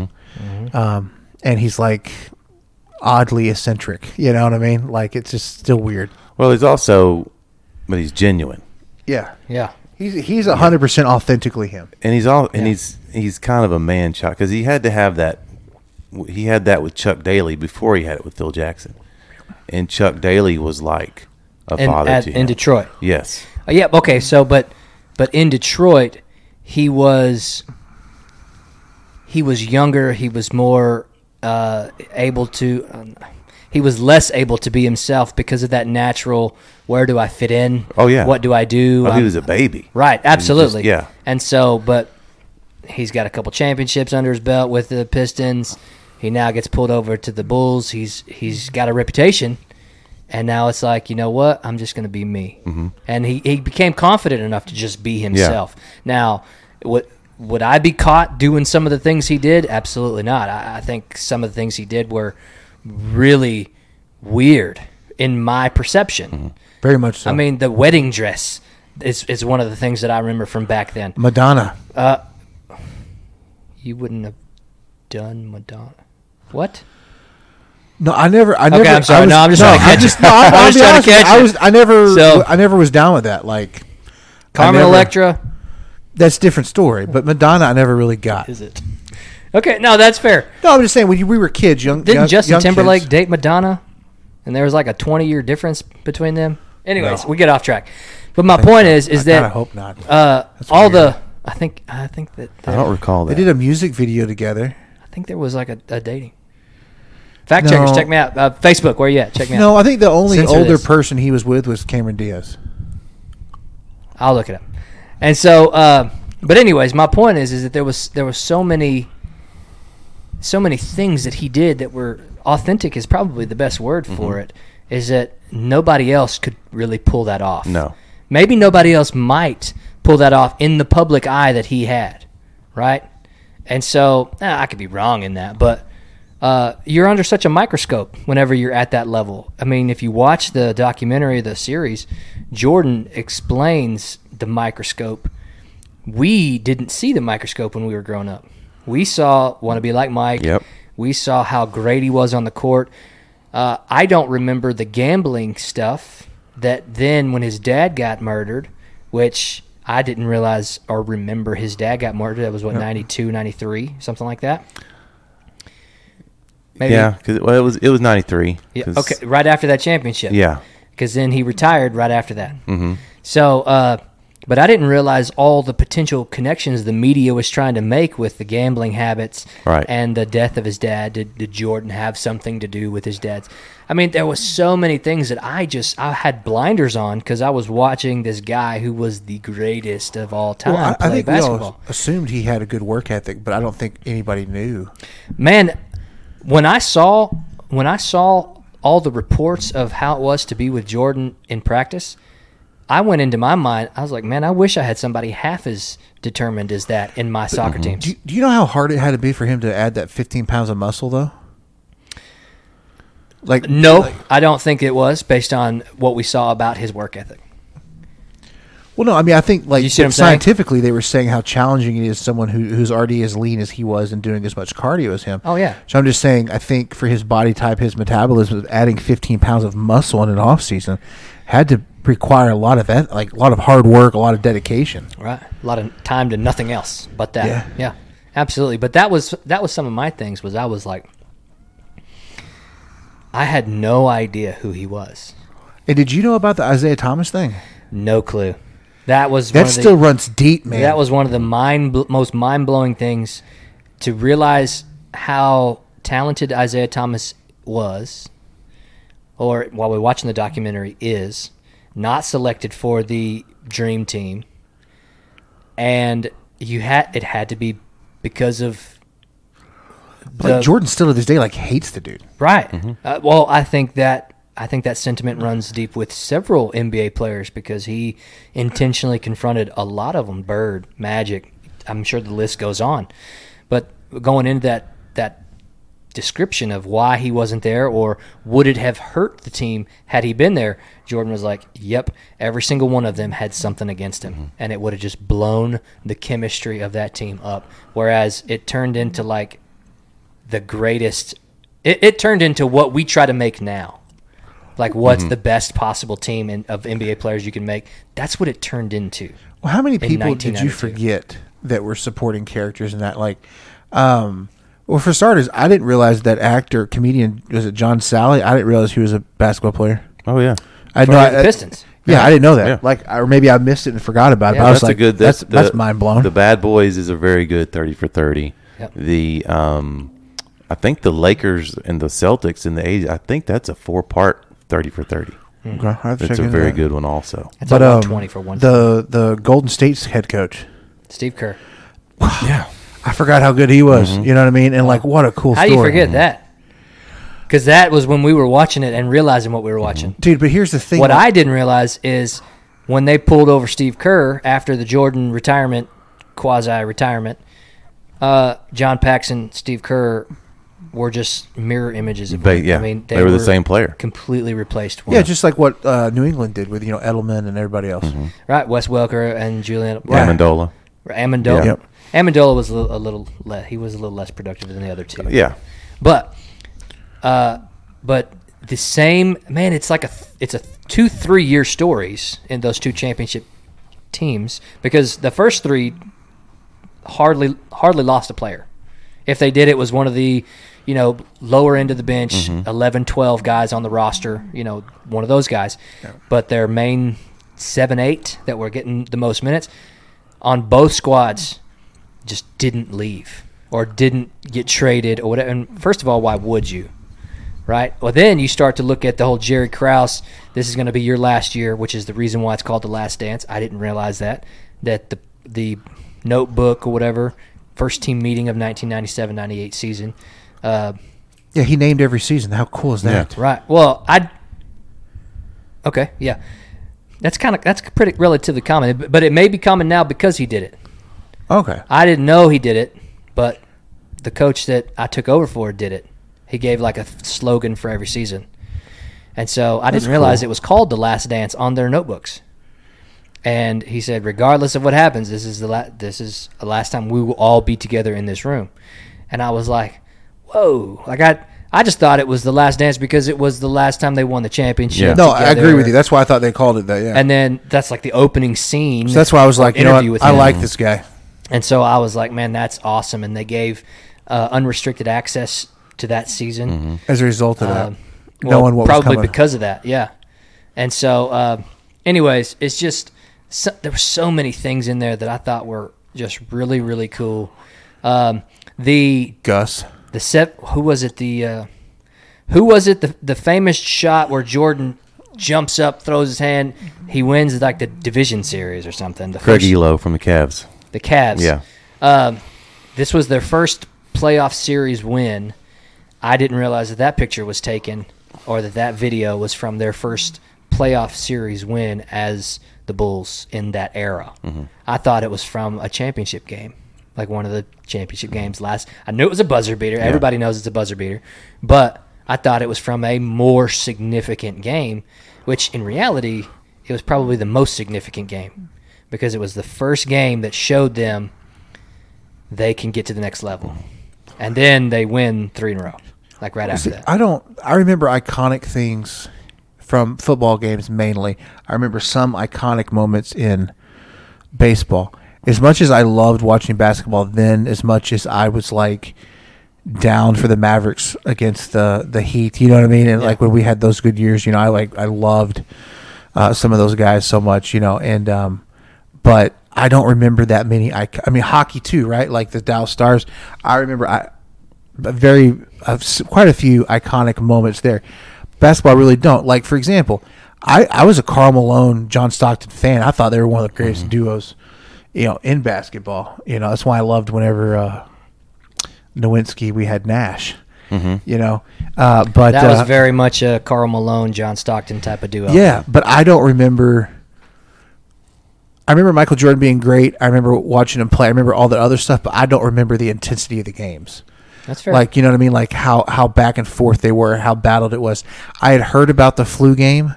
Um, and he's like oddly eccentric. You know what I mean? Like it's just still weird. Well, he's also, but he's genuine, Yeah. Yeah. He's he's hundred percent authentically him. and he's all, and he's he's kind of a man child because he had to have that. He had that with Chuck Daly before he had it with Phil Jackson, and Chuck Daly was like a And father at, to him. in Detroit. Yes, Uh, yeah, okay, so but but in Detroit, he was he was younger, he was more uh, able to um, he was less able to be himself because of that natural where do I fit in? Oh, yeah. What do I do? well, he I'm- was a baby, Right, absolutely. just- yeah. And so, but he's got a couple championships under his belt with the Pistons. He now gets pulled over to the Bulls. He's he's got a reputation, and now it's like you know what? I'm just going to be me. Mm-hmm. And he, he became confident enough to just be himself. Now, what would I be caught doing some of the things he did? Absolutely not. I, I think some of the things he did were really weird in my perception. Mm-hmm. Very much so. I mean, the wedding dress is, is one of the things that I remember from back then. Madonna. You wouldn't have done Madonna. What? No, I never. I Okay, never. I'm sorry. I was- No, I'm just trying to catch I just, it. no, I'm I'm, just trying to trying to catch catch I it. was. I never. So- I never was down with that. Like Carmen never- Electra? that's a different story. But Madonna, I never really got. Is it? Okay, no, that's fair. No, I'm just saying when you, we were kids, young. Didn't young- Justin young Timberlake kids- date Madonna? And there was like a 20 year difference between them? Anyways, No. we get off track. But my point is, is I that kinda hope not. Uh, That's all weird. the I think I think that I don't recall They that. did a music video together. I think there was like a, a dating. Fact No. checkers, check me out. Uh, Facebook, where you at? Check me No, out. I think the only Censor older this. person he was with was Cameron Diaz. I'll look it up. And so, uh, but anyways, my point is, is that there was there was so many, so many things that he did that were authentic is probably the best word for it. Is that nobody else could really pull that off? No. Maybe nobody else might pull that off in the public eye that he had, right? And so eh, I could be wrong in that, but uh, you're under such a microscope whenever you're at that level. I mean, if you watch the documentary, the series, Jordan explains the microscope. We didn't see the microscope when we were growing up. We saw "Want to Be Like Mike." Yep. We saw how great he was on the court. Uh, I don't remember the gambling stuff that then when his dad got murdered, which I didn't realize or remember his dad got murdered. That was what, ninety two, ninety three, 92, 93, something like that. Maybe. Yeah, because well, it was it was ninety three. Yeah, okay, right after that championship. Yeah. Because then he retired right after that. Mm-hmm. So, uh, But I didn't realize all the potential connections the media was trying to make with the gambling habits Right. and the death of his dad. Did, did Jordan have something to do with his dad's? I mean, there was so many things that I just I had blinders on because I was watching this guy who was the greatest of all time Well, I, I Ah, play think basketball. we all assumed he had a good work ethic, but I don't think anybody knew. man when i saw when i saw all the reports of how it was to be with jordan in practice i went into my mind i was like man i wish i had somebody half as determined as that in my soccer team Do you, do you know how hard it had to be for him to add that 15 pounds of muscle, though? Like no i don't think it was based on what we saw about his work ethic Well, no, I mean, I think like You see what I'm saying? scientifically, they were saying how challenging it is someone who, who's already as lean as he was and doing as much cardio as him. Oh, yeah. So I'm just saying, I think for his body type, his metabolism, adding 15 pounds of muscle in an off season had to require a lot of eth- like a lot of hard work, a lot of dedication. right a lot of time to nothing else but that Yeah. yeah, absolutely but that was that was some of my things was i was like i had no idea who he was And did you know about the Isaiah Thomas thing? no clue that was one That of the- still runs deep, man. That was one of the mind bl- most mind blowing things to realize how talented Isaiah Thomas was, or while we're watching the documentary, is not selected for the dream team, and you had it had to be because of But, like the- Jordan still to this day like hates the dude. Right. Uh, well, I think that I think that sentiment runs deep with several NBA players because he intentionally confronted a lot of them. Bird, Magic. I'm sure the list goes on. But going into that that description of why he wasn't there or would it have hurt the team had he been there jordan was like yep every single one of them had something against him and it would have just blown the chemistry of that team up whereas it turned into like the greatest it, it turned into what we try to make now like what's Mm-hmm. the best possible team in, of nba players you can make that's what it turned into Well, how many people did 1992. you forget that were supporting characters in that? Like, um, well, for starters, I didn't realize that actor, comedian, was it John Sally? I didn't realize he was a basketball player. Oh yeah. I had For no- the I- Pistons. Yeah, I didn't know that. Yeah. Like, I, or maybe I missed it and forgot about it. Yeah. but I was that's like, a good. that's That's that's the- mind blown. The Bad Boys is a very good thirty for thirty. Yep. The um, I think the Lakers and the Celtics in the eighties. I think that's a four part thirty for thirty. Okay, Hmm. I'll have to check That's a into very that. good one also. that's But a um, 120 for one the the Golden State's head coach. steve kerr Yeah. Mm-hmm. I forgot how good he was. You know what I mean? And like, what a cool how do you story. forget that because that was when we were watching it and realizing what we were watching dude? But here's the thing. What I didn't realize is when they pulled over Steve Kerr after the Jordan retirement, quasi retirement, uh, John Paxson, Steve Kerr were just mirror images of They- one. yeah. I mean, They were the same player. completely replaced. One. yeah, just like what uh, New England did with you know Edelman and everybody else. Mm-hmm. right. Wes Welker and Julian Yeah. Amendola. Amendola. Yep. Amendola was a little, a little le- he was a little less productive than the other two. Yeah. But, uh, but the same man. It's like a th- it's a two three year stories in those two championship teams because the first three hardly hardly lost a player. If they did, it was one of the you know lower end of the bench, eleven, twelve 11, 12 guys on the roster. You know, one of those guys. But their main seven, eight that were getting the most minutes on both squads just didn't leave or didn't get traded or whatever. And first of all, why would you? Right. Well, then you start to look at the whole Jerry Krause. This is going to be your last year, which is the reason why it's called the Last Dance. I didn't realize that that the the notebook or whatever first team meeting of 1997-98 season. Uh, Yeah, he named every season. How cool is that? right. Well, I. Okay. Yeah. That's kind of that's pretty relatively common, but- but it may be common now because he did it. Okay. I didn't know he did it, but the coach that I took over for did it. He gave like a f- slogan for every season. And so I didn't realize it was called The Last Dance on their notebooks. And he said, regardless of what happens, this is the la- this is the last time we will all be together in this room. And I was like, whoa! Like I I just thought it was the last dance because it was the last time they won the championship. Yeah. No, I agree together. with you. That's why I thought they called it that. Yeah. and then that's like the opening scene. So that's why I was like, you know interview what? with I him. like this guy. And so I was like, man, that's awesome. And they gave uh, unrestricted access to that season. Mm-hmm. As a result of that, Um, knowing what was probably coming. because of that, yeah. And so, uh, anyways, it's just so, there were so many things in there that I thought were just really really cool. Um, the Gus. the set who was it the uh, who was it the the famous shot where Jordan jumps up, throws his hand, he wins like the division series or something. The Craig first- Elo from the Cavs. the Cavs. Yeah. Um, this was their first playoff series win. I didn't realize that that picture was taken or that that video was from their first playoff series win as the Bulls in that era. I thought it was from a championship game, like one of the championship games last. I knew it was a buzzer beater. Everybody knows it's a buzzer beater, but I thought it was from a more significant game, which in reality it was probably the most significant game because it was the first game that showed them they can get to the next level. And then they win three in a row, like right after See, that. I don't. I remember iconic things from football games mainly. I remember some iconic moments in baseball. As much as I loved watching basketball then, as much as I was like down for the Mavericks against the the Heat, you know what I mean? And like when we had those good years, you know, I like I loved uh, some of those guys so much, you know, and um, but I don't remember that many. I, I mean, hockey too, right? Like the Dallas Stars. I remember I a very uh, quite a few iconic moments there. Basketball really don't. Like for example, I I was a Carl Malone John Stockton fan. I thought they were one of the greatest duos, you know, in basketball. You know, that's why I loved whenever uh, Nowinski we had Nash. You know, uh, but That uh, was very much a Carl Malone, John Stockton type of duo. yeah, but I don't remember. I remember Michael Jordan being great. I remember watching him play. I remember all that other stuff, but I don't remember the intensity of the games. That's fair. Like you know what I mean? Like how how back and forth they were, how battled it was. I had heard about the flu game,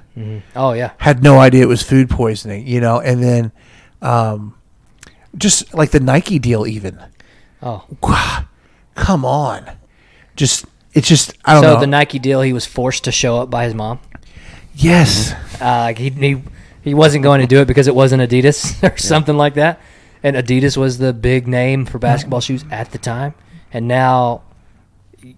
oh, yeah. had no idea it was food poisoning. You know, and then, um, just like the Nike deal, even. Oh. Come on, just it's just I don't So know. the Nike deal, he was forced to show up by his mom. yes, Uh, he, he, he wasn't going to do it because it wasn't Adidas or something like that. And Adidas was the big name for basketball shoes at the time. And now you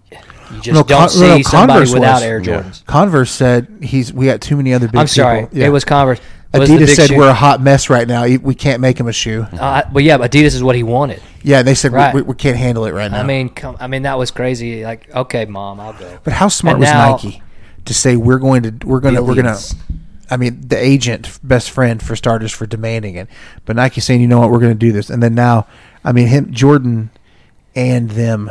just No, don't Con- see no, somebody Converse without was. Air Yeah. Jordans. Converse said he's we got too many other big. I'm sorry. people. Yeah. It was Converse. Was the Adidas big said shoe. we're a hot mess right now. You- We can't make him a shoe. Uh, but yeah, Adidas is what he wanted. Yeah, they said we- Right. we, we can't handle it right now. I mean, come, I mean that was crazy. Like, okay, mom, I'll go. but how smart and was now- Nike to say we're going to we're going to The we're going elites. to? I mean, the agent, best friend for starters, for demanding it. But Nike saying, you know what, we're going to do this, and then now, I mean, him, Jordan, and them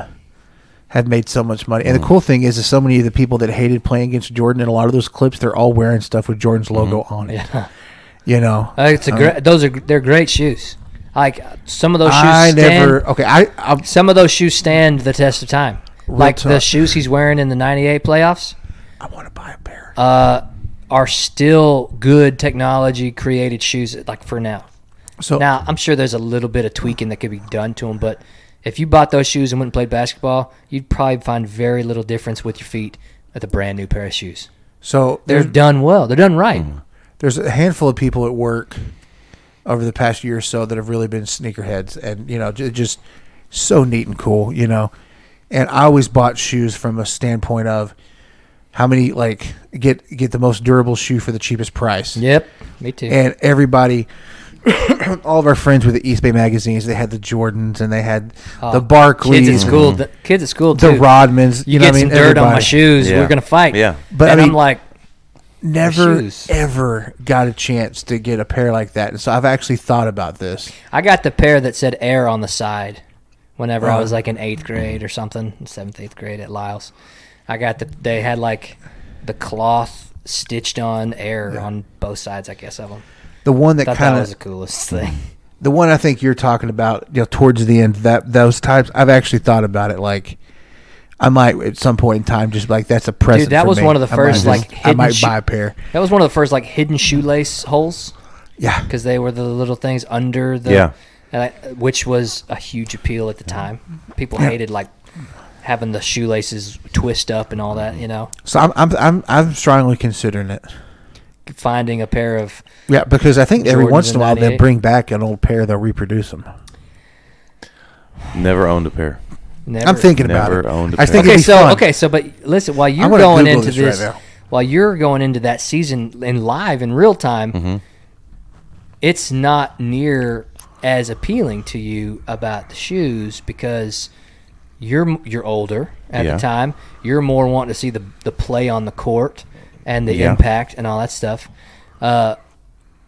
have made so much money. Mm. And the cool thing is, is so many of the people that hated playing against Jordan in a lot of those clips, they're all wearing stuff with Jordan's Mm-hmm. logo on it. You know, Uh, it's a great. those are they're great shoes. Like some of those shoes. I stand, never. Okay, I, I Some of those shoes stand the test of time. Like the talk. shoes he's wearing in the '98 playoffs I want to buy a pair. Uh, are still good technology created shoes. Like for now. so Now I'm sure there's a little bit of tweaking that could be done to them, but if you bought those shoes and went and played basketball, you'd probably find very little difference with your feet with a brand new pair of shoes. So They're there's done well. They're done right. Mm. there's a handful of people at work over the past year or so that have really been sneakerheads, and you know, ju- just so neat and cool, you know. And I always bought shoes from a standpoint of how many like get get the most durable shoe for the cheapest price. Yep, me too. And everybody, all of our friends with the East Bay magazines, they had the Jordans and they had the Oh, Barclays, kids at school, the, kids at school, the too. Rodmans. You, know get what I some mean? dirt on my Everybody. shoes. Yeah. We're gonna fight. Yeah. But, I and mean- I'm like, never shoes. ever got a chance to get a pair like that. And so I've actually thought about this. I got the pair that said air on the side whenever Uh-huh. I was like in eighth grade or something, seventh, eighth grade at Lyles. I got the, they had like the cloth stitched on air on both sides, I guess, of them. The one that Thought that kind was of the coolest thing. the one I think you're talking about, you know, towards the end that those types. I've actually thought about it. Like I might at some point in time just be like that's a present. that for was me. one of the I might first, just- like, I hidden might shoe- buy a pair. That was one of the first like hidden shoelace holes Yeah, because they were the little things under the, Yeah. and I- which was a huge appeal at the time. Mm-hmm. People hated like having the shoelaces twist up and all that, you know. so I'm I'm I'm, I'm strongly considering it. Finding a pair of Yeah, because I think every Jordans once in a in while they 98. bring back an old pair. They'll reproduce them. Never owned a pair. never, I'm thinking about Never it. owned a I think Okay, pair. it'd be so fun. okay, so but listen, while you're I'm gonna going Google into this right this, now. Mm-hmm. while you're going into that season in live in real time, it's not near as appealing to you about the shoes because you're you're older at Yeah. the time. You're more wanting to see the the play on the court and the Yeah. impact and all that stuff. Uh,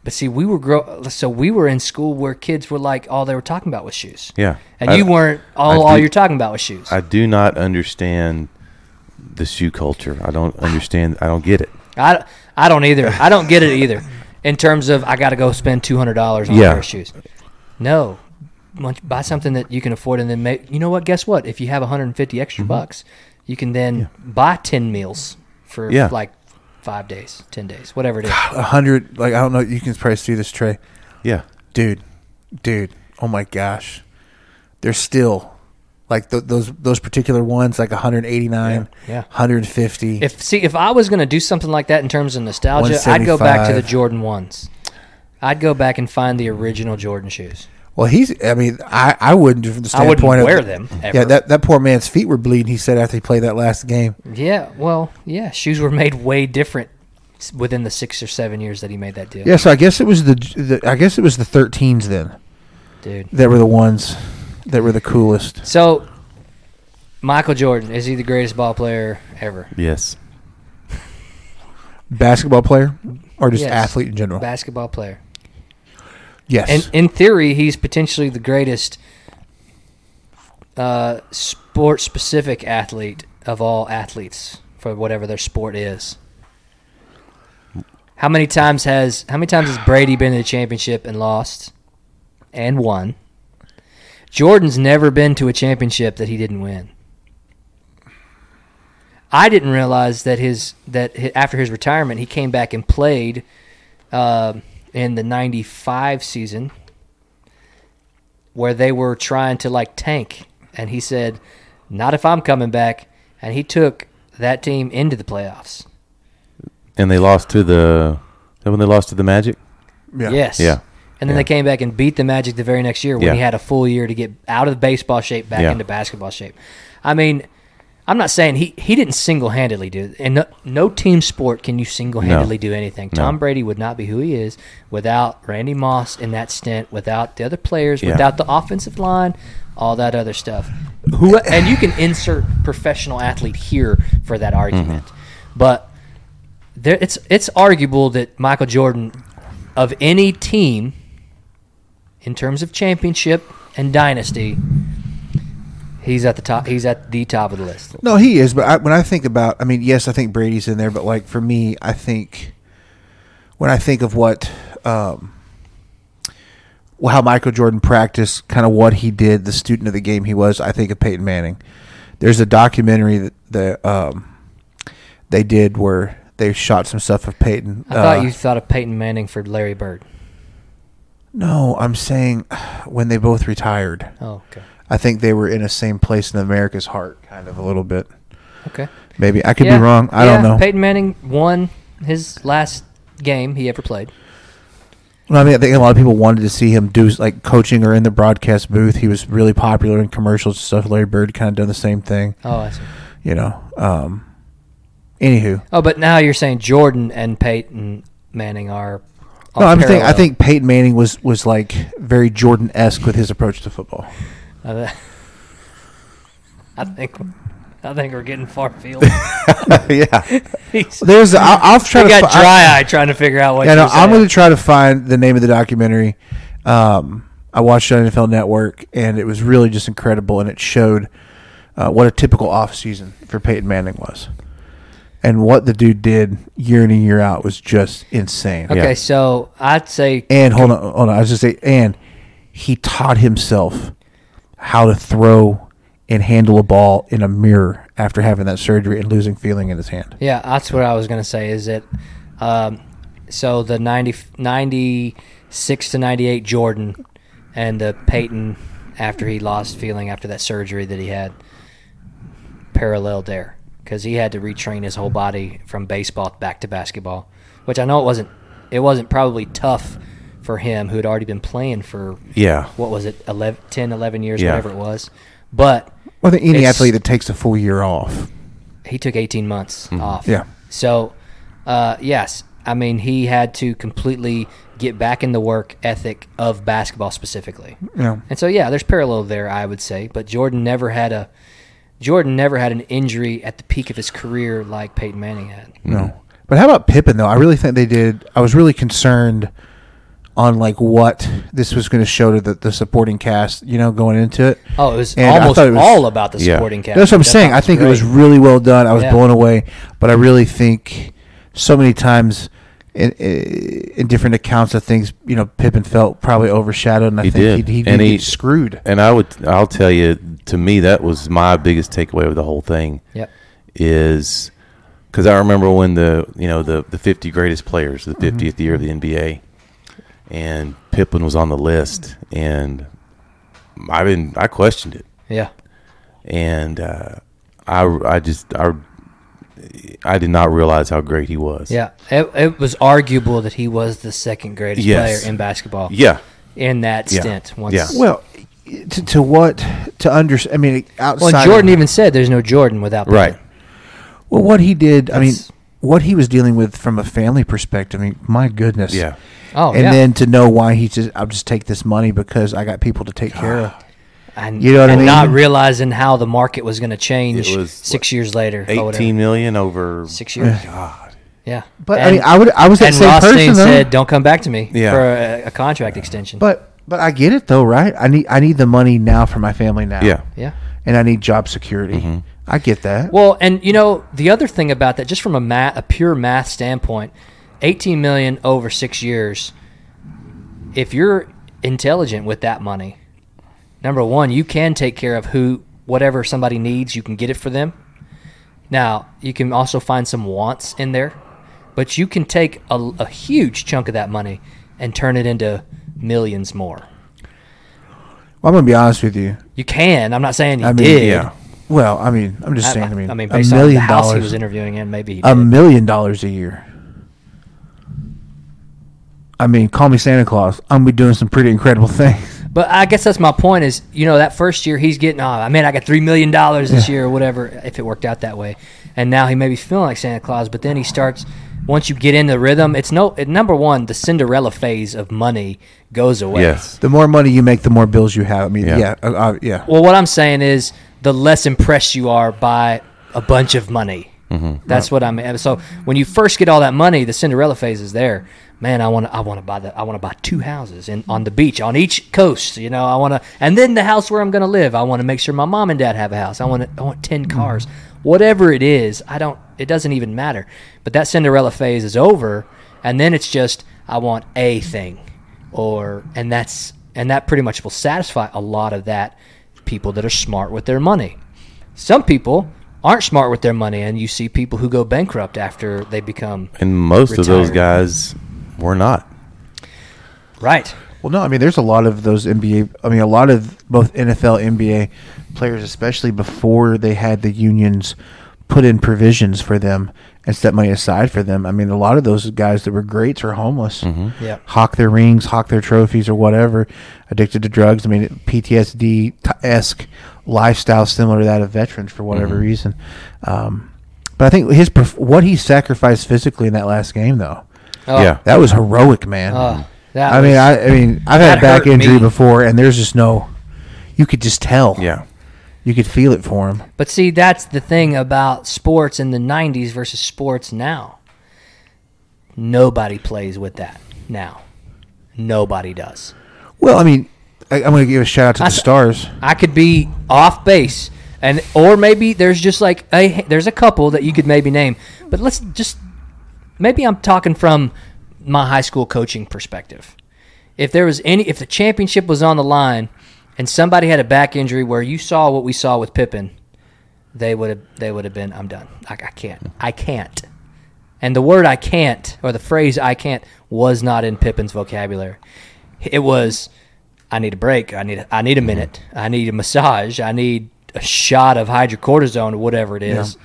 but see, we were grow so we were in school where kids were like all they were talking about was shoes. Yeah. and I- you weren't all I all do- you're talking about was shoes. I do not understand the shoe culture. I don't understand. I don't get it. I, I don't either. I don't get it either. In terms of I got to go spend two hundred dollars on Yeah. a pair of shoes. No, Once- buy something that you can afford, and then make. You know what? Guess what? If you have one hundred and fifty Mm-hmm. extra bucks, you can then buy ten meals for Yeah. like five days, ten days, whatever it is. A hundred, like I don't know. You can probably see this tray, Yeah. dude, dude. Oh my gosh, they're still like th- those those particular ones, like 189, Yeah, yeah. 150. If see, if I was going to do something like that in terms of nostalgia, I'd go back to the 175. Jordan ones. I'd go back and find the original Jordan shoes. well, he's. I mean, I I wouldn't from the I wouldn't standpoint of wear them, Yeah, ever. that that poor man's feet were bleeding. He said after he played that last game. Yeah, well, yeah, shoes were made way different s- within the six or seven years that he made that deal. Yeah, so I guess it was the, the I guess it was the 13s then dude. that were the ones that were the coolest. So, Michael Jordan is he the greatest ball player ever? Yes. Basketball player or just Yes. athlete in general? Basketball player, yes. and in theory, he's potentially the greatest uh, sport-specific athlete of all athletes for whatever their sport is. How many times has how many times has Brady been to the championship and lost and won? Jordan's never been to a championship that he didn't win. I didn't realize that his that hi after his retirement he came back and played uh, in the '95 season where they were trying to like tank, and he said, "Not if I'm coming back," and he took that team into the playoffs. And they lost to the. That when they lost to the Magic. Yeah. Yes. Yeah. And then Yeah. they came back and beat the Magic the very next year when Yeah. he had a full year to get out of baseball shape back Yeah. into basketball shape. I mean, I'm not saying he, he didn't single handedly do and no, no team sport can you single handedly do anything. Tom Brady would not be who he is without Randy Moss in that stint, without the other players, Yeah. without the offensive line, all that other stuff. Who and you can insert professional athlete here for that argument, Mm-hmm. but there it's it's arguable that Michael Jordan of any team in terms of championship and dynasty he's at the top he's at the top of the list No, he is. But I, when I think about, I mean, yes, I think Brady's in there. But like for me, I think when I think of what, um, well, how Michael Jordan practiced, kind of what he did, the student of the game he was. I think of Peyton Manning. There's a documentary that the um, they did where they shot some stuff of Peyton. i thought Uh, you thought of peyton manning for larry bird No, I'm saying when they both retired. oh okay I think they were in the same place in America's heart, kind of a little bit. okay Maybe I could Yeah, be wrong. I don't yeah, know. peyton manning won his last game he ever played Well, I mean, I think a lot of people wanted to see him do like coaching or in the broadcast booth. He was really popular in commercials and stuff. Larry Bird kind of done the same thing, oh i see you know. Um, anywho, oh but now you're saying jordan and peyton manning are no, on I'm thinking, I parallel. think Peyton Manning was was like very Jordan esque with his approach to football. Uh, i think i think we're getting far afield yeah. He's- There's, I, I'll try I to. got fi- I- dry eye trying to figure out what. yeah, no, you're I'm saying. going to try to find the name of the documentary. Um, I watched it on NFL Network, and it was really just incredible, and it showed uh, what a typical off season for Peyton Manning was, and what the dude did year in and year out was just insane. Okay, Yeah. so I'd say And hold on, hold on, I was just say, and he taught himself how to throw and handle a ball in a mirror after having that surgery and losing feeling in his hand. yeah, that's what I was gonna say. Is that um, so the 90, 96 to ninety eight Jordan and the Peyton after he lost feeling after that surgery that he had parallel there because he had to retrain his whole body from baseball back to basketball, which I know it wasn't it wasn't probably tough for him who had already been playing for Yeah. what was it 11, 10, 11 years Yeah. whatever it was, but Well, I think any It's- athlete that takes a full year off, Mm-hmm. he took 18 months off. Yeah. So, uh, yes, I mean, he had to completely get back in the work ethic of basketball specifically. Yeah. And so yeah, there's parallel there, I would say. But Jordan never had a Jordan never had an injury at the peak of his career like Peyton Manning had. No. Mm. But how about Pippen though? I really think they did. I was really concerned on like what this was going to show to the, the supporting cast, you know, going into it. Oh, it was And I almost thought it was- all about the Yeah. supporting cast. That's what I'm which saying. thought I think it was great. really well done. I was Yeah. blown away, but I really think so many times in, in different accounts of things, you know, Pippen felt probably overshadowed, and I He think did. he, he, And he he- screwed. And I would, I'll tell you, to me, that was my biggest takeaway of the whole thing. Yep. Is because I remember when the you know the the 50 greatest players, the 50th year of the NBA, and Pippen was on the list, and I didn't, I questioned it, Yeah. and uh, I, I just, I, I did not realize how great he was. Yeah. It, it was arguable that he was the second greatest Yes. player in basketball. Yeah. In that Yeah. stint once Yeah. Well, to, to what to under? I mean, outside. Well, and of- Jordan even said there's no Jordan without Pippen. Right. Well, what he did, I mean, That's- what he was dealing with from a family perspective. I mean, my goodness. Yeah. Oh, and yeah. then to know why he just, I'll just take this money because I got people to take care of. And, You know what I and mean? Not realizing how the market was going to change It was, six what, years later. or whatever. 18 million over Six years. Yeah. But, I mean, I would- I was that and same Rothstein person, though. said, "Don't come back to me Yeah. for a, a contract extension." But but I get it though, right? I need I need the money now for my family now. Yeah. Mm-hmm. yeah. and I need job security. I get that. Well, and you know the other thing about that, just from a math, a pure math standpoint, eighteen million over six years. If you're intelligent with that money, number one, you can take care of who whatever somebody needs, you can get it for them. Now you can also find some wants in there, but you can take a, a huge chunk of that money and turn it into millions more. Well, I'm gonna be honest with you. You can. I'm not saying you I mean, did. Yeah. Well, I mean, I'm just I, saying. I I mean, mean, a based on the million house he dollars, was interviewing in, maybe he a did. million dollars a year. I mean, call me Santa Claus. I'm gonna be doing some pretty incredible things. But I guess that's my point is, you know, that first year he's getting, oh, I mean, I got $3 million this year or whatever, if it worked out that way. And now he may be feeling like Santa Claus, but then he starts, once you get in the rhythm, it's no, it, number one, the Cinderella phase of money goes away. Yes. The more money you make, the more bills you have. I mean, Yeah. yeah, yeah. Uh, uh, yeah. Well, what I'm saying is the less impressed you are by a bunch of money. Mm-hmm. That's what I'm. and So when you first get all that money, the Cinderella phase is there. Man, I want to. I want to buy the. I want to buy two houses in on the beach on each coast. You know, I want to. And then the house where I'm going to live. I want to make sure my mom and dad have a house. I want. I want ten cars. Whatever it is, I don't. It doesn't even matter. But that Cinderella phase is over, and then it's just I want a thing or and that's and that pretty much will satisfy a lot of that people that are smart with their money. Some people aren't smart with their money and you see people who go bankrupt after they become And most of those Retired. guys were not. right. Well, no, I mean, there's a lot of those NBA. I mean, a lot of both NFL, NBA players, especially before they had the unions put in provisions for them and set money aside for them. I mean, a lot of those guys that were greats are homeless. Yep. Hawk their rings, hawk their trophies, or whatever. Addicted to drugs. I mean, PTSD esque lifestyle similar to that of veterans for whatever reason. Um, but I think his perf- what he sacrificed physically in that last game, though, Oh, yeah. that was heroic, man. Uh, that I mean, was- I, I mean, I've that had back hurt injury me. before, and there's just no. You could just tell. yeah. You could feel it for him. But see, that's the thing about sports in the 90s versus sports now. Nobody plays with that now. Nobody does. Well, I mean, I, I'm going to give a shout out to the s- stars. I could be off base, and or maybe there's just like a there's a couple that you could maybe name. But let's just maybe I'm talking from my high school coaching perspective. If there was any, if the championship was on the line, and somebody had a back injury where you saw what we saw with Pippen, they would have they would have been I'm done. I, I can't. I can't. And the word I can't, or the phrase I can't, was not in Pippin's vocabulary. It was, I need a break. I need, I need a minute. I need a massage. I need a shot of hydrocortisone or whatever it is.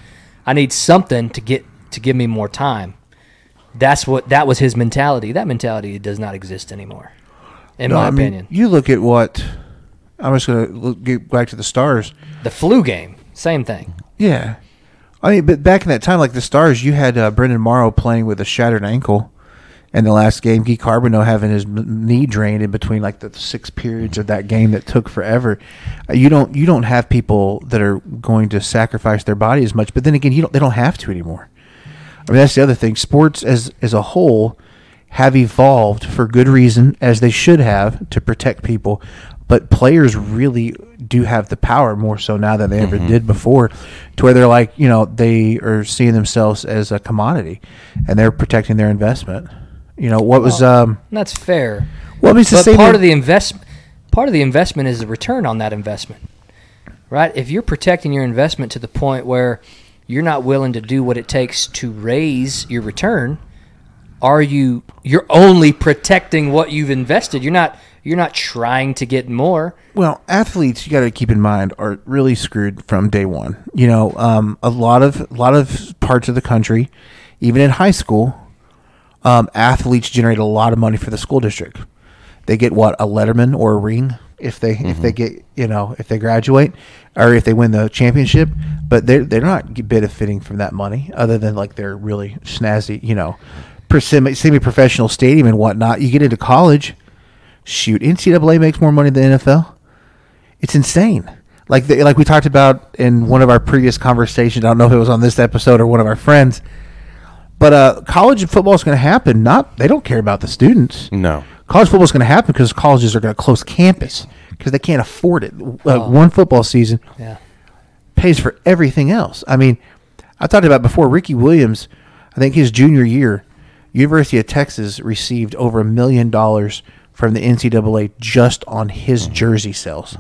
I need something to get to give me more time. That's what that was his mentality. That mentality does not exist anymore, in No, my I mean, opinion. you look at what. I'm just going to get back to the stars. The flu game, same thing. Yeah. I mean, but back in that time, like the Stars, you had uh, Brendan Morrow playing with a shattered ankle, and the last game, Guy Carbono having his m- knee drained in between like the six periods of that game that took forever. Uh, you don't you don't have people that are going to sacrifice their body as much, but then again, you don't they don't have to anymore. I mean, that's the other thing. Sports as as a whole have evolved for good reason, as they should have, to protect people. But players really do have the power more so now than they ever did before, to where they're like, you know, they are seeing themselves as a commodity, and they're protecting their investment. You know what was um And that's fair. well, I mean, it's the but same part in- of the investment, part of the investment is the return on that investment, right? If you're protecting your investment to the point where you're not willing to do what it takes to raise your return, are you? You're only protecting what you've invested. You're not. You're not trying to get more. Well, athletes, you got to keep in mind, are really screwed from day one. You know, um, a lot of a lot of parts of the country, even in high school, um, athletes generate a lot of money for the school district. They get what a letterman or a ring if they if they get you know if they graduate or if they win the championship, but they they're not g- benefiting from that money other than like they're really snazzy you know semi professional stadium and whatnot. You get into college, shoot, NCAA makes more money than NFL. It's insane. Like the, like we talked about in one of our previous conversations. I don't know if it was on this episode or one of our friends, but uh, college football is going to happen. Not they don't care about the students. No. college football is going to happen because colleges are going to close campus because they can't afford it. Uh, One football season Yeah. pays for everything else. I mean, I talked about before Ricky Williams. I think his junior year, University of Texas received over a million dollars from the NCAA just on Mm-hmm. his jersey sales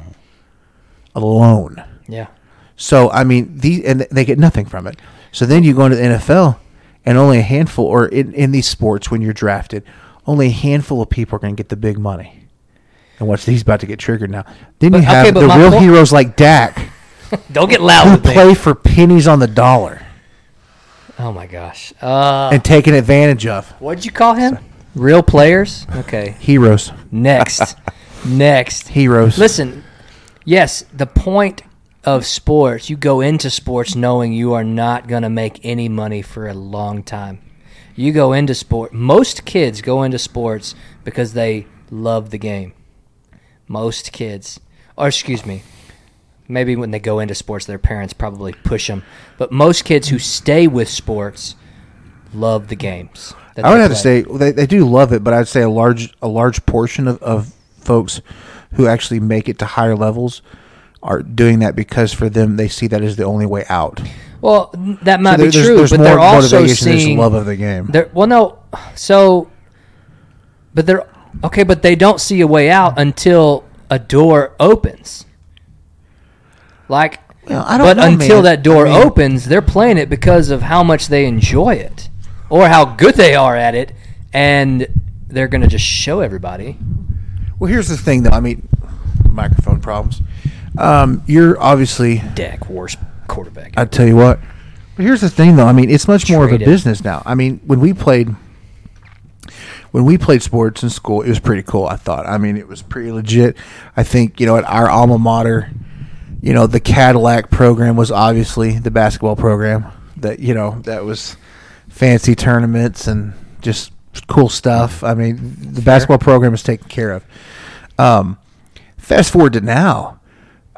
alone. Yeah. So I mean, these and they get nothing from it. So then you go into the NFL, and only a handful, or in, in these sports when you're drafted, only a handful of people are going to get the big money. And watch, he's about to get triggered now. Then But- you have okay, but the my real point- heroes like Dak Don't get loud who with me. play for pennies on the dollar Oh my gosh. Uh, and taken advantage of. what'd you call him? Real players. Okay. Heroes, Next. Next. heroes. Listen, yes, the point of sports, you go into sports knowing you are not going to make any money for a long time. You go into sport. Most kids go into sports because they love the game. Most kids, or excuse me, maybe when they go into sports, their parents probably push them. But most kids who stay with sports love the games. that I would they have to play. say they, they do love it, but I'd say a large a large portion of, of folks who actually make it to higher levels are doing that because for them they see that as the only way out. Well, n- that might there- be there's- true, there's but more they're also motivation, there's seeing love of the game. They're, well, no, so, but they're okay, but they don't see a way out until a door opens. Like, Well, I don't but know, until man. that door I mean- opens, they're playing it because of how much they enjoy it, or how good they are at it, and they're gonna just show everybody. Well, here's the thing, though. I mean, microphone problems. Um, you're obviously. Dak, worst quarterback. I tell you what. But here's the thing, though. I mean, it's much more of a Trade it. business now. I mean, when we played, when we played sports in school, it was pretty cool. I thought. I mean, it was pretty legit. I think you know at our alma mater, you know, the Cadillac program was obviously the basketball program. That you know that was fancy tournaments and just cool stuff. I mean, the basketball program is taken care of. Um, fast forward to now,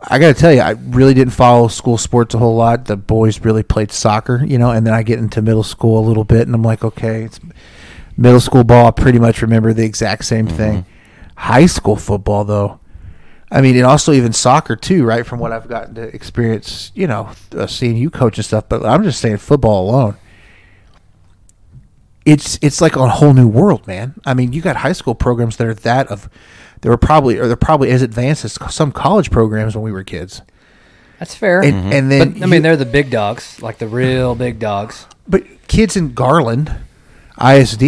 I got to tell you, I really didn't follow school sports a whole lot. The boys really played soccer, you know, and then I get into middle school a little bit, and I'm like, okay, it's middle school ball. I pretty much remember the exact same thing. High school football, though, I mean, and also even soccer too, right? From what I've gotten to experience, you know, uh, seeing you coach and stuff. But I'm just saying, football alone, it's it's like a whole new world, man. I mean, you got high school programs that are that of, they were probably or they're probably as advanced as some college programs when we were kids. That's fair. And, and then but I mean, you- they're the big dogs, like the real big dogs. but kids in Garland, ISD,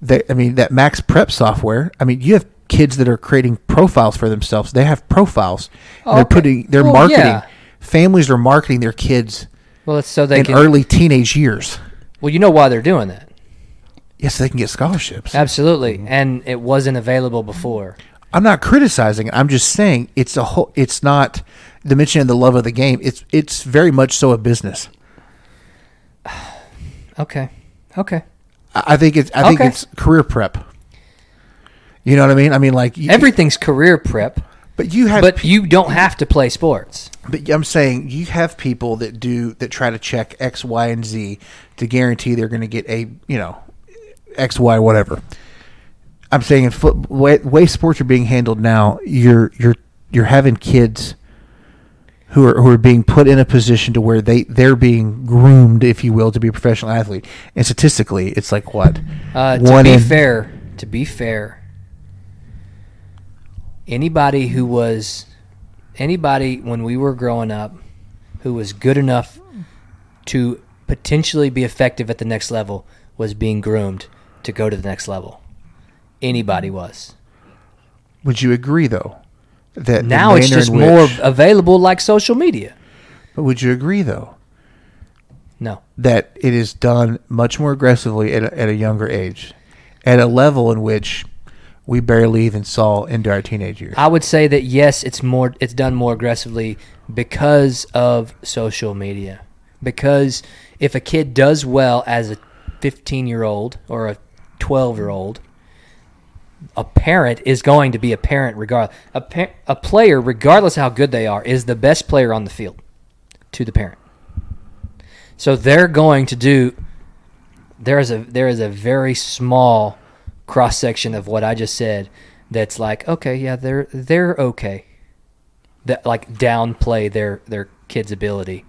they, I mean that Max Prep software. I mean, you have kids that are creating profiles for themselves. They have profiles. Oh, they're okay. putting. They're Well, marketing. yeah. Families are marketing their kids Well, it's so they in can. early teenage years. well, you know why they're doing that. Yes, they can get scholarships. Absolutely, and it wasn't available before. I'm not criticizing it. I'm just saying it's a whole. It's not the mention of the love of the game. It's it's very much so a business. Okay. Okay. I I think it's I think Okay. it's career prep. You know what I mean? I mean like you, Everything's career prep, but you have but you don't have to play sports. But I'm saying you have people that do that try to check X, Y, and Z to guarantee they're going to get a you know X, Y, whatever. I'm saying in foot way, way sports are being handled now, you're you're you're having kids who are who are being put in a position to where they they're being groomed, if you will, to be a professional athlete. And statistically, it's like what Uh, to One be in- fair, to be fair, anybody who was anybody when we were growing up who was good enough to potentially be effective at the next level was being groomed to go to the next level. Anybody was. Would you agree though that the Now it's manner just in more which- available like social media. Would you agree though? No. that it is done much more aggressively at a, at a younger age, at a level in which we barely even saw into our teenage years. I would say that yes, it's more it's done more aggressively because of social media. Because if a kid does well as a 15-year-old or a 12-year-old, a parent is going to be a parent regardless. A par- a player regardless of how good they are is the best player on the field to the parent. So they're going to do there is a there is a very small cross section of what I just said that's like okay yeah they're they're okay that like downplay their their kid's ability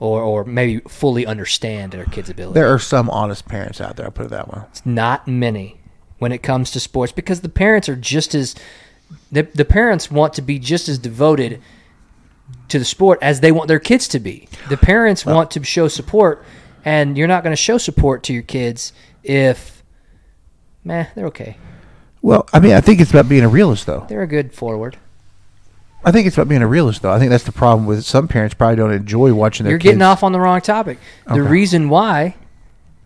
or or maybe fully understand their kid's ability There are some honest parents out there. I'll put it that way. it's not many when it comes to sports because the parents are just as the, the parents want to be just as devoted to the sport as they want their kids to be the parents want to show support and you're not going to show support to your kids if meh they're okay Well, I mean, I think it's about being a realist, though. they're a good forward I think it's about being a realist, though. I think that's the problem with it. some parents probably don't enjoy watching their. you're getting kids- off on the wrong topic the Okay. reason why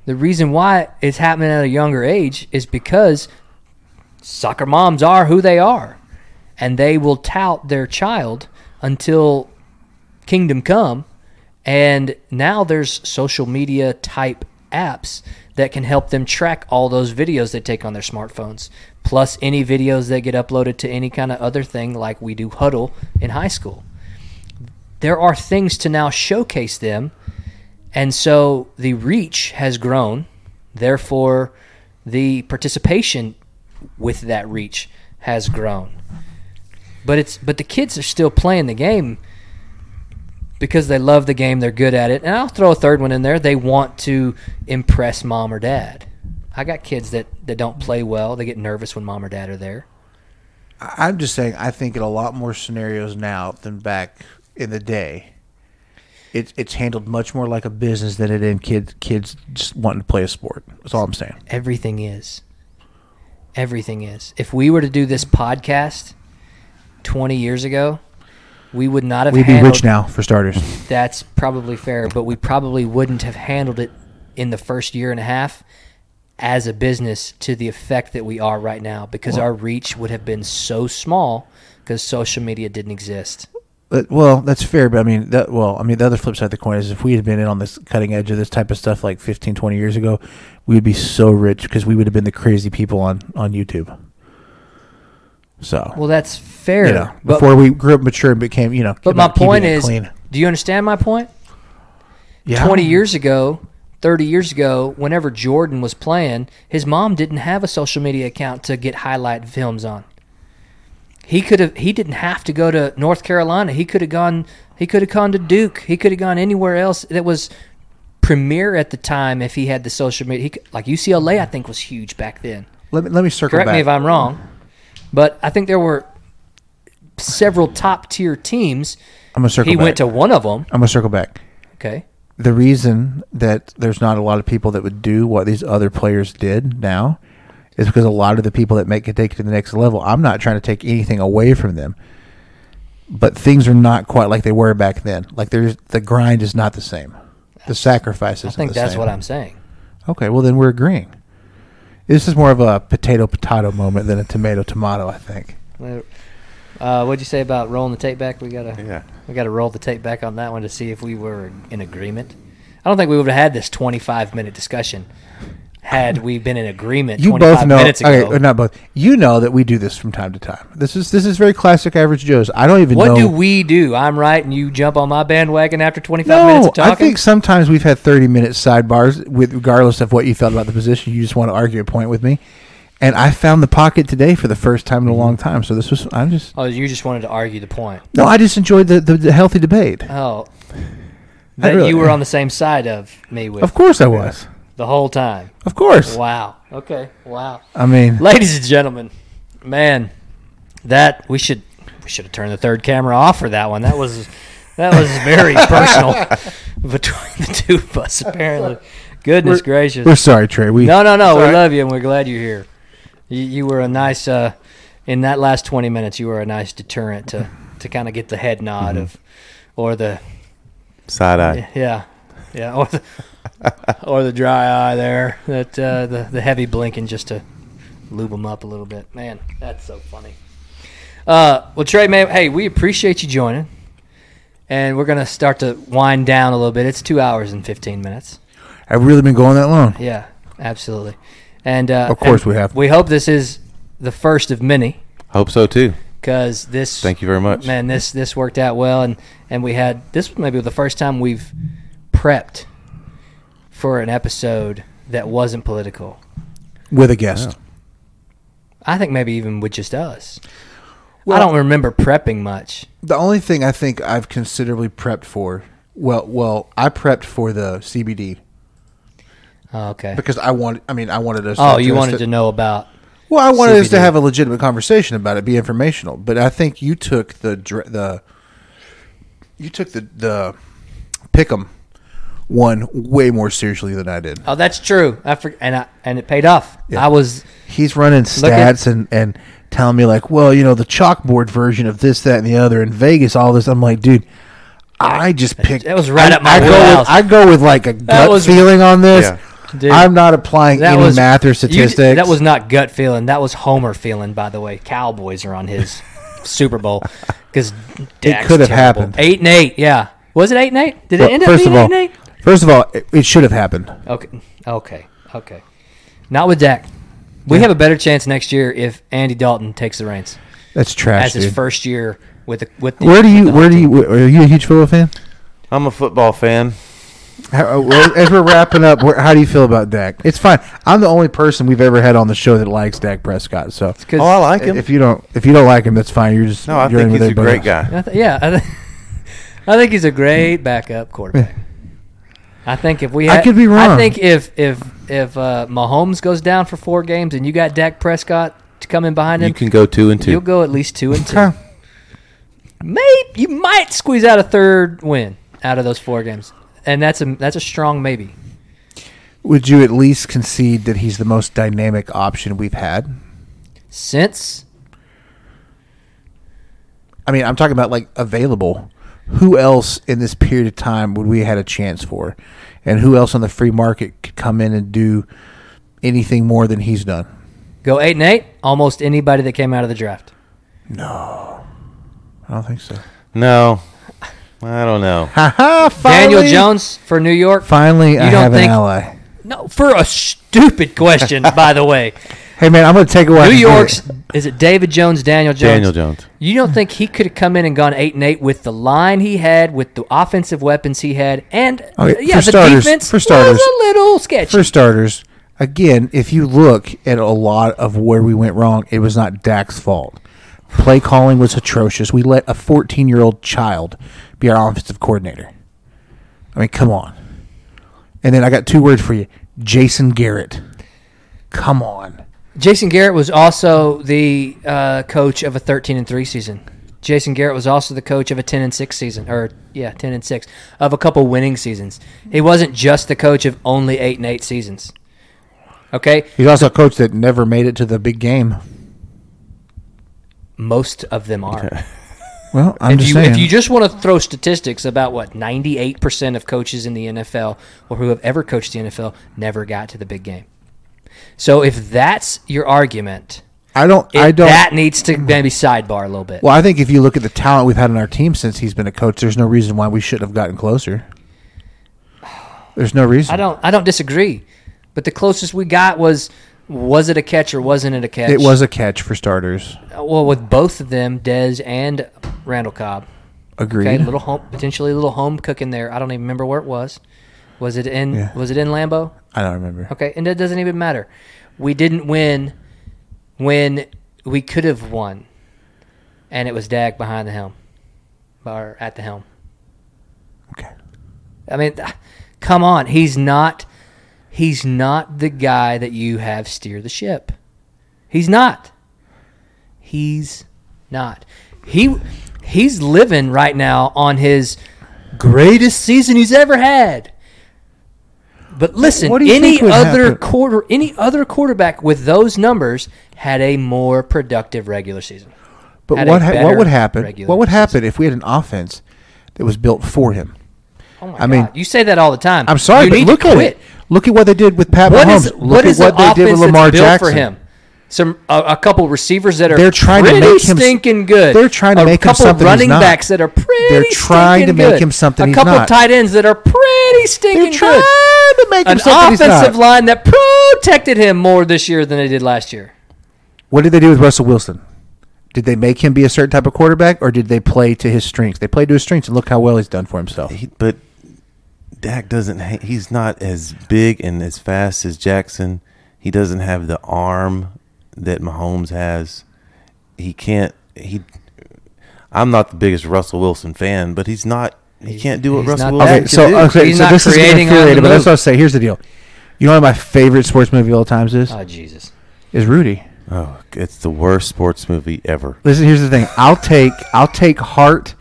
the reason why it's happening at a younger age is because soccer moms are who they are and they will tout their child until kingdom come and now there's social media type apps that can help them track all those videos they take on their smartphones plus any videos that get uploaded to any kind of other thing like we do huddle in high school there are things to now showcase them and so the reach has grown therefore the participation with that reach has grown but it's but the kids are still playing the game because they love the game they're good at it and i'll throw a third one in there they want to impress mom or dad i got kids that that don't play well they get nervous when mom or dad are there I- I'm just saying, I think in a lot more scenarios now than back in the day. It's it's handled much more like a business than it is kids kids just wanting to play a sport. That's all I'm saying. everything is. Everything is. If we were to do this podcast 20 years ago, we would not have We'd be handled rich now, for starters. that's probably fair, but we probably wouldn't have handled it in the first year and a half as a business to the effect that we are right now because our reach would have been so small because social media didn't exist. But, well, that's fair, but I mean, that, well, I mean, the other flip side of the coin is if we had been in on this cutting edge of this type of stuff like 15, 20 years ago, we would be so rich because we would have been the crazy people on, on YouTube. So, Well, that's fair. you know, but before we grew up mature and became, you know, But my about keeping point it is, clean. do you understand my point? Yeah. 20 years ago, 30 years ago, whenever Jordan was playing, his mom didn't have a social media account to get highlight films on. He could have he didn't have to go to North Carolina. He could have gone he could have gone to Duke. He could have gone anywhere else that was premier at the time if he had the social media. He could, like UCLA I think was huge back then. let me, let me circle Correct back. me if I'm wrong, but I think there were several top tier teams. I'm gonna circle He went to back. one of them. I'm going to circle back. Okay. The reason that there's not a lot of people that would do what these other players did now is because a lot of the people that make it take it to the next level, I'm not trying to take anything away from them. But things are not quite like they were back then. Like there's the grind is not the same. The sacrifice is I think that's what I'm saying. Okay, well then we're agreeing. This is more of a potato potato moment than a tomato tomato, I think. Uh, what'd you say about rolling the tape back? We gotta Yeah. we gotta roll the tape back on that one to see if we were in agreement. I don't think we would have had this 25 minute discussion had we been in agreement You 25 both know. minutes ago. Okay, or not both. You know that we do this from time to time. This is this is very classic average Joe's. I don't even what know. do we do? I'm right and you jump on my bandwagon after 25 minutes no, of talking? I think sometimes we've had thirty minute sidebars with regardless of what you felt about the position. You just want to argue a point with me, and I found the pocket today for the first time in a Mm-hmm. long time. So this was I'm just Oh, you just wanted to argue the point. no, I just enjoyed the, the, the healthy debate. Oh. That really- you were on the same side of me with Of course I was. the whole time. Of course. Wow. Okay. Wow. I mean, Ladies and gentlemen, man, that we should we should have turned the third camera off for that one. That was that was very personal between the two of us. Apparently, goodness gracious. we're sorry, Trey. We no, no, no. We love you and we're glad you're here. You, you were a nice uh, in that last twenty minutes. You were a nice deterrent to to kind of get the head nod Mm-hmm. of or the Side eye. yeah, yeah, or the, or the dry eye there. That uh, the the heavy blinking just to lube them up a little bit. Man, that's so funny. Uh, well, Trey, man, hey, we appreciate you joining, and we're gonna start to wind down a little bit. It's two hours and fifteen minutes. I've really been going that long. Yeah, absolutely. And uh, Of course and we have. We hope this is the first of many Hope so too. because this Thank you very much. man this this worked out well and and we had this was maybe the first time we've prepped for an episode that wasn't political with a guest. i think maybe even with just us i don't remember prepping much The only thing I think I've considerably prepped for, well, well, I prepped for the CBD oh, okay because I wanted. I mean, I wanted us. oh to you address wanted it. to know about Well, I wanted us to CBD. have a legitimate conversation about it, be informational. But I think you took the dr- the you took the the pick'em one way more seriously than I did. oh that's true i for, and i and it paid off i was He's running Look at- stats and and telling me like, well, you know, the chalkboard version of this, that, and the other in Vegas, all this. I'm like, dude. I just picked. that was right I, up my I go wheelhouse. with, I go with like a gut was- feeling on this. Yeah. Dude. I'm not applying that any was math or you- statistics. that was not gut feeling that was homer feeling by the way cowboys are on his super bowl because could have happened. eight and eight yeah was it eight and eight did it But end up first being of eight all, and eight first of all, it, it should have happened. Okay. Okay. Okay. Not with Dak. We have a better chance next year if Andy Dalton takes the reins That's as trash. his dude. first year with the with the, where do you? with the Where home do team. you? Are you a huge football fan? I'm a football fan. How, uh, well, as we're wrapping up, where, how do you feel about Dak? It's fine. I'm the only person we've ever had on the show that likes Dak Prescott. So 'Cause- Oh, I like him. if you don't, if you don't like him, that's fine. You're just No, I you're in think with he's a everybody great else. guy. I th- yeah. I, th- I think he's a great backup quarterback. I think if we I had, could be I wrong. think if if if uh, Mahomes goes down for four games and you got Dak Prescott to come in behind him, You can go two and two. you'll go at least two and two. Okay. Maybe you might squeeze out a third win out of those four games, and that's a that's a strong maybe. Would you at least concede that he's the most dynamic option we've had? Since I mean, I'm talking about like available. Who else in this period of time would we had a chance for, and who else on the free market could come in and do anything more than he's done? Go eight and eight. Almost anybody that came out of the draft. I don't think so. No, I don't know. Haha, Daniel finally- Jones for New York. Finally, I You don't have think- an ally. No, for a stupid question, by the way. Hey man, I'm going to take away New York's is it David Jones, Daniel Jones? Daniel Jones. You don't think he could have come in and gone eight and eight with the line he had, with the offensive weapons he had, and Okay, yeah, for the starters- defense for starters- was a little sketchy. For starters, again, if you look at a lot of where we went wrong, it was not Dak's fault. Play calling was atrocious. We let a 14 year old child be our offensive coordinator. I mean, come on. And then I got two words for you Jason Garrett. Come on. Jason Garrett was also the uh, coach of a thirteen and three season. Jason Garrett was also the coach of a ten and six season, or yeah, ten and six of a couple winning seasons. He wasn't just the coach of only eight and eight seasons. Okay, He's also a coach that never made it to the big game. most of them are. Well, I'm If just you, saying. if you just want to throw statistics about what 98% of coaches in the NFL or who have ever coached the NFL never got to the big game. So if that's your argument, I don't. it, I don't. that needs to maybe sidebar a little bit. Well, I think if you look at the talent we've had on our team since he's been a coach, there's no reason why we shouldn't have gotten closer. There's no reason. I don't I don't disagree. But the closest we got was was it a catch or wasn't it a catch? Uh, It was a catch for starters. well with both of them, Dez and Randall Cobb. Agreed. Okay, little home potentially a little home cooking there. I don't even remember where it was. Was it in Yeah. was it in Lambeau? I don't remember. Okay, and that doesn't even matter. We didn't win when we could have won, and it was Dak behind the helm or at the helm. Okay. I mean, th- come on, he's not he's not the guy that you have steer the ship. He's not. He's not. He he's living right now on his greatest season he's ever had. But listen, What do you any think would other happen? quarter any other quarterback with those numbers had a more productive regular season. But Had a what ha- better what would happen? regular What would happen if we had an offense that was built for him? Oh my I mean- God. you say that all the time. I'm sorry, you but need look to at quit. it. Look at what they did with Pat What Mahomes. is look what at is what an they did with offense Lamar that's built Jackson for him? Some a, a couple receivers that are They're trying to pretty make him s- stinking good. they're trying to a make him couple something he's running not. backs that are pretty. They're trying to stinking make good. him something A he's couple not. tight ends that are pretty stinking They're trying good. to make him An something he's offensive not. line that protected him more this year than they did last year. What did they do with Russell Wilson? Did they make him be a certain type of quarterback, or did they play to his strengths? They played to his strengths, and look how well he's done for himself. He, but Dak doesn't. Ha- he's not as big and as fast as Jackson. He doesn't have the arm that Mahomes has. He can't. He. I'm not the biggest Russell Wilson fan, but he's not. He can't do what he's Russell not Wilson that Okay, can good. so do. okay, He's so not this is creating on the infuriating, but that's move. what I say. Here's the deal. You know, one of my favorite sports movie of all times is Oh Jesus! is Rudy. Oh, it's the worst sports movie ever. Listen, here's the thing. I'll take I'll take heart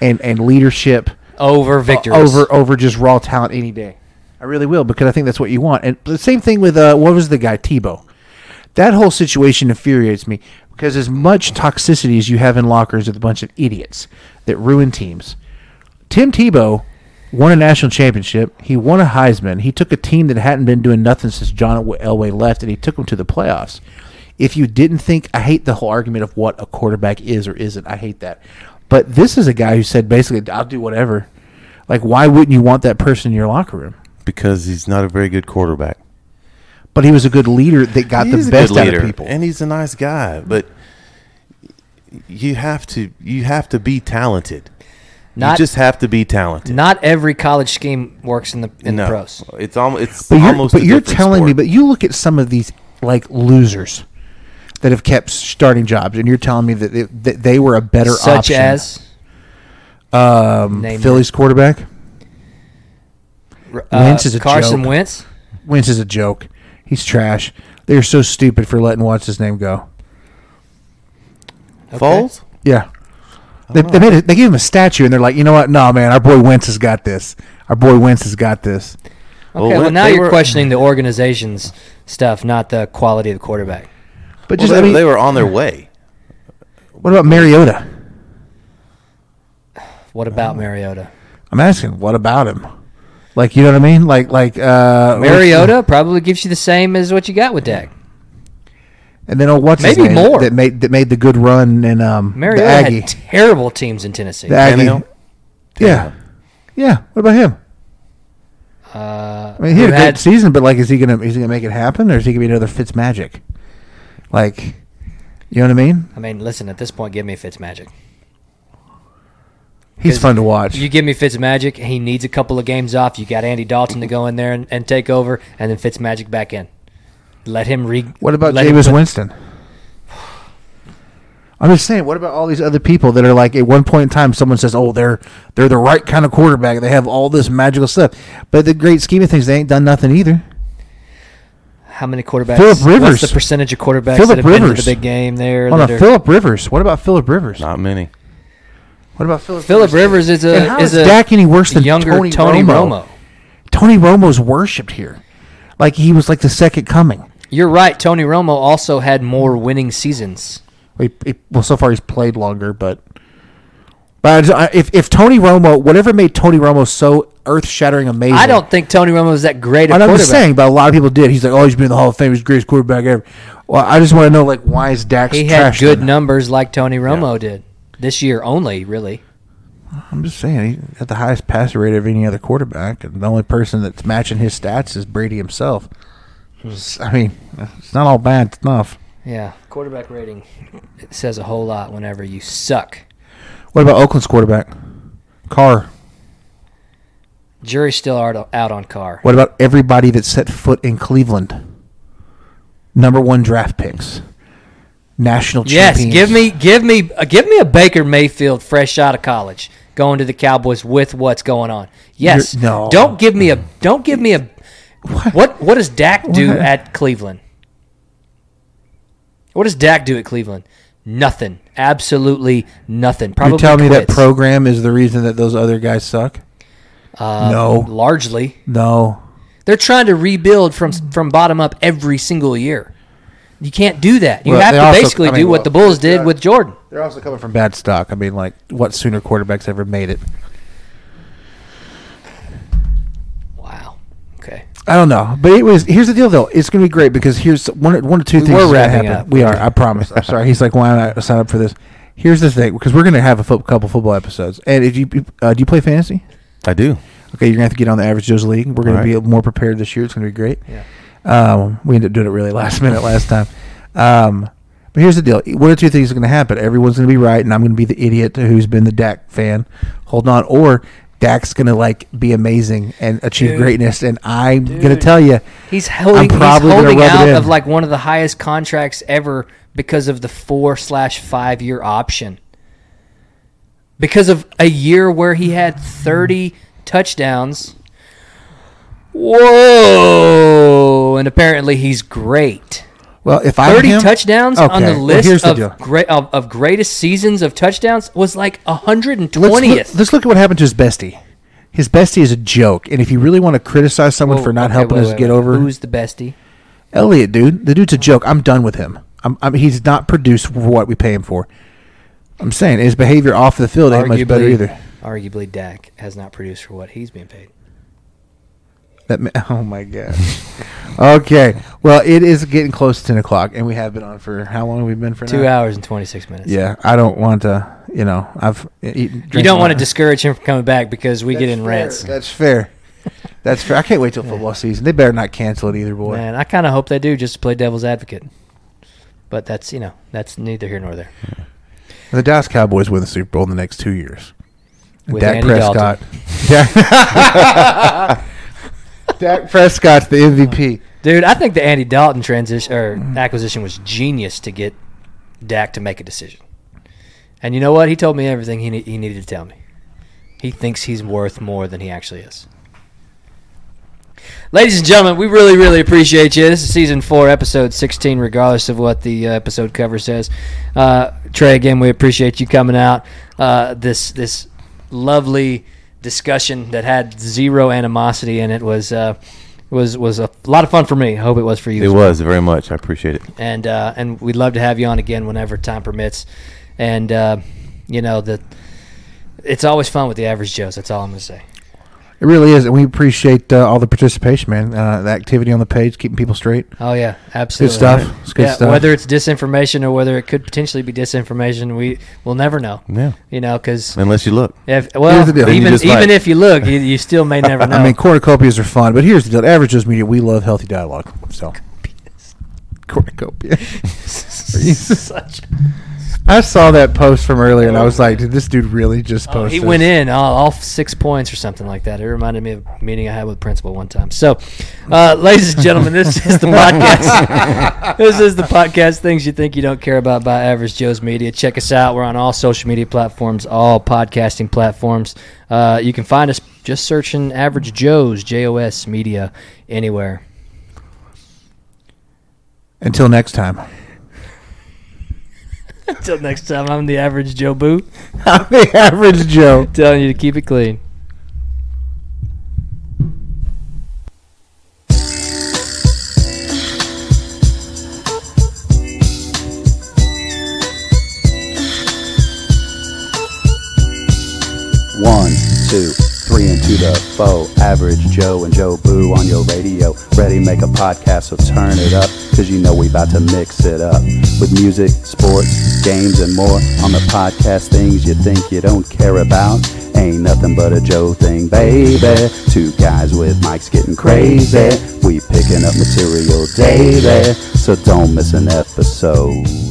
and and leadership Over victory. Uh, over over just raw talent any day. I really will because I think that's what you want. And the same thing with uh, what was the guy Tebow? That whole situation infuriates me because as much toxicity as you have in lockers with a bunch of idiots that ruin teams. Tim Tebow won a national championship. He won a Heisman. He took a team that hadn't been doing nothing since John Elway left, and he took them to the playoffs. If you didn't think, I hate the whole argument of what a quarterback is or isn't. I hate that. But this is a guy who said basically, "I'll do whatever." Like, why wouldn't you want that person in your locker room? because he's not a very good quarterback. But he was a good leader that got He's the a best good out of leader, people. and he's a nice guy. But you have to you have to be talented. Not you just have to be talented. not every college scheme works in the in no, the pros. it's almost it's But you're, almost. but a you're different telling me, sport. but you look at some of these like losers that have kept starting jobs, and you're telling me that they, that they were a better Such option. as um, Philly's quarterback Wentz is a Uh, Carson joke. Wentz. Wentz is a joke. He's trash. They're so stupid for letting what's his name go. Foles. Yeah, they, they made it. They gave him a statue, and they're like, you know what? No, man, our boy Wentz has got this. Our boy Wentz has got this. Well, Okay, well, when- now they you're were- questioning the organization's stuff, not the quality of the quarterback. But Well, just they, I mean, they were on their way. what about Mariota? What Oh. about Mariota? I'm asking, what about him? Like, you know what I mean? Like, like uh, Mariota probably gives you the same as what you got with Dak. and then oh, what's his Maybe name more. that made that made the good run and um Mariota the Aggie, had terrible teams in Tennessee. the Aggie, Tannehill? yeah, yeah. What about him? uh, I mean, he had a who great had- season, but like, is he gonna is he gonna make it happen, or is he gonna be another Fitz magic? Like, you know what I mean? I mean, listen, at this point, give me Fitzmagic. He's 'Cause fun to watch. You give me Fitzmagic, he needs a couple of games off. You got Andy Dalton to go in there and, and take over, and then Fitzmagic back in. Let him re. what about let him Jameis put- Winston? I'm just saying. What about all these other people that are like at one point in time, someone says, "Oh, they're they're the right kind of quarterback. They have all this magical stuff." But the great scheme of things, they ain't done nothing either. How many quarterbacks? Phillip What's Rivers. the percentage of quarterbacks Phillip that have been to Rivers. the big game there? Hold that on, are- Philip Rivers. What about Philip Rivers? Not many. What about Philip? Philip Rivers is a And how is, is a Dak any worse than younger Tony Romo? Romo? Tony Romo's worshipped here, like he was like the second coming. You're right. Tony Romo also had more winning seasons. He, he- well, so far he's played longer, but but I- if if Tony Romo, whatever made Tony Romo so earth shattering amazing, I don't think Tony Romo was that great a And I'm quarterback. just saying, but a lot of people did. He's like, oh, he's been in the Hall of Fame. He's the greatest quarterback ever. Well, I just want to know, like, why is Dax he had trash good then? numbers like Tony Romo did this year only, really. I'm just saying he had the highest passer rate of any other quarterback, and the only person that's matching his stats is Brady himself. It's- I mean, it's not all bad enough. Yeah, quarterback rating it says a whole lot whenever you suck. What about Oakland's quarterback, Carr? Jury's still out out on Carr. What about everybody that set foot in Cleveland? Number one draft picks, national Yes, champions. give me, give me, uh, give me a Baker Mayfield fresh out of college, going to the Cowboys with what's going on. Yes, You're- no. Don't give me a, don't give me a. What what does Dak do What? at Cleveland? What does Dak do at Cleveland? Nothing. Absolutely nothing. Probably You're telling me that quits. program is the reason that those other guys suck? Uh, no, Largely, no. they're trying to rebuild from from bottom up every single year. You can't do that. You Well, have they to also- basically I mean, do what well, the Bulls did with Jordan. They're also coming from bad stock. I mean, like what Sooner quarterbacks ever made it? Wow. Okay. I don't know, but it was. Here's the deal, though. It's going to be great because here's one, one or two things. we're is gonna wrapping happen. up. We are. I promise. I'm sorry. He's like, why not sign up for this? Here's the thing, because we're going to have a fo- couple football episodes. And if you uh, do you play fantasy? I do. Okay, you're going to have to get on the Average Joe's League. We're going All to right. be more prepared this year. It's going to be great. Yeah. Um, we ended up doing it really last minute last time. Um, but here's the deal: one or two things are going to happen. Everyone's going to be right, and I'm going to be the idiot who's been the Dak fan, holding on, or Dak's going to like be amazing and achieve Dude. greatness, and I'm going to tell you, He's holding, he's probably gonna holding rub it out in. of like one of the highest contracts ever because of the four slash five year option. Because of a year where he had 30 touchdowns. Whoa! And apparently he's great. well, if I'm 30 him- touchdowns on Okay, the well, list here's the deal. of, great of, of greatest seasons of touchdowns was like Let's look, 120th. let's look at what happened to his bestie. His bestie is a joke, and if you really want to criticize someone Whoa, for not Oh, okay, helping wait, us wait, get wait. over Who's the bestie? Elliot, dude, the dude's a joke. I'm done with him. I'm, I'm he's not produced for what we pay him for. I'm saying his behavior off the field ain't much better either. arguably, Dak has not produced for what he's being paid. That ma- oh my god. okay, well it is getting close to ten o'clock, and we have been on for how long? Have we been for Two now? hours and 26 minutes. Yeah, I don't want to. You know, I've eaten. You drinking don't want to water. discourage him from coming back because we get in rants. That's fair. That's fair. I can't wait till football season. They better not cancel it either, boy. Man, I kind of hope they do just to play devil's advocate. But that's, you know, that's neither here nor there. The Dallas Cowboys win the Super Bowl in the next two years. With Dak Andy Prescott. Dak- Dak Prescott's the MVP. Dude, I think the Andy Dalton transition or acquisition was genius to get Dak to make a decision. And you know what? He told me everything he, ne- he needed to tell me. He thinks he's worth more than he actually is. Ladies and gentlemen, we really, really appreciate you. This is season four, episode 16, regardless of what the uh, episode cover says. Uh, Trey, again, we appreciate you coming out. Uh, this this lovely discussion that had zero animosity in it was uh, was was a lot of fun for me. Hope it was for you. It as was very much. I appreciate it. and uh, and we'd love to have you on again whenever time permits. And uh, you know that it's always fun with the average Joes. That's all I'm gonna say. It really is, and we appreciate uh, all the participation, man. Uh, the activity on the page, keeping people straight. Oh yeah, absolutely. stuff. It's good yeah, stuff. Whether it's disinformation or whether it could potentially be disinformation, we will never know. Yeah. You know, because Unless you look. if well, the deal. You even just even might. if you look, you, you still may never know. I mean, cornucopias are fun, but here's the deal: average Joe's media, we love healthy dialogue. So, cornucopia. such. I saw that post from earlier, and I was like, "Did this dude really just post?" Oh, Uh, He this? went in all, all six points or something like that. It reminded me of a meeting I had with principal one time. So, uh, ladies and gentlemen, this is the podcast. this is the podcast. Things you think you don't care about by Average Joe's Media. Check us out. We're on all social media platforms, all podcasting platforms. Uh, you can find us just searching Average Joe's J O S Media anywhere. Until next time. Until next time, I'm the Average Joe Boo, I'm the average Joe. telling you to keep it clean. One, two, three, and two the the foe. Average Joe and Joe Boo on your radio. Ready, make a podcast, so turn it up. Cause you know we about to mix it up. With music, sports, games, and more. On the podcast, things you think you don't care about. Ain't nothing but a Joe thing, baby. Two guys with mics getting crazy. We picking up material daily. So don't miss an episode.